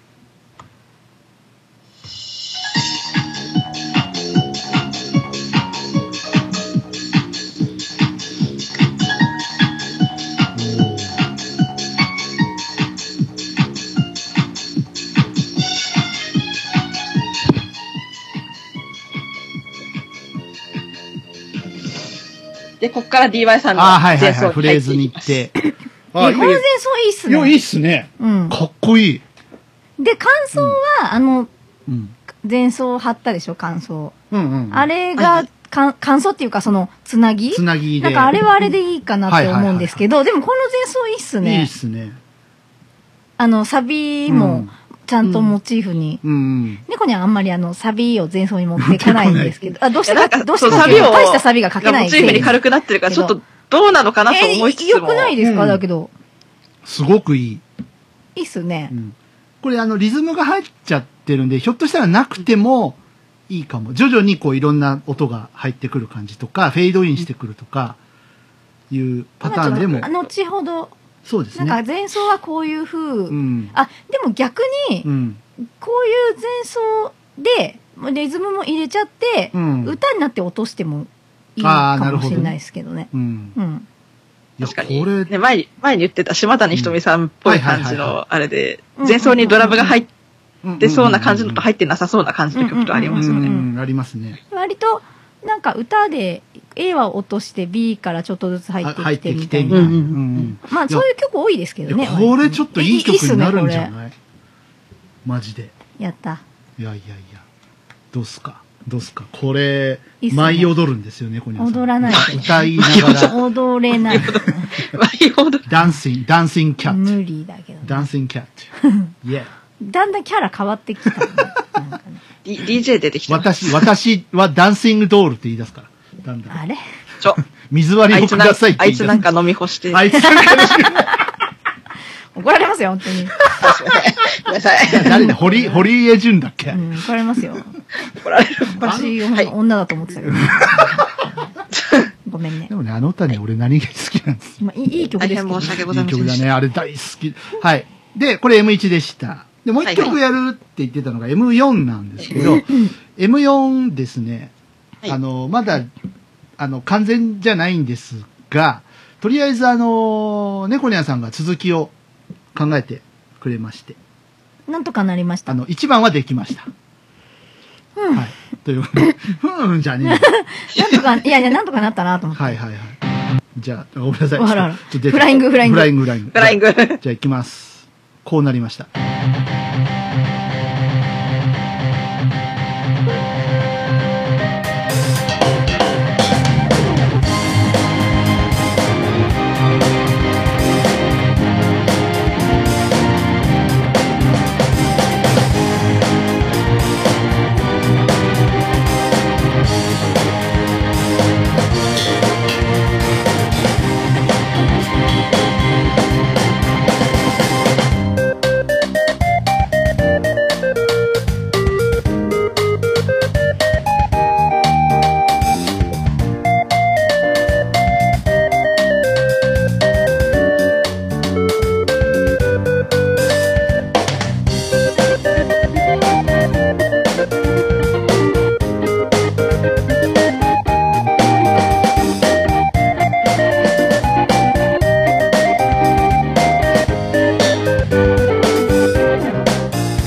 Speaker 2: で、こっから DY さんの
Speaker 1: ああ、はいはい
Speaker 2: 前
Speaker 1: は
Speaker 2: 奏
Speaker 1: い。
Speaker 2: に
Speaker 1: フ
Speaker 2: 入
Speaker 1: レー
Speaker 2: って
Speaker 1: ズ
Speaker 2: い
Speaker 1: に行
Speaker 2: きま
Speaker 1: っ
Speaker 2: す。
Speaker 1: て。
Speaker 3: う。
Speaker 1: あ
Speaker 3: え、
Speaker 1: いい
Speaker 3: 本前奏いいっすね。
Speaker 1: や、いいっすね。
Speaker 3: うん。
Speaker 1: かっこいい。
Speaker 3: で、感想は、あの、
Speaker 1: うん。
Speaker 3: 前奏を貼ったでしょ、感想。
Speaker 1: うんうん。
Speaker 3: あれが、かん感想っていうか、その、つなぎ
Speaker 1: つなぎで。
Speaker 3: なんかあれはあれでいいかなって思うんですけど、でもこの前奏いいっ
Speaker 1: い
Speaker 3: す
Speaker 1: いっ
Speaker 3: ね。
Speaker 1: すね。
Speaker 3: あの、サビもちゃんとモチーフに。
Speaker 1: うんうん。
Speaker 3: 猫にはあんまりあの、サビを前奏に持ってかないんです
Speaker 1: *laughs*
Speaker 3: けど、あ、どうして
Speaker 2: いやな
Speaker 3: か、
Speaker 2: んか
Speaker 3: どうし
Speaker 2: そ
Speaker 3: て
Speaker 2: う
Speaker 3: か
Speaker 2: サ
Speaker 3: ってい
Speaker 2: ビ
Speaker 3: うと
Speaker 2: を
Speaker 3: 大したサビが書け
Speaker 2: が
Speaker 3: な
Speaker 2: モ
Speaker 3: い
Speaker 2: チーフに軽くなってるから、ちょっとどうなのかなと思いつ
Speaker 3: え、
Speaker 2: つ
Speaker 3: よ
Speaker 2: も。
Speaker 3: くないですか、
Speaker 1: うん
Speaker 3: だけど。
Speaker 1: すごくいい。
Speaker 3: いいっすね
Speaker 1: う。んこれあのリズムが入っちゃってるんで、ひょっとしたらなくてもいいかも。徐々にこういろんな音が入ってくる感じとか、フェードインしてくるとか、いうパターンでも
Speaker 3: まあ、ちょっと後ほど、
Speaker 1: そうです
Speaker 3: なん
Speaker 1: ね
Speaker 3: か。前奏はこういう風、
Speaker 1: うん。
Speaker 3: あ、でも逆に
Speaker 1: う、ん。
Speaker 3: こういう前奏で、リズムも入れちゃって、
Speaker 1: うん。
Speaker 3: 歌になって落としてもいい
Speaker 1: あ
Speaker 3: か
Speaker 1: ーなる
Speaker 3: も
Speaker 1: ほど
Speaker 3: しれないですけどね。
Speaker 1: うん。
Speaker 3: うん。
Speaker 1: いや
Speaker 2: 確か
Speaker 1: これ、
Speaker 2: に。ね、前に、前に言ってた島谷ひとみさんっぽい感じ
Speaker 1: うんはいはいはい
Speaker 2: の、あれで、
Speaker 3: うん
Speaker 2: 前奏にドラムが入ってそうな感じのと
Speaker 1: っ
Speaker 2: 入ってなさそうな感じの曲とあり
Speaker 1: て
Speaker 2: ますよね。
Speaker 1: ありますね。
Speaker 3: 割と、なんか歌で A は落として B からちょっとずつ入
Speaker 1: あ
Speaker 3: って
Speaker 1: 入
Speaker 3: き
Speaker 1: ってて
Speaker 3: み
Speaker 1: き
Speaker 3: た
Speaker 1: て
Speaker 3: い
Speaker 1: み
Speaker 3: な。
Speaker 1: たいな。
Speaker 2: うんうん
Speaker 1: うん
Speaker 3: まあそういう曲多いですけど
Speaker 1: い
Speaker 3: ね。
Speaker 1: やこれちょっといい曲になるんじゃ
Speaker 3: いいっすね
Speaker 1: ないマジで。
Speaker 3: これやった。
Speaker 1: いやいやいや。どうっすかどうっすかこれ
Speaker 3: いいっ、すね
Speaker 1: 舞い踊るんですよね、こにゃんさん
Speaker 3: 踊らない
Speaker 1: 歌いなが
Speaker 3: *laughs*
Speaker 1: ら、
Speaker 3: 踊れない。
Speaker 2: 舞い踊る。
Speaker 1: ダンシング、ダンシングキャット。
Speaker 3: 無理だけど、
Speaker 1: ダ
Speaker 3: ね。
Speaker 1: ンシングキャット。いや。
Speaker 3: だんだんキャラ変わってきた、ね。なんかね
Speaker 2: D- DJ 出てきてます。
Speaker 1: 私、私はダンシングドールって言い出すから。だんだん。
Speaker 3: あれ
Speaker 2: ちょ、
Speaker 1: 水割
Speaker 2: あ
Speaker 1: りを
Speaker 2: い
Speaker 1: く
Speaker 2: つなん
Speaker 1: ださいって
Speaker 2: あ
Speaker 1: 言
Speaker 2: い
Speaker 1: い出
Speaker 2: つ
Speaker 1: す。
Speaker 2: なんか飲み干して。
Speaker 1: あいつなんか。
Speaker 3: 怒られますよ、本当に。
Speaker 2: あすいませんごめんなさい。
Speaker 1: 誰だ堀、堀江淳だっ *laughs* け
Speaker 3: うん、怒られますよ。
Speaker 2: 怒られる。
Speaker 3: 私、ほん
Speaker 2: はい
Speaker 3: と女だと思ってたけ
Speaker 1: *laughs*
Speaker 3: ど。ごめんね
Speaker 1: で。もね、あの歌ね、俺何気に好きなんですよ。
Speaker 3: まあ、いいいい曲
Speaker 2: 大
Speaker 3: です
Speaker 2: 変
Speaker 3: けど
Speaker 2: 申し訳ござ
Speaker 1: いい
Speaker 2: いません
Speaker 1: 曲
Speaker 2: で
Speaker 1: だ
Speaker 2: し
Speaker 1: ね。
Speaker 2: た。
Speaker 1: あれ大好き。はい。で、これ M1 でした。で、もう一曲やるって言ってたのが M4 なんですけど、M4 ですね、
Speaker 2: はい
Speaker 1: あの、まだ、あの、完全じゃないんですが、とりあえずあの、猫ニャンさんが続きを考えてくれまして、
Speaker 3: なんとかなりまし
Speaker 1: あ
Speaker 3: た。
Speaker 1: の、1番はできました。はい。という、うんじゃね
Speaker 3: なんとか、いやいや、なんとかなったなと
Speaker 1: え。
Speaker 3: 思って。
Speaker 1: はいはいはい。じゃあ、ごめんなさい。
Speaker 3: あらあら
Speaker 1: ちょっと出て
Speaker 3: フライングフライング
Speaker 1: フライング、フライング。
Speaker 2: フライング。
Speaker 1: じゃあ行きます。こうなりました。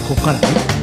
Speaker 1: ここからね。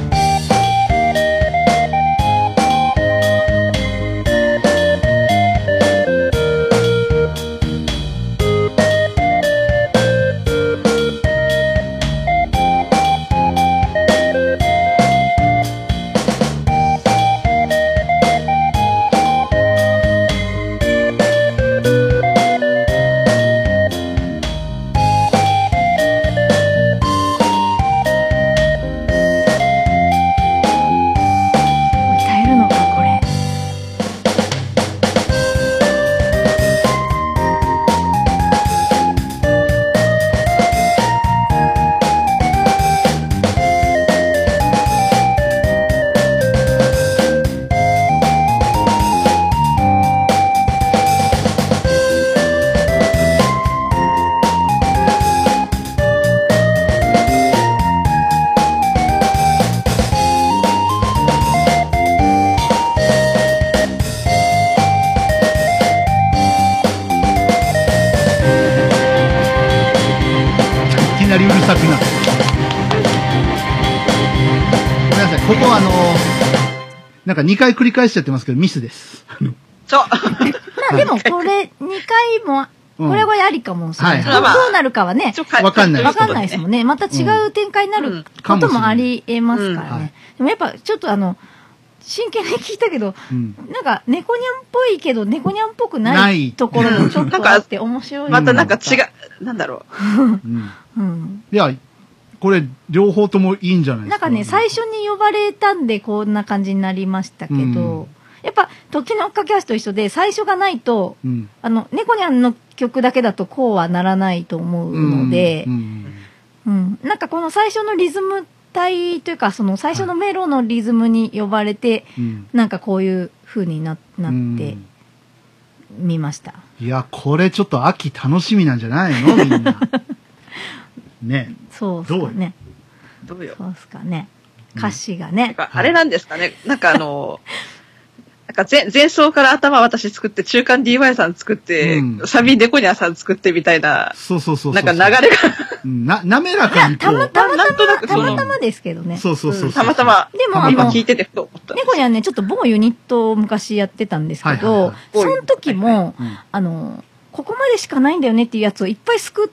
Speaker 3: 歌えるのか、これ。
Speaker 1: いきなりうるさくなる。ごめんなさい、ここはあのなんか2回繰り返しちゃってますけど、ミスです。
Speaker 2: そう。
Speaker 3: まあでもこれ、2回も、これはこれありかもしれない。
Speaker 1: うん
Speaker 3: ど
Speaker 1: はい
Speaker 2: はい
Speaker 3: どうなるかはね、
Speaker 1: わかんない
Speaker 3: わかんないですもん
Speaker 2: ね。
Speaker 3: ね。また違う展開になることもありえますからね。でもやっぱちょっとあの、真剣に聞いたけど、
Speaker 1: うん。
Speaker 3: なんか猫にゃんっぽいけど、猫にゃんっぽく
Speaker 1: な
Speaker 3: ないいところもちょっとあって面白い。
Speaker 2: またなんか違う、なんだろ
Speaker 1: うん。
Speaker 3: うん。
Speaker 1: いや、これ、両方ともいいんじゃないで
Speaker 3: な
Speaker 1: す
Speaker 3: ん
Speaker 1: か。
Speaker 3: かね、最初に呼ばれたんでこんな感じになりましたけ
Speaker 1: うん
Speaker 3: ど、やっぱ時の架け橋と一緒で、最初がないと、
Speaker 1: うん。
Speaker 3: あの、猫にゃんの曲だけだとこうはならないと思うので
Speaker 1: う、ん。
Speaker 3: うん、なんかこの最初のリズム帯というか、その最初のメロのリズムに呼ばれて、
Speaker 1: うん。
Speaker 3: なんかこういう風になな
Speaker 1: う
Speaker 3: って
Speaker 1: ん
Speaker 3: みました。
Speaker 1: いや、これちょっと秋楽しみなんじゃないのみん
Speaker 3: *laughs*
Speaker 1: な。ね。
Speaker 3: そうっすかね。
Speaker 2: う。どうよ。
Speaker 3: そうっすかね。
Speaker 1: うん
Speaker 3: 歌詞が
Speaker 2: なん
Speaker 3: ね。
Speaker 2: かあれなんですかね。なんかあの、なんか前前奏から頭私作って、中間 DY さん作って、
Speaker 1: うん
Speaker 2: サビデコニャさん作ってみたいな、
Speaker 1: そうそうそうそう。
Speaker 2: なんか流れが、
Speaker 1: うんな、滑らかにこ
Speaker 3: たま
Speaker 1: う。
Speaker 3: たま
Speaker 2: なんとなく
Speaker 3: た
Speaker 2: そ
Speaker 3: ま
Speaker 2: の
Speaker 3: たまですけどね。
Speaker 1: そうそうそうそう。
Speaker 2: たまたま、
Speaker 3: でもあ
Speaker 2: 今
Speaker 3: の、
Speaker 2: 聞いててふと思った。
Speaker 3: 猫にゃんね、ちょっと某ユニットを昔やってたんですけ
Speaker 1: はいはい
Speaker 3: ど
Speaker 1: はい、
Speaker 3: その時
Speaker 2: はい
Speaker 3: も、
Speaker 1: うん。
Speaker 3: あの、ここまでしかないんだよねっていうやつをいっぱい救っ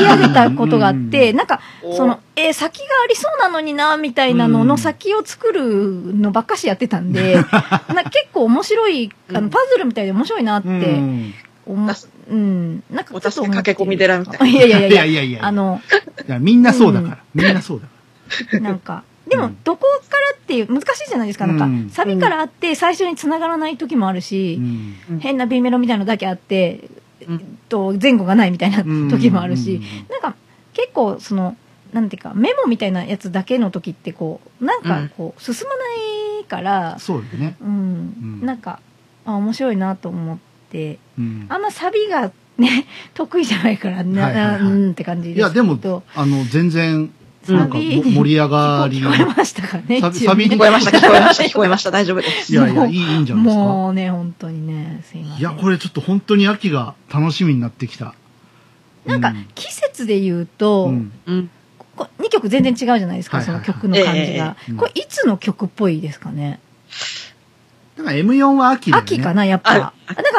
Speaker 3: 言い上げたことがあって、
Speaker 1: うん
Speaker 3: なんか、その、えー先がありそうなのにな、みたいなのの先を作るのばっかしやってたんで、なんか結構面白い、あ
Speaker 2: う
Speaker 3: の、
Speaker 2: ん
Speaker 3: パズルみたいで面白いなっ
Speaker 1: うん
Speaker 3: て、思
Speaker 2: 出
Speaker 3: う
Speaker 2: す
Speaker 3: うん、なんか
Speaker 2: お
Speaker 3: ちょっと
Speaker 2: 助け
Speaker 3: 思って
Speaker 2: 駆
Speaker 3: る
Speaker 2: け込み寺みたいない
Speaker 3: やいやいや
Speaker 1: い
Speaker 3: いや
Speaker 1: やいやいや
Speaker 3: あの、
Speaker 1: いやみんなそうだから、みんなそうだか
Speaker 3: なんか、で
Speaker 1: う
Speaker 3: も
Speaker 1: ん、
Speaker 3: どこからっていう、難しいじゃないですか、なん
Speaker 1: うん
Speaker 3: か、サビからあって、最初に繋がらない時もある
Speaker 1: ら、
Speaker 3: し
Speaker 1: う、ん
Speaker 3: 変な B メロみたいなのだけあって、
Speaker 2: うん
Speaker 3: えっと、前後がないみたいな
Speaker 1: うん
Speaker 3: 時もあるし、
Speaker 1: うん
Speaker 3: なんか結構そのなんていうかメモみたいなやつだけの時ってこうなん
Speaker 2: う
Speaker 3: か
Speaker 2: ん
Speaker 3: こう進まないから、
Speaker 1: そうだよね、
Speaker 3: うん
Speaker 1: うん
Speaker 3: なんかあ面白いなと思って
Speaker 1: うん
Speaker 3: あんまサビがね *laughs* 得意じゃないからな、
Speaker 1: はいはいはい
Speaker 3: うんって感じ
Speaker 1: い
Speaker 3: です
Speaker 1: やで
Speaker 3: けど
Speaker 1: もあの全然
Speaker 2: うん
Speaker 1: なんかも
Speaker 3: サビ
Speaker 1: 盛り上がり
Speaker 3: 聞こ聞こえましたかね
Speaker 1: サビ
Speaker 3: 一応ね
Speaker 1: サビ
Speaker 2: 聞こえました、聞こえました、聞こえました、大丈夫です。
Speaker 1: いやいやいいいいんじゃないですか
Speaker 3: もうね本当にねすいません
Speaker 1: いや、これちょっと本当に秋が楽しみになってきた。
Speaker 3: なんか季節で言うと、
Speaker 1: うん、うん
Speaker 2: うん。
Speaker 3: こ2曲全然違うじゃないですか、
Speaker 1: はいはいはい
Speaker 3: その曲の感じが、
Speaker 1: ええ
Speaker 3: これいつの曲っぽいですかね
Speaker 1: なんか M4 は秋だよね。
Speaker 3: 秋かなやっぱなん
Speaker 2: あ
Speaker 3: か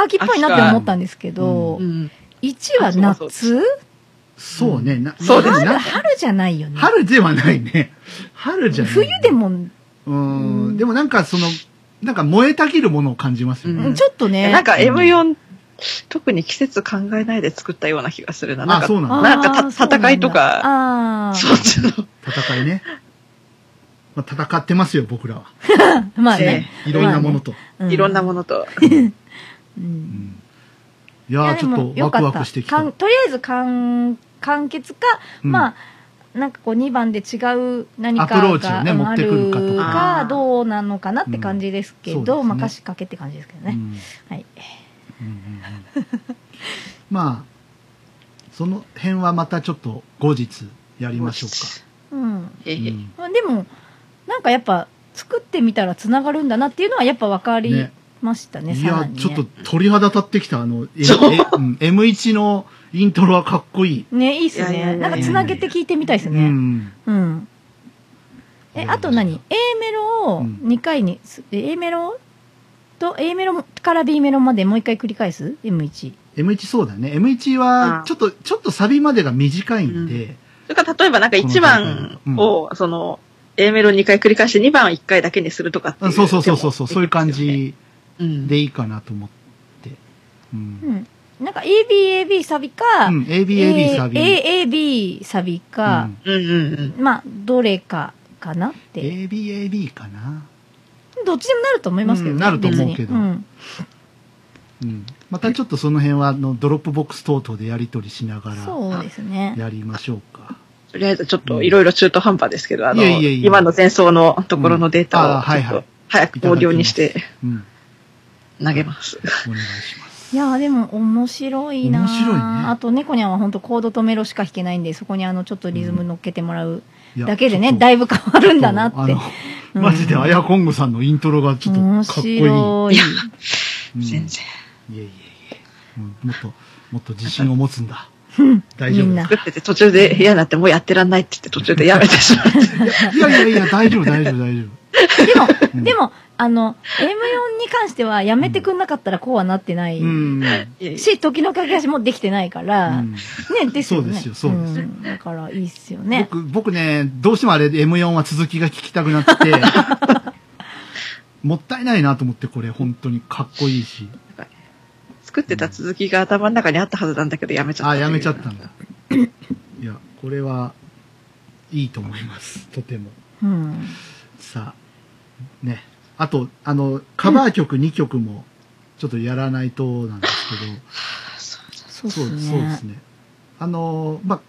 Speaker 3: 秋っぽいなって思ったんですけど、
Speaker 1: う
Speaker 2: うん。
Speaker 3: 1は
Speaker 2: そう
Speaker 3: 夏
Speaker 1: そうね。な
Speaker 2: そうですね
Speaker 1: な
Speaker 3: 春じゃないよね
Speaker 1: 春ではないね。春じゃない。
Speaker 3: 冬で。も、
Speaker 1: うん。でもなんかその、なんか燃えたぎるものを感じますよ
Speaker 2: う
Speaker 1: ね
Speaker 2: ん。
Speaker 3: ちょっとね
Speaker 2: なんか M4、特に季節考えないで作ったような気がするな。なん
Speaker 1: あ、
Speaker 2: か、
Speaker 1: そう
Speaker 3: あ
Speaker 1: なん
Speaker 3: ー
Speaker 1: だ。
Speaker 2: なんかた
Speaker 3: そうなんだ
Speaker 2: 戦いと
Speaker 3: あ
Speaker 2: そっちの。
Speaker 1: 戦いね。まあ、戦ってますよ、僕らは。
Speaker 3: あまあね、
Speaker 2: ね
Speaker 1: いろんなものと。
Speaker 3: う
Speaker 2: いろんなものと。
Speaker 3: う
Speaker 1: うんんい
Speaker 3: い
Speaker 1: や
Speaker 3: や
Speaker 1: ー、
Speaker 3: で
Speaker 1: ちょ
Speaker 3: も
Speaker 1: っと
Speaker 3: よ
Speaker 1: ワ
Speaker 3: か
Speaker 1: ク
Speaker 3: った
Speaker 1: ワクしてきた
Speaker 3: かん。とりあえずかん完結か、まあなんかこう2番で違う何かが
Speaker 1: アプローチをね
Speaker 3: うん
Speaker 1: 持ってくるかとか
Speaker 3: あ
Speaker 2: あー
Speaker 3: どうなのかなって感じですけ
Speaker 1: うんそう
Speaker 3: ど、
Speaker 1: ですね
Speaker 3: まあ歌詞かけって感じですけど
Speaker 1: うん
Speaker 3: ね、
Speaker 1: うん
Speaker 3: はい
Speaker 1: うんうんうんまあその辺はまたちょっと後日やりましょう
Speaker 3: うん
Speaker 2: へ
Speaker 1: か、
Speaker 2: へ
Speaker 1: うん
Speaker 3: まあでもなんかやっぱ作ってみたらつながるんだなっていうのはやっぱ分かり
Speaker 1: ね
Speaker 3: ましたね
Speaker 1: い
Speaker 3: さら
Speaker 1: や
Speaker 3: にね
Speaker 1: ちょっと鳥肌立ってきたあの、ええ
Speaker 2: そう
Speaker 1: うん M1 のイントロはかっこいい、
Speaker 3: ねいいっすね
Speaker 2: いやいやいやいや
Speaker 3: なんかつなげて聞いてみたいです
Speaker 1: う
Speaker 3: ね
Speaker 1: ん
Speaker 3: うん、えあと何 A メロを
Speaker 1: うん
Speaker 3: 2回に、す A メロと A メロから B メロまでもう一回繰り返す M1
Speaker 1: M1 そうだね M1
Speaker 2: あ
Speaker 1: は
Speaker 2: ー
Speaker 1: ちょっとちょっとサビまでが短いんで、
Speaker 2: それから例えばなんか
Speaker 1: この
Speaker 2: 1番を、その、A メロ2回繰り返して2番1回だけにするとかってい
Speaker 1: あ
Speaker 2: う。
Speaker 1: そうそうそうそうそう
Speaker 2: 手
Speaker 1: そう
Speaker 2: も
Speaker 1: いう感
Speaker 2: でき
Speaker 1: じ
Speaker 2: ますよね。うん
Speaker 1: でいいかなと思って、う
Speaker 3: うんんなんか ABAB サビか、
Speaker 1: うん、ABAB サビ、
Speaker 3: A- AAB サビか、
Speaker 2: うんうんうん。
Speaker 3: まあどれかかなっ
Speaker 1: う
Speaker 3: て
Speaker 1: ん、ABAB かな
Speaker 3: どっちでもなると思いますけど、ね
Speaker 1: うんなると思うけど
Speaker 3: 別にん
Speaker 1: うんまたちょっとその辺はあのドロップボックス等々でやり取りしながら
Speaker 3: そうですね
Speaker 1: やりましょうか。
Speaker 2: とりあえずちょっといろいろ中途半端ですけど、あの、
Speaker 1: いやいやいや
Speaker 2: 今の前奏のところの
Speaker 1: う
Speaker 2: デー
Speaker 1: んあー
Speaker 2: タを、
Speaker 1: はい
Speaker 2: ち
Speaker 1: はい
Speaker 2: ょっと早くオーディオにして
Speaker 1: うん、
Speaker 2: 投げます。
Speaker 1: お願いします。
Speaker 3: いやーでも面白いなー
Speaker 1: 面白いね
Speaker 3: あと猫にゃんは本当コードとメロしか弾けないんでそこにあのちょっとリズム乗っけてもらう
Speaker 1: いや
Speaker 3: だけで
Speaker 1: ち
Speaker 3: ね
Speaker 1: ょっと
Speaker 3: だいぶ変わるんだなって
Speaker 1: ちょっとあのマジでアヤコングさんのイントロがちょっと
Speaker 3: 面
Speaker 1: かっこいい。*laughs*
Speaker 3: 白い
Speaker 1: うん
Speaker 2: 全然。
Speaker 1: いやいやいや。もうもっともっと自信を持つんだ。大丈
Speaker 3: み
Speaker 1: 夫で
Speaker 3: んな
Speaker 1: すか
Speaker 2: 作ってて途中で嫌になってもうやってらんないって言って途中でやめてしまって。
Speaker 1: いやいやいや大丈夫大丈夫大丈
Speaker 3: でも、
Speaker 1: うん
Speaker 3: でもあの M4 に関してはやめてくんなかったらこうはなってない、
Speaker 1: 夫。うん。
Speaker 2: いやいや
Speaker 3: し時の駆け足もできてないから、
Speaker 1: うん
Speaker 3: ねですよ
Speaker 1: そ
Speaker 3: ね
Speaker 1: うですよそうですよ
Speaker 3: んだからいいっすよね
Speaker 1: 僕僕ねどうしてもあれ M4 は続きが聞きたくなってもったいないなと思ってこれ本当にかっこいいし。
Speaker 2: 作ってた続きが頭の中にあったはずなんだけどやめちゃった
Speaker 1: あ、
Speaker 2: ていう。
Speaker 1: やめちゃったんだ。いや、これは、いいと思います。とても。
Speaker 3: うん
Speaker 1: さあ、ね。あと、あの、カバー曲2曲も、ちょっとやらないとなんです
Speaker 3: そ
Speaker 1: けど、
Speaker 3: うっすね
Speaker 1: そうですね。あの、まあ、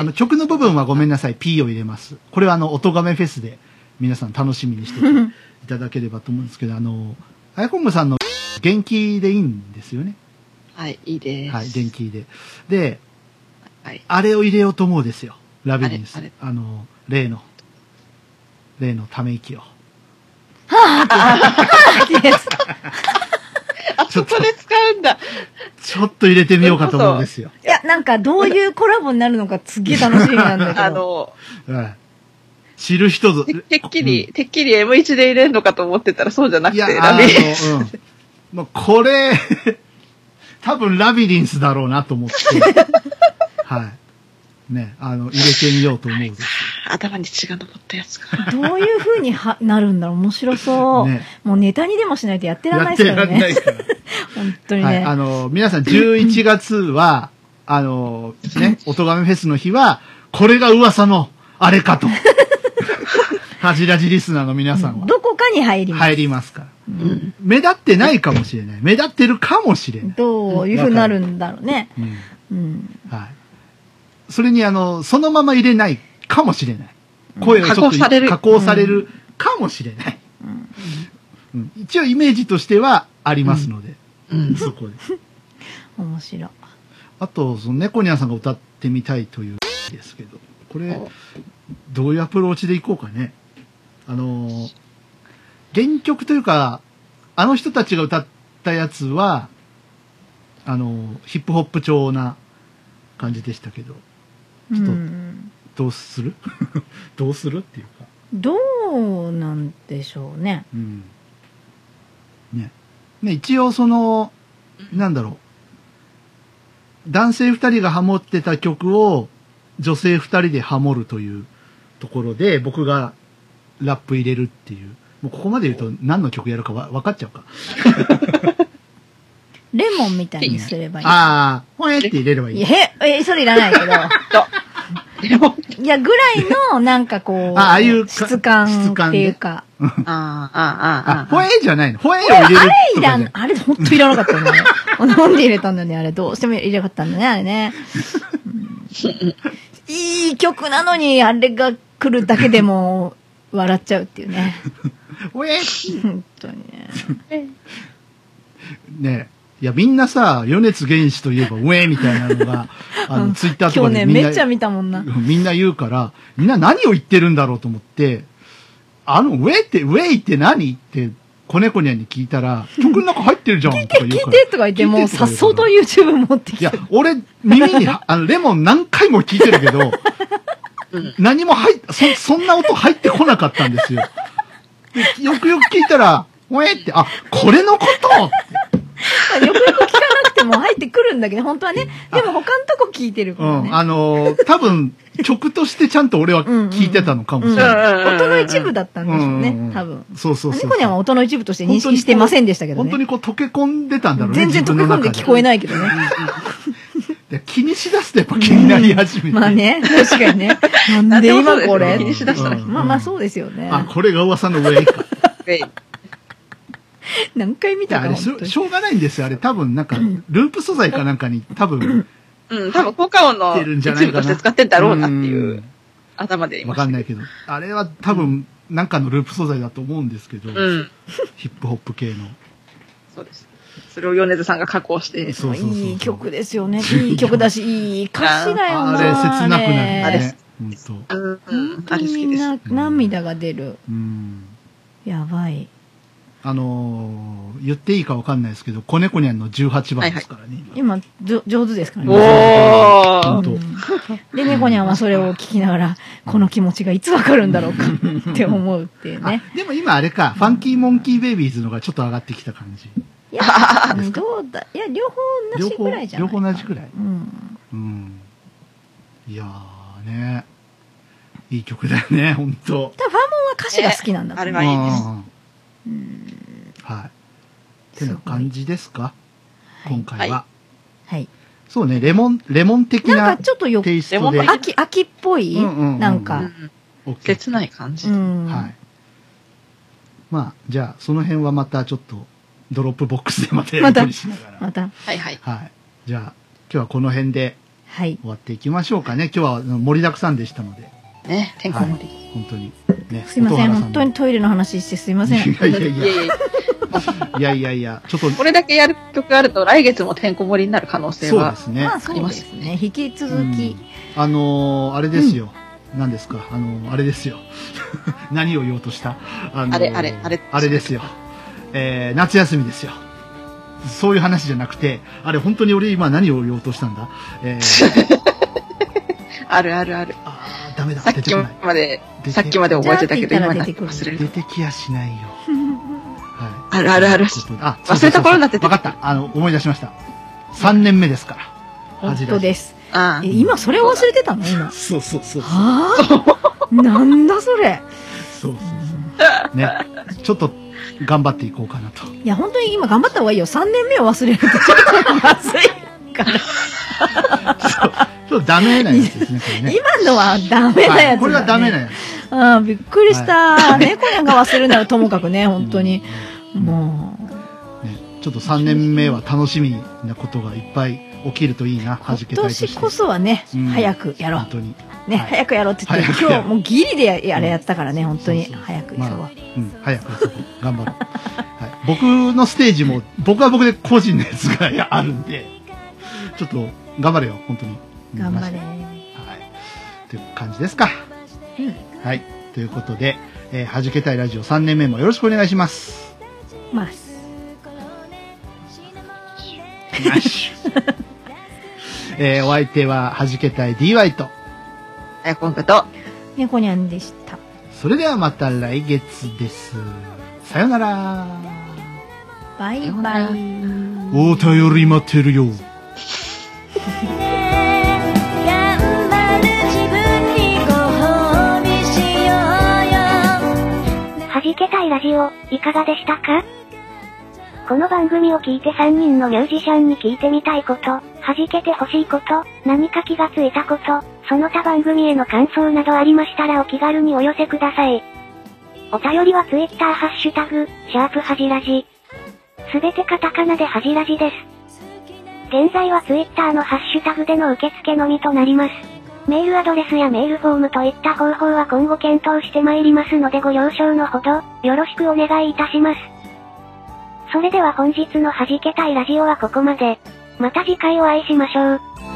Speaker 1: あの曲の部分はごめんなさい、P を入れます。これはあの、音めフェスで皆さん楽しみに
Speaker 3: *laughs*
Speaker 1: していただければと思うんですけど、あの、あやこんごさんの元気でいいんですよね。
Speaker 2: はい、いいです。
Speaker 1: はい、電。気で。で、
Speaker 2: はい
Speaker 1: あれを入れようと思うですよ。ラビリンス。
Speaker 2: あ
Speaker 1: あ
Speaker 2: れ
Speaker 1: の、例の、例のため息を。
Speaker 2: あそこで使うんだ。
Speaker 1: ちょっと入れてみようかと思うんです
Speaker 2: *laughs*
Speaker 1: よ。
Speaker 3: いやなんかどういうコラボになるのかすっげえ楽しみなんだけど
Speaker 2: あの、
Speaker 1: はい。知る人ぞ。
Speaker 2: ててっきり、てっきり M1 で入れるのかと思ってたらそうじゃ
Speaker 1: う、
Speaker 2: なんく
Speaker 1: い
Speaker 2: て、
Speaker 1: や、
Speaker 2: ラ
Speaker 1: あ
Speaker 2: ビリン
Speaker 1: の、 *laughs* うん。もうこ *laughs* *laughs* れ、多分ラビリンスだろうなと思って。はい。ね、あの、入れてみようと思うんです
Speaker 2: 頭に血が上ったやつか。
Speaker 3: どういう風にはなるんだろう面白
Speaker 1: よ
Speaker 3: そう。
Speaker 1: ね。
Speaker 3: もうネタにでもしないとやってらん
Speaker 1: や
Speaker 3: な
Speaker 1: っ
Speaker 3: いで
Speaker 1: て
Speaker 3: すから
Speaker 1: らんな
Speaker 3: ね。
Speaker 1: いから。
Speaker 3: 本当に
Speaker 1: は
Speaker 3: ね。
Speaker 1: い。あの、皆さん11月は、あの、
Speaker 3: *laughs*
Speaker 1: ね、おとがめフェスの日は、これが噂の、あれ
Speaker 3: *laughs*
Speaker 1: かと。はじらじリスナーの皆さんは。
Speaker 3: どこかに入ります。
Speaker 1: 入りますから。
Speaker 2: うん。
Speaker 1: 目立ってないかもしれない。目立ってるかもしれない。
Speaker 3: どういう風になるんだろうね。
Speaker 1: うん。
Speaker 3: うん。
Speaker 1: はい。それに、あの、そのまま入れないかもしれない。声をちょっと
Speaker 2: 加工される
Speaker 1: 加工されるかもしれない。うん一応イメージとしてはありますので、
Speaker 2: うん。
Speaker 1: そこで。
Speaker 3: 面白い。
Speaker 1: あと、その猫ニャンさんが歌ってみたいというですけど、これ、どういうアプローチでいこうかね。あのー、原曲というか、あの人たちが歌ったやつは、あのー、ヒップホップ調な感じでしたけど、
Speaker 3: う
Speaker 1: ょっと
Speaker 3: ん。
Speaker 1: どうする *laughs* どうするっていうか。
Speaker 3: どうなんでしょうね。
Speaker 1: うん。ね。ね、一応その、なんだろう。男性二人がハモってた曲を女性二人でハモるというところで僕がラップ入れるっていう。もうここまで言うと何の曲やるかわ分かっちゃうか。
Speaker 3: レモンみたいにすればいい。
Speaker 1: ああ、ほえって入れればい
Speaker 3: い
Speaker 1: い。
Speaker 3: や
Speaker 1: あ
Speaker 3: へえ、それいらな
Speaker 1: *laughs*
Speaker 3: いけ
Speaker 2: と、でも、
Speaker 3: ど。いや、ぐらいの、なんかこう、
Speaker 1: あああいうか
Speaker 3: 質感
Speaker 1: 質感
Speaker 3: っ
Speaker 1: ね
Speaker 3: ていうか。
Speaker 2: ああ、ああ、ああ。
Speaker 1: ほえじゃないの。ほえを入れる
Speaker 3: い
Speaker 1: と
Speaker 3: ら
Speaker 1: かじ
Speaker 3: ん
Speaker 1: ゃ、
Speaker 3: あれほんといらなかったよ
Speaker 1: *laughs*
Speaker 3: ね。なんで入れたんだよね、あれ。どうしても入れなかったんだね、あれね。うんいい曲なのに、あれが来るだけでも、笑っちゃうっていうね。
Speaker 1: ほえ
Speaker 3: 本当にね。
Speaker 1: ねいや、みんなさ、余熱原子といえば、ウェーみたいなの
Speaker 3: *laughs*
Speaker 1: が、あ
Speaker 3: う
Speaker 1: の、
Speaker 3: ん
Speaker 1: ツイッターと
Speaker 3: 今
Speaker 1: か
Speaker 3: 日
Speaker 1: で
Speaker 3: ね、
Speaker 1: みんな
Speaker 3: めっちゃ見たもんな。
Speaker 1: みんな言うから、みんな何を言ってるんだろうと思って、あの、ウェイって、ウェイって何って、子猫にゃんに聞いたら、曲の中入ってるじゃんとか言
Speaker 3: 聞
Speaker 1: う
Speaker 3: い
Speaker 1: から。
Speaker 3: てとか言って、もう、さっそうと
Speaker 1: う。
Speaker 3: YouTube 持ってき
Speaker 1: い
Speaker 3: て
Speaker 1: や。、俺、耳には、あの、レモン何回も聞いてるけど、何も入っ、そ、そんな音入ってこなかったんですよ。でよくよく聞いたら、ウェイって、あ、これのこと
Speaker 3: まあよくよく聞かなくても入ってくるんだけど、本当はね。でも他のとこ聞いてるか
Speaker 1: う
Speaker 3: らね。
Speaker 1: ん、あのー多分、曲としてちゃんと俺は聞いてたのかもしれない。
Speaker 3: 音の一部だったんでしょう
Speaker 1: うんうんう
Speaker 3: ね
Speaker 1: ん、
Speaker 3: 多分。
Speaker 1: そうそうそうそう。
Speaker 3: 猫には音の一部として認識してませんでしたけど
Speaker 1: 本当
Speaker 3: ね。
Speaker 1: にこう溶け込んでたんだろうね。
Speaker 3: 全然溶け込んで聞こえ
Speaker 1: い。
Speaker 3: ないけどね。
Speaker 1: で気にしだすとやっぱ気になり始めて。
Speaker 3: まあね、確かにね。なん
Speaker 2: ん
Speaker 3: で
Speaker 2: で
Speaker 3: 今
Speaker 2: 今
Speaker 3: こ
Speaker 2: こ
Speaker 3: れ
Speaker 1: う
Speaker 2: れ
Speaker 1: ん。
Speaker 3: まあまあそうですよね。
Speaker 1: あ、これが噂の
Speaker 3: *laughs*
Speaker 1: 上か。
Speaker 3: 何回見
Speaker 1: で
Speaker 3: た
Speaker 1: あ
Speaker 3: か
Speaker 1: れ
Speaker 3: 本
Speaker 1: し
Speaker 3: 当
Speaker 1: ょ、
Speaker 3: に
Speaker 1: しょうがないんですよ。あれ多分なんか、ループ素材かなんかに多分、
Speaker 2: うん、多分効果音の
Speaker 1: 出るんじ
Speaker 2: 一
Speaker 1: ゃない
Speaker 2: 部
Speaker 1: かな
Speaker 2: として使ってんだろうなっていう頭でい
Speaker 1: わ
Speaker 2: ま
Speaker 1: か
Speaker 2: し
Speaker 1: ん
Speaker 2: た。
Speaker 1: ないけど。あれは多分、なんかのループ素材だと思うんですけど、
Speaker 2: うん。
Speaker 1: ヒップホップ系の。
Speaker 2: そうです。それを米津さんが加工して、
Speaker 1: そうそうそうそう
Speaker 3: いい曲ですよね。いい曲だし、いい歌詞だよ
Speaker 1: あ
Speaker 3: な。
Speaker 1: れ、切なくなる
Speaker 3: あれ
Speaker 1: ね。本当。
Speaker 2: うん、
Speaker 3: 本
Speaker 2: あ
Speaker 3: 当
Speaker 2: れ
Speaker 3: に
Speaker 2: 好
Speaker 3: み
Speaker 2: き
Speaker 3: ん
Speaker 2: です。
Speaker 3: な涙が出る。
Speaker 1: うん。
Speaker 3: やばい。
Speaker 1: あのー言っていいかわかんないですけど、子猫にゃんの18番ですからね。
Speaker 3: 今、じょ上手ですから
Speaker 1: お
Speaker 3: ね。
Speaker 1: ー
Speaker 2: お
Speaker 1: 本
Speaker 2: ー
Speaker 1: 当
Speaker 3: で、猫にゃんはそれを聞きながら、この気持ちがいつわかるんだろうかって思うっていうね。
Speaker 1: あでも今あれか、ファンキーモンキーベイビーズのがちょっと上がってきた感じ。
Speaker 3: いや、どうだ、いや、両方同
Speaker 1: 両
Speaker 3: じ
Speaker 1: 方
Speaker 3: ぐらい、じゃ
Speaker 1: 両
Speaker 3: ないか
Speaker 1: 方同じくらい。
Speaker 3: うん。
Speaker 1: うん。いやーね。いい曲だよね、ほんと。
Speaker 3: ただ、ファモンは歌詞が好きなんだもん
Speaker 2: あれ
Speaker 1: う
Speaker 2: は
Speaker 1: ん
Speaker 2: いいです。
Speaker 1: はい。って
Speaker 3: す
Speaker 1: な
Speaker 3: ごい
Speaker 1: 感じですか、
Speaker 3: はい
Speaker 1: 今回は、
Speaker 3: はい。
Speaker 1: そうね、レモン、レモン的
Speaker 3: な
Speaker 1: なん
Speaker 3: かちょっとよ、
Speaker 1: テイストで
Speaker 2: レモン。
Speaker 3: 秋、秋っぽい、
Speaker 1: うんうんうん
Speaker 3: なん
Speaker 2: う
Speaker 3: か。
Speaker 2: ん、
Speaker 1: OK
Speaker 2: 切ない感じ。
Speaker 3: う
Speaker 2: うん
Speaker 3: ん。
Speaker 1: はい。まあ、じゃあ、その辺はまたちょっと、ドロップボックスでまたやり取りしながら。
Speaker 3: また、
Speaker 2: はいはい。
Speaker 1: はい。じゃあ、今日はこの辺で
Speaker 3: はい。
Speaker 1: 終わっていきましょうかね。今日はあの盛りだくさんでしたので、
Speaker 2: ね、てんこ盛り。
Speaker 1: 本当に。ね、
Speaker 3: すいません、
Speaker 1: 蛍原さ
Speaker 3: 本当にトイレの話してすいません。
Speaker 1: いやいやい
Speaker 2: い
Speaker 1: や
Speaker 2: やいや、
Speaker 1: いやいやいや、ちょっ
Speaker 3: *laughs*
Speaker 1: と、
Speaker 2: これだけやる曲あると来月もてんこ盛りになる可能性
Speaker 1: そうで
Speaker 2: は。
Speaker 1: すね
Speaker 3: ま。あ、そうですね。引き続き、
Speaker 1: うんあのーあれですよ。何ですかあのーあれですよ。 *laughs* 何を言おうとしたあのー
Speaker 2: あれあれあれ
Speaker 1: あれですよ。えー、夏休みですよ。そういう話じゃなくて、あれ本当に俺今何を言おうとしたんだえ
Speaker 2: *laughs*
Speaker 1: ー、
Speaker 2: あるあるある。
Speaker 1: あーダメだ、
Speaker 2: さっ
Speaker 1: 出て
Speaker 2: き
Speaker 1: こない。
Speaker 2: まで
Speaker 1: 出て、
Speaker 2: さっきまで覚えてたけど、
Speaker 3: じゃあ
Speaker 2: 今
Speaker 3: って言ったら
Speaker 2: な
Speaker 3: 出て
Speaker 2: 忘
Speaker 3: くる
Speaker 2: れる。
Speaker 1: 出てきやしない
Speaker 2: *laughs*
Speaker 1: よ。はい。
Speaker 2: あるあるある。
Speaker 1: あ、
Speaker 2: 忘れた頃になってて
Speaker 1: 分かった。あの、思い出しました。3年目ですから。。
Speaker 3: 本当ですす。
Speaker 2: あ
Speaker 3: え今それを忘れてたの今。
Speaker 1: そうそうそう。
Speaker 3: はあ *laughs* なんだそれ。
Speaker 1: そうそうそう。ね。ちょっと頑張っていこうかなと。
Speaker 3: いや、本当に今頑張った方がいいよ。3年目を忘れるとちょっとまずいから。
Speaker 1: ちょっとダメなやつですね、これね。
Speaker 3: 今のはダメなやつだ、ね
Speaker 1: はいこれはダメなやつ。
Speaker 3: うん、びっくりした。猫やんが忘れならともかくね、本当に。
Speaker 1: うん
Speaker 3: も
Speaker 1: ね、ちょっと3年目は楽しみなことがいっぱい起きるといいな、
Speaker 3: う、
Speaker 1: 弾
Speaker 3: 今
Speaker 1: けたいとして。
Speaker 3: 年こそはね、
Speaker 1: うん
Speaker 3: 早くやろ
Speaker 1: 本当に。
Speaker 3: う。ね、
Speaker 1: はい
Speaker 3: 早くやろうって言って、
Speaker 1: 早くやろう
Speaker 3: 今日もうギリでややれやったからね、本当に。
Speaker 1: そうそう
Speaker 3: 早くやろう。
Speaker 1: まあうん、早く遊ぼう頑張ろう。はい、僕のステージも、僕は僕で個人のやつがあるんで、ちょっと頑張れよ、本当に。うん
Speaker 3: 頑張
Speaker 1: マ
Speaker 3: れ。
Speaker 1: ジではい。という感じですか。はい。ということで、えー、弾けたいラジオ3年目もよろしくお願いします。
Speaker 3: まあ、
Speaker 1: えー、お相手は弾けたい DY と、
Speaker 2: あ、コンプと、
Speaker 3: 猫にゃんでした。
Speaker 1: それではまた来月です。さよなら。
Speaker 3: バイバイ。
Speaker 1: お便り待ってるよ。
Speaker 6: 頑張る自分にご褒美しようよ
Speaker 4: 弾けたいラジオ、いかがでしたかこの番組を聞いて3人のミュージシャンに聞いてみたいこと、弾けてほしいこと、何か気がついたこと、その他番組への感想などありましたらお気軽にお寄せください。お便りは Twitter ハッシュタグ、シャープはじらじ。すべてカタカナではじらじです。現在は Twitter のハッシュタグでの受付のみとなります。メールアドレスやメールフォームといった方法は今後検討してまいりますのでご了承のほど、よろしくお願いいたします。それでは本日の弾けたいラジオはここまで。また次回お会いしましょう。
Speaker 6: 「